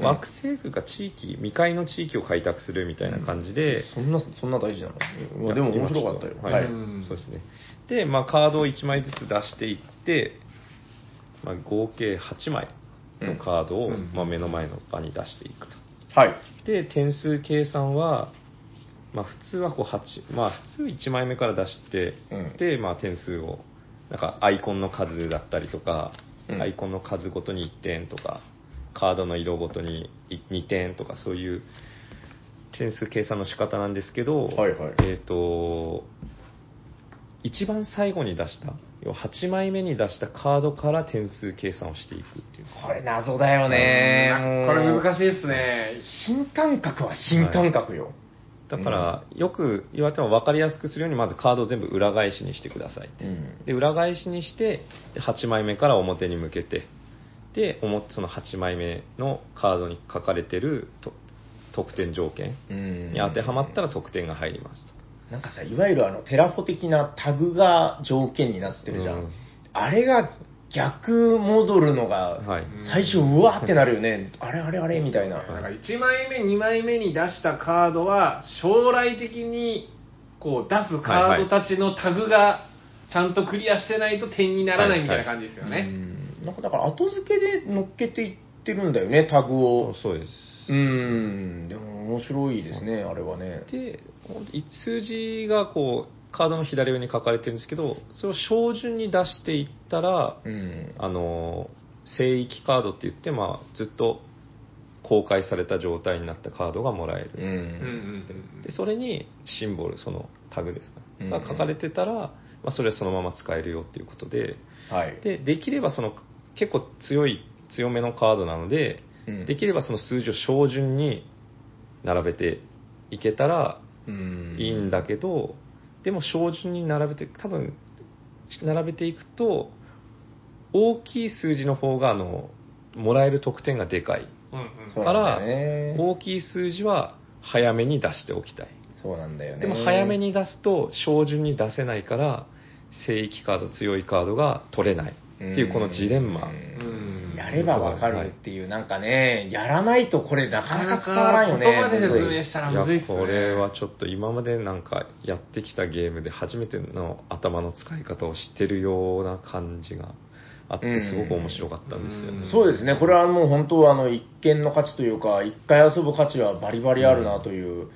Speaker 1: 惑星というか地域、未開の地域を開拓するみたいな感じで、
Speaker 3: そんな、そんな大事なのいやでも面白かったよ。
Speaker 1: はい、
Speaker 3: はい。
Speaker 2: うん
Speaker 1: そうですね。で、まあ、カードを1枚ずつ出していって、まあ、合計8枚のカードを、
Speaker 2: うん
Speaker 1: まあ、目の前の場に出していくと。
Speaker 3: はい。
Speaker 1: で、点数計算は、まあ、普通はこう8、まあ、普通1枚目から出して、
Speaker 3: うん
Speaker 1: で、まあ、点数を、なんかアイコンの数だったりとか、
Speaker 3: うん
Speaker 1: アイコンの数ごとに1点とか、カードの色ごとに2点とか、そういう点数計算の仕方なんですけど、
Speaker 3: はいはい
Speaker 1: えっ、と、一番最後に出した、要は8枚目に出したカードから点数計算をしていくっていう。
Speaker 3: これ謎だよね
Speaker 2: す。
Speaker 3: もう
Speaker 2: これ難しいですね。
Speaker 3: 新感覚は新感覚よ。
Speaker 1: だから、よく言われても分かりやすくするように、まずカードを全部裏返しにしてくださいって。
Speaker 3: うん
Speaker 1: で、裏返しにして、で8枚目から表に向けて、で、表その8枚目のカードに書かれてると得点条件
Speaker 3: うん
Speaker 1: に当てはまったら得点が入りますと。
Speaker 3: なんかさ、いわゆるあの、テラフォ的なタグが条件になってるじゃん。
Speaker 1: うん
Speaker 3: あれが逆戻るのが、
Speaker 1: はい
Speaker 3: 最初、うわーってなるよね。あれあれあれみたいな。
Speaker 2: なんか1枚目、2枚目に出したカードは、将来的にこう出すカードたちのタグがちゃんとクリアしてないと点にならないみたいな感じですよ
Speaker 3: う
Speaker 2: ね。
Speaker 3: んなんかだから後付けで乗っけていってるんだよね、タグを。
Speaker 1: そうです。
Speaker 3: うん、でも面白いですね、あれはね。
Speaker 1: で、ほんとい数字がこう、カードの左上に書かれてるんですけど、それを照準に出していったら、
Speaker 3: うん。
Speaker 1: あの聖域カードって言って、まあ、ずっと公開された状態になったカードがもらえ
Speaker 3: う
Speaker 1: る、
Speaker 2: うん
Speaker 3: ん
Speaker 2: うんうん
Speaker 1: でそれにシンボルそのタグですか、
Speaker 3: うん
Speaker 1: が書かれてたら、まあ、それはそのまま使えるよっていうことで
Speaker 3: はい。
Speaker 1: でできればその結構強い強めのカードなので、
Speaker 3: うん
Speaker 1: できればその数字を照準に並べていけたら
Speaker 3: うん
Speaker 1: いいんだけど、でも照準に並べて多分並べていくと大きい数字の方があのもらえる得点がでかい
Speaker 2: うんうん
Speaker 3: そうなんだよね。
Speaker 1: 大きい数字は早めに出しておきたい
Speaker 3: そうなんだよね。
Speaker 1: でも早めに出すと照準に出せないから正域カード強いカードが取れないっていうこのジレンマ
Speaker 3: うん
Speaker 2: うん
Speaker 3: やればわかるっていう、なんかね、やらないとこれなかなか伝わらんよね。
Speaker 2: 言葉で説明したらむずいっすね。
Speaker 1: これはちょっと今までなんかやってきたゲームで初めての頭の使い方を知ってるような感じがあっ
Speaker 3: うん
Speaker 1: てすごく面白かったんですよ
Speaker 2: う
Speaker 1: ね
Speaker 2: ん
Speaker 3: そうですね、これはもう本当、あの、一見の価値というか、一回遊ぶ価値はバリバリあるなという。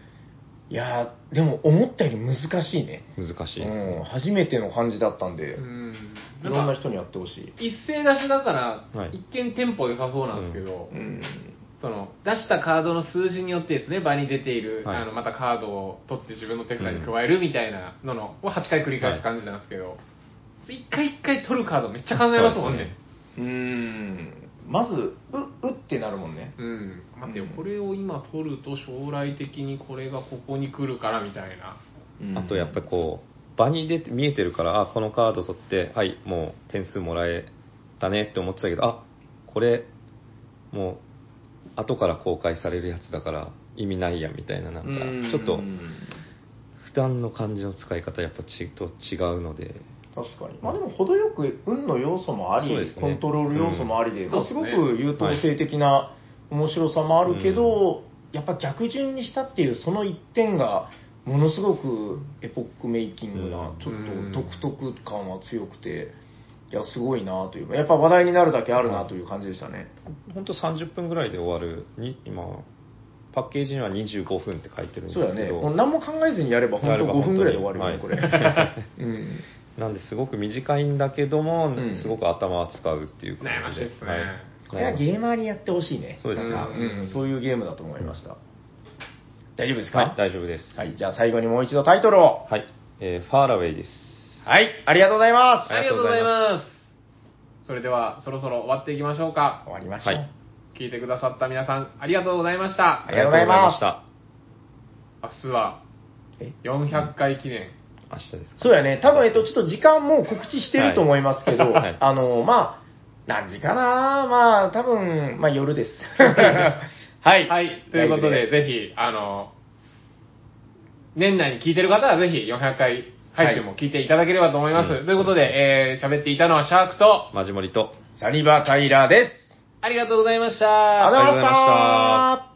Speaker 3: いやー、でも思ったより難しいね。
Speaker 1: 難しいです
Speaker 3: うん、
Speaker 1: ね、
Speaker 3: 初めての感じだったんで、
Speaker 2: う
Speaker 3: い
Speaker 2: ん
Speaker 3: ろん
Speaker 2: なん
Speaker 3: な
Speaker 2: か
Speaker 3: 人にやってほしい。
Speaker 2: 一斉出しだから、
Speaker 1: はい
Speaker 2: 一見テンポ良さそうなんですけど、
Speaker 3: うん。
Speaker 2: その出したカードの数字によってですね場に出ている、
Speaker 1: はい
Speaker 2: あのまたカードを取って自分の手札に加えるみたいなののを8回繰り返す感じなんですけど、一1回1回取るカードめっちゃ考えますもんね
Speaker 3: うん。まず、う、うってなるもんね。
Speaker 2: うん待ってよ
Speaker 3: うん
Speaker 2: これを今取ると将来的にこれがここに来るからみたいな
Speaker 1: あとやっぱりこう場に出て見えてるからあこのカード取ってはいもう点数もらえたねって思ってたけどあこれもう後から公開されるやつだから意味ないやみたいななんか
Speaker 3: うん
Speaker 1: ちょっと普段の感じの使い方やっぱちと違うので
Speaker 3: 確かにまあでも程よく運の要素もあり、
Speaker 1: そうですね
Speaker 3: コントロール要素もありで、
Speaker 2: うん
Speaker 3: まあす
Speaker 2: そう
Speaker 3: ご
Speaker 2: ですね
Speaker 3: く優等生的な面白さもあるけど、やっぱ逆順にしたっていうその一点がものすごくエポックメイキングな、
Speaker 1: うん
Speaker 3: ちょっと独特感は強くて、いや、すごいなというか、やっぱ話題になるだけあるなという感じでしたね。
Speaker 1: 本当30分ぐらいで終わるに今パッケージには25分って書いてるんです
Speaker 3: そ
Speaker 1: けど
Speaker 3: うだね、もう何も考えずにやれば、
Speaker 1: やれ
Speaker 3: 本当
Speaker 1: ば
Speaker 3: 5分ぐらいで終わるよね、こ
Speaker 1: 本当
Speaker 3: れ。
Speaker 1: に
Speaker 3: うん
Speaker 1: なんですごく短いんだけども、
Speaker 3: うん
Speaker 1: すごく頭を使うっていう感
Speaker 2: 悩まし
Speaker 1: じ
Speaker 2: い
Speaker 1: で
Speaker 2: ですね。
Speaker 1: はい
Speaker 3: これはゲーマーにやってほしいね。
Speaker 1: そうですね
Speaker 3: なんかうんそういうゲームだと思いました。大丈夫ですか
Speaker 1: はい、大丈夫です
Speaker 3: はい、じゃあ最後にもう一度タイトルを。
Speaker 1: はい、えーファーラウェイです
Speaker 3: はい、ありがとうございます。
Speaker 2: ありがとうございます。それでは、そろそろ終わっていきましょうか。
Speaker 3: 終わりました。
Speaker 1: はい
Speaker 2: 聞いてくださった皆さん、ありがとうございました
Speaker 3: あ。りがとうございます
Speaker 1: あ
Speaker 2: 明日は
Speaker 3: え
Speaker 2: 400回
Speaker 1: りがとう
Speaker 2: 記念。
Speaker 1: ございました明日ですか
Speaker 3: そうやね、多分、えっと、ちょっと時間もう告知してると思いますけど、
Speaker 1: はいはい
Speaker 3: あの、まあ、何時かなまあ、多分、まあ、夜です。はい。
Speaker 2: はい、ということで、ぜひ、あの、年内に聞いてる方はぜひ400回配信も聞いていただければと思います。
Speaker 1: はいうん
Speaker 2: ということで、えー喋っていたのはシャークと、
Speaker 1: マジモリと
Speaker 3: サニバタイラです。
Speaker 2: ありがとうございまし
Speaker 3: あ
Speaker 2: た
Speaker 3: りがと
Speaker 1: ありが
Speaker 3: うございま
Speaker 1: とうございま
Speaker 3: し。
Speaker 1: した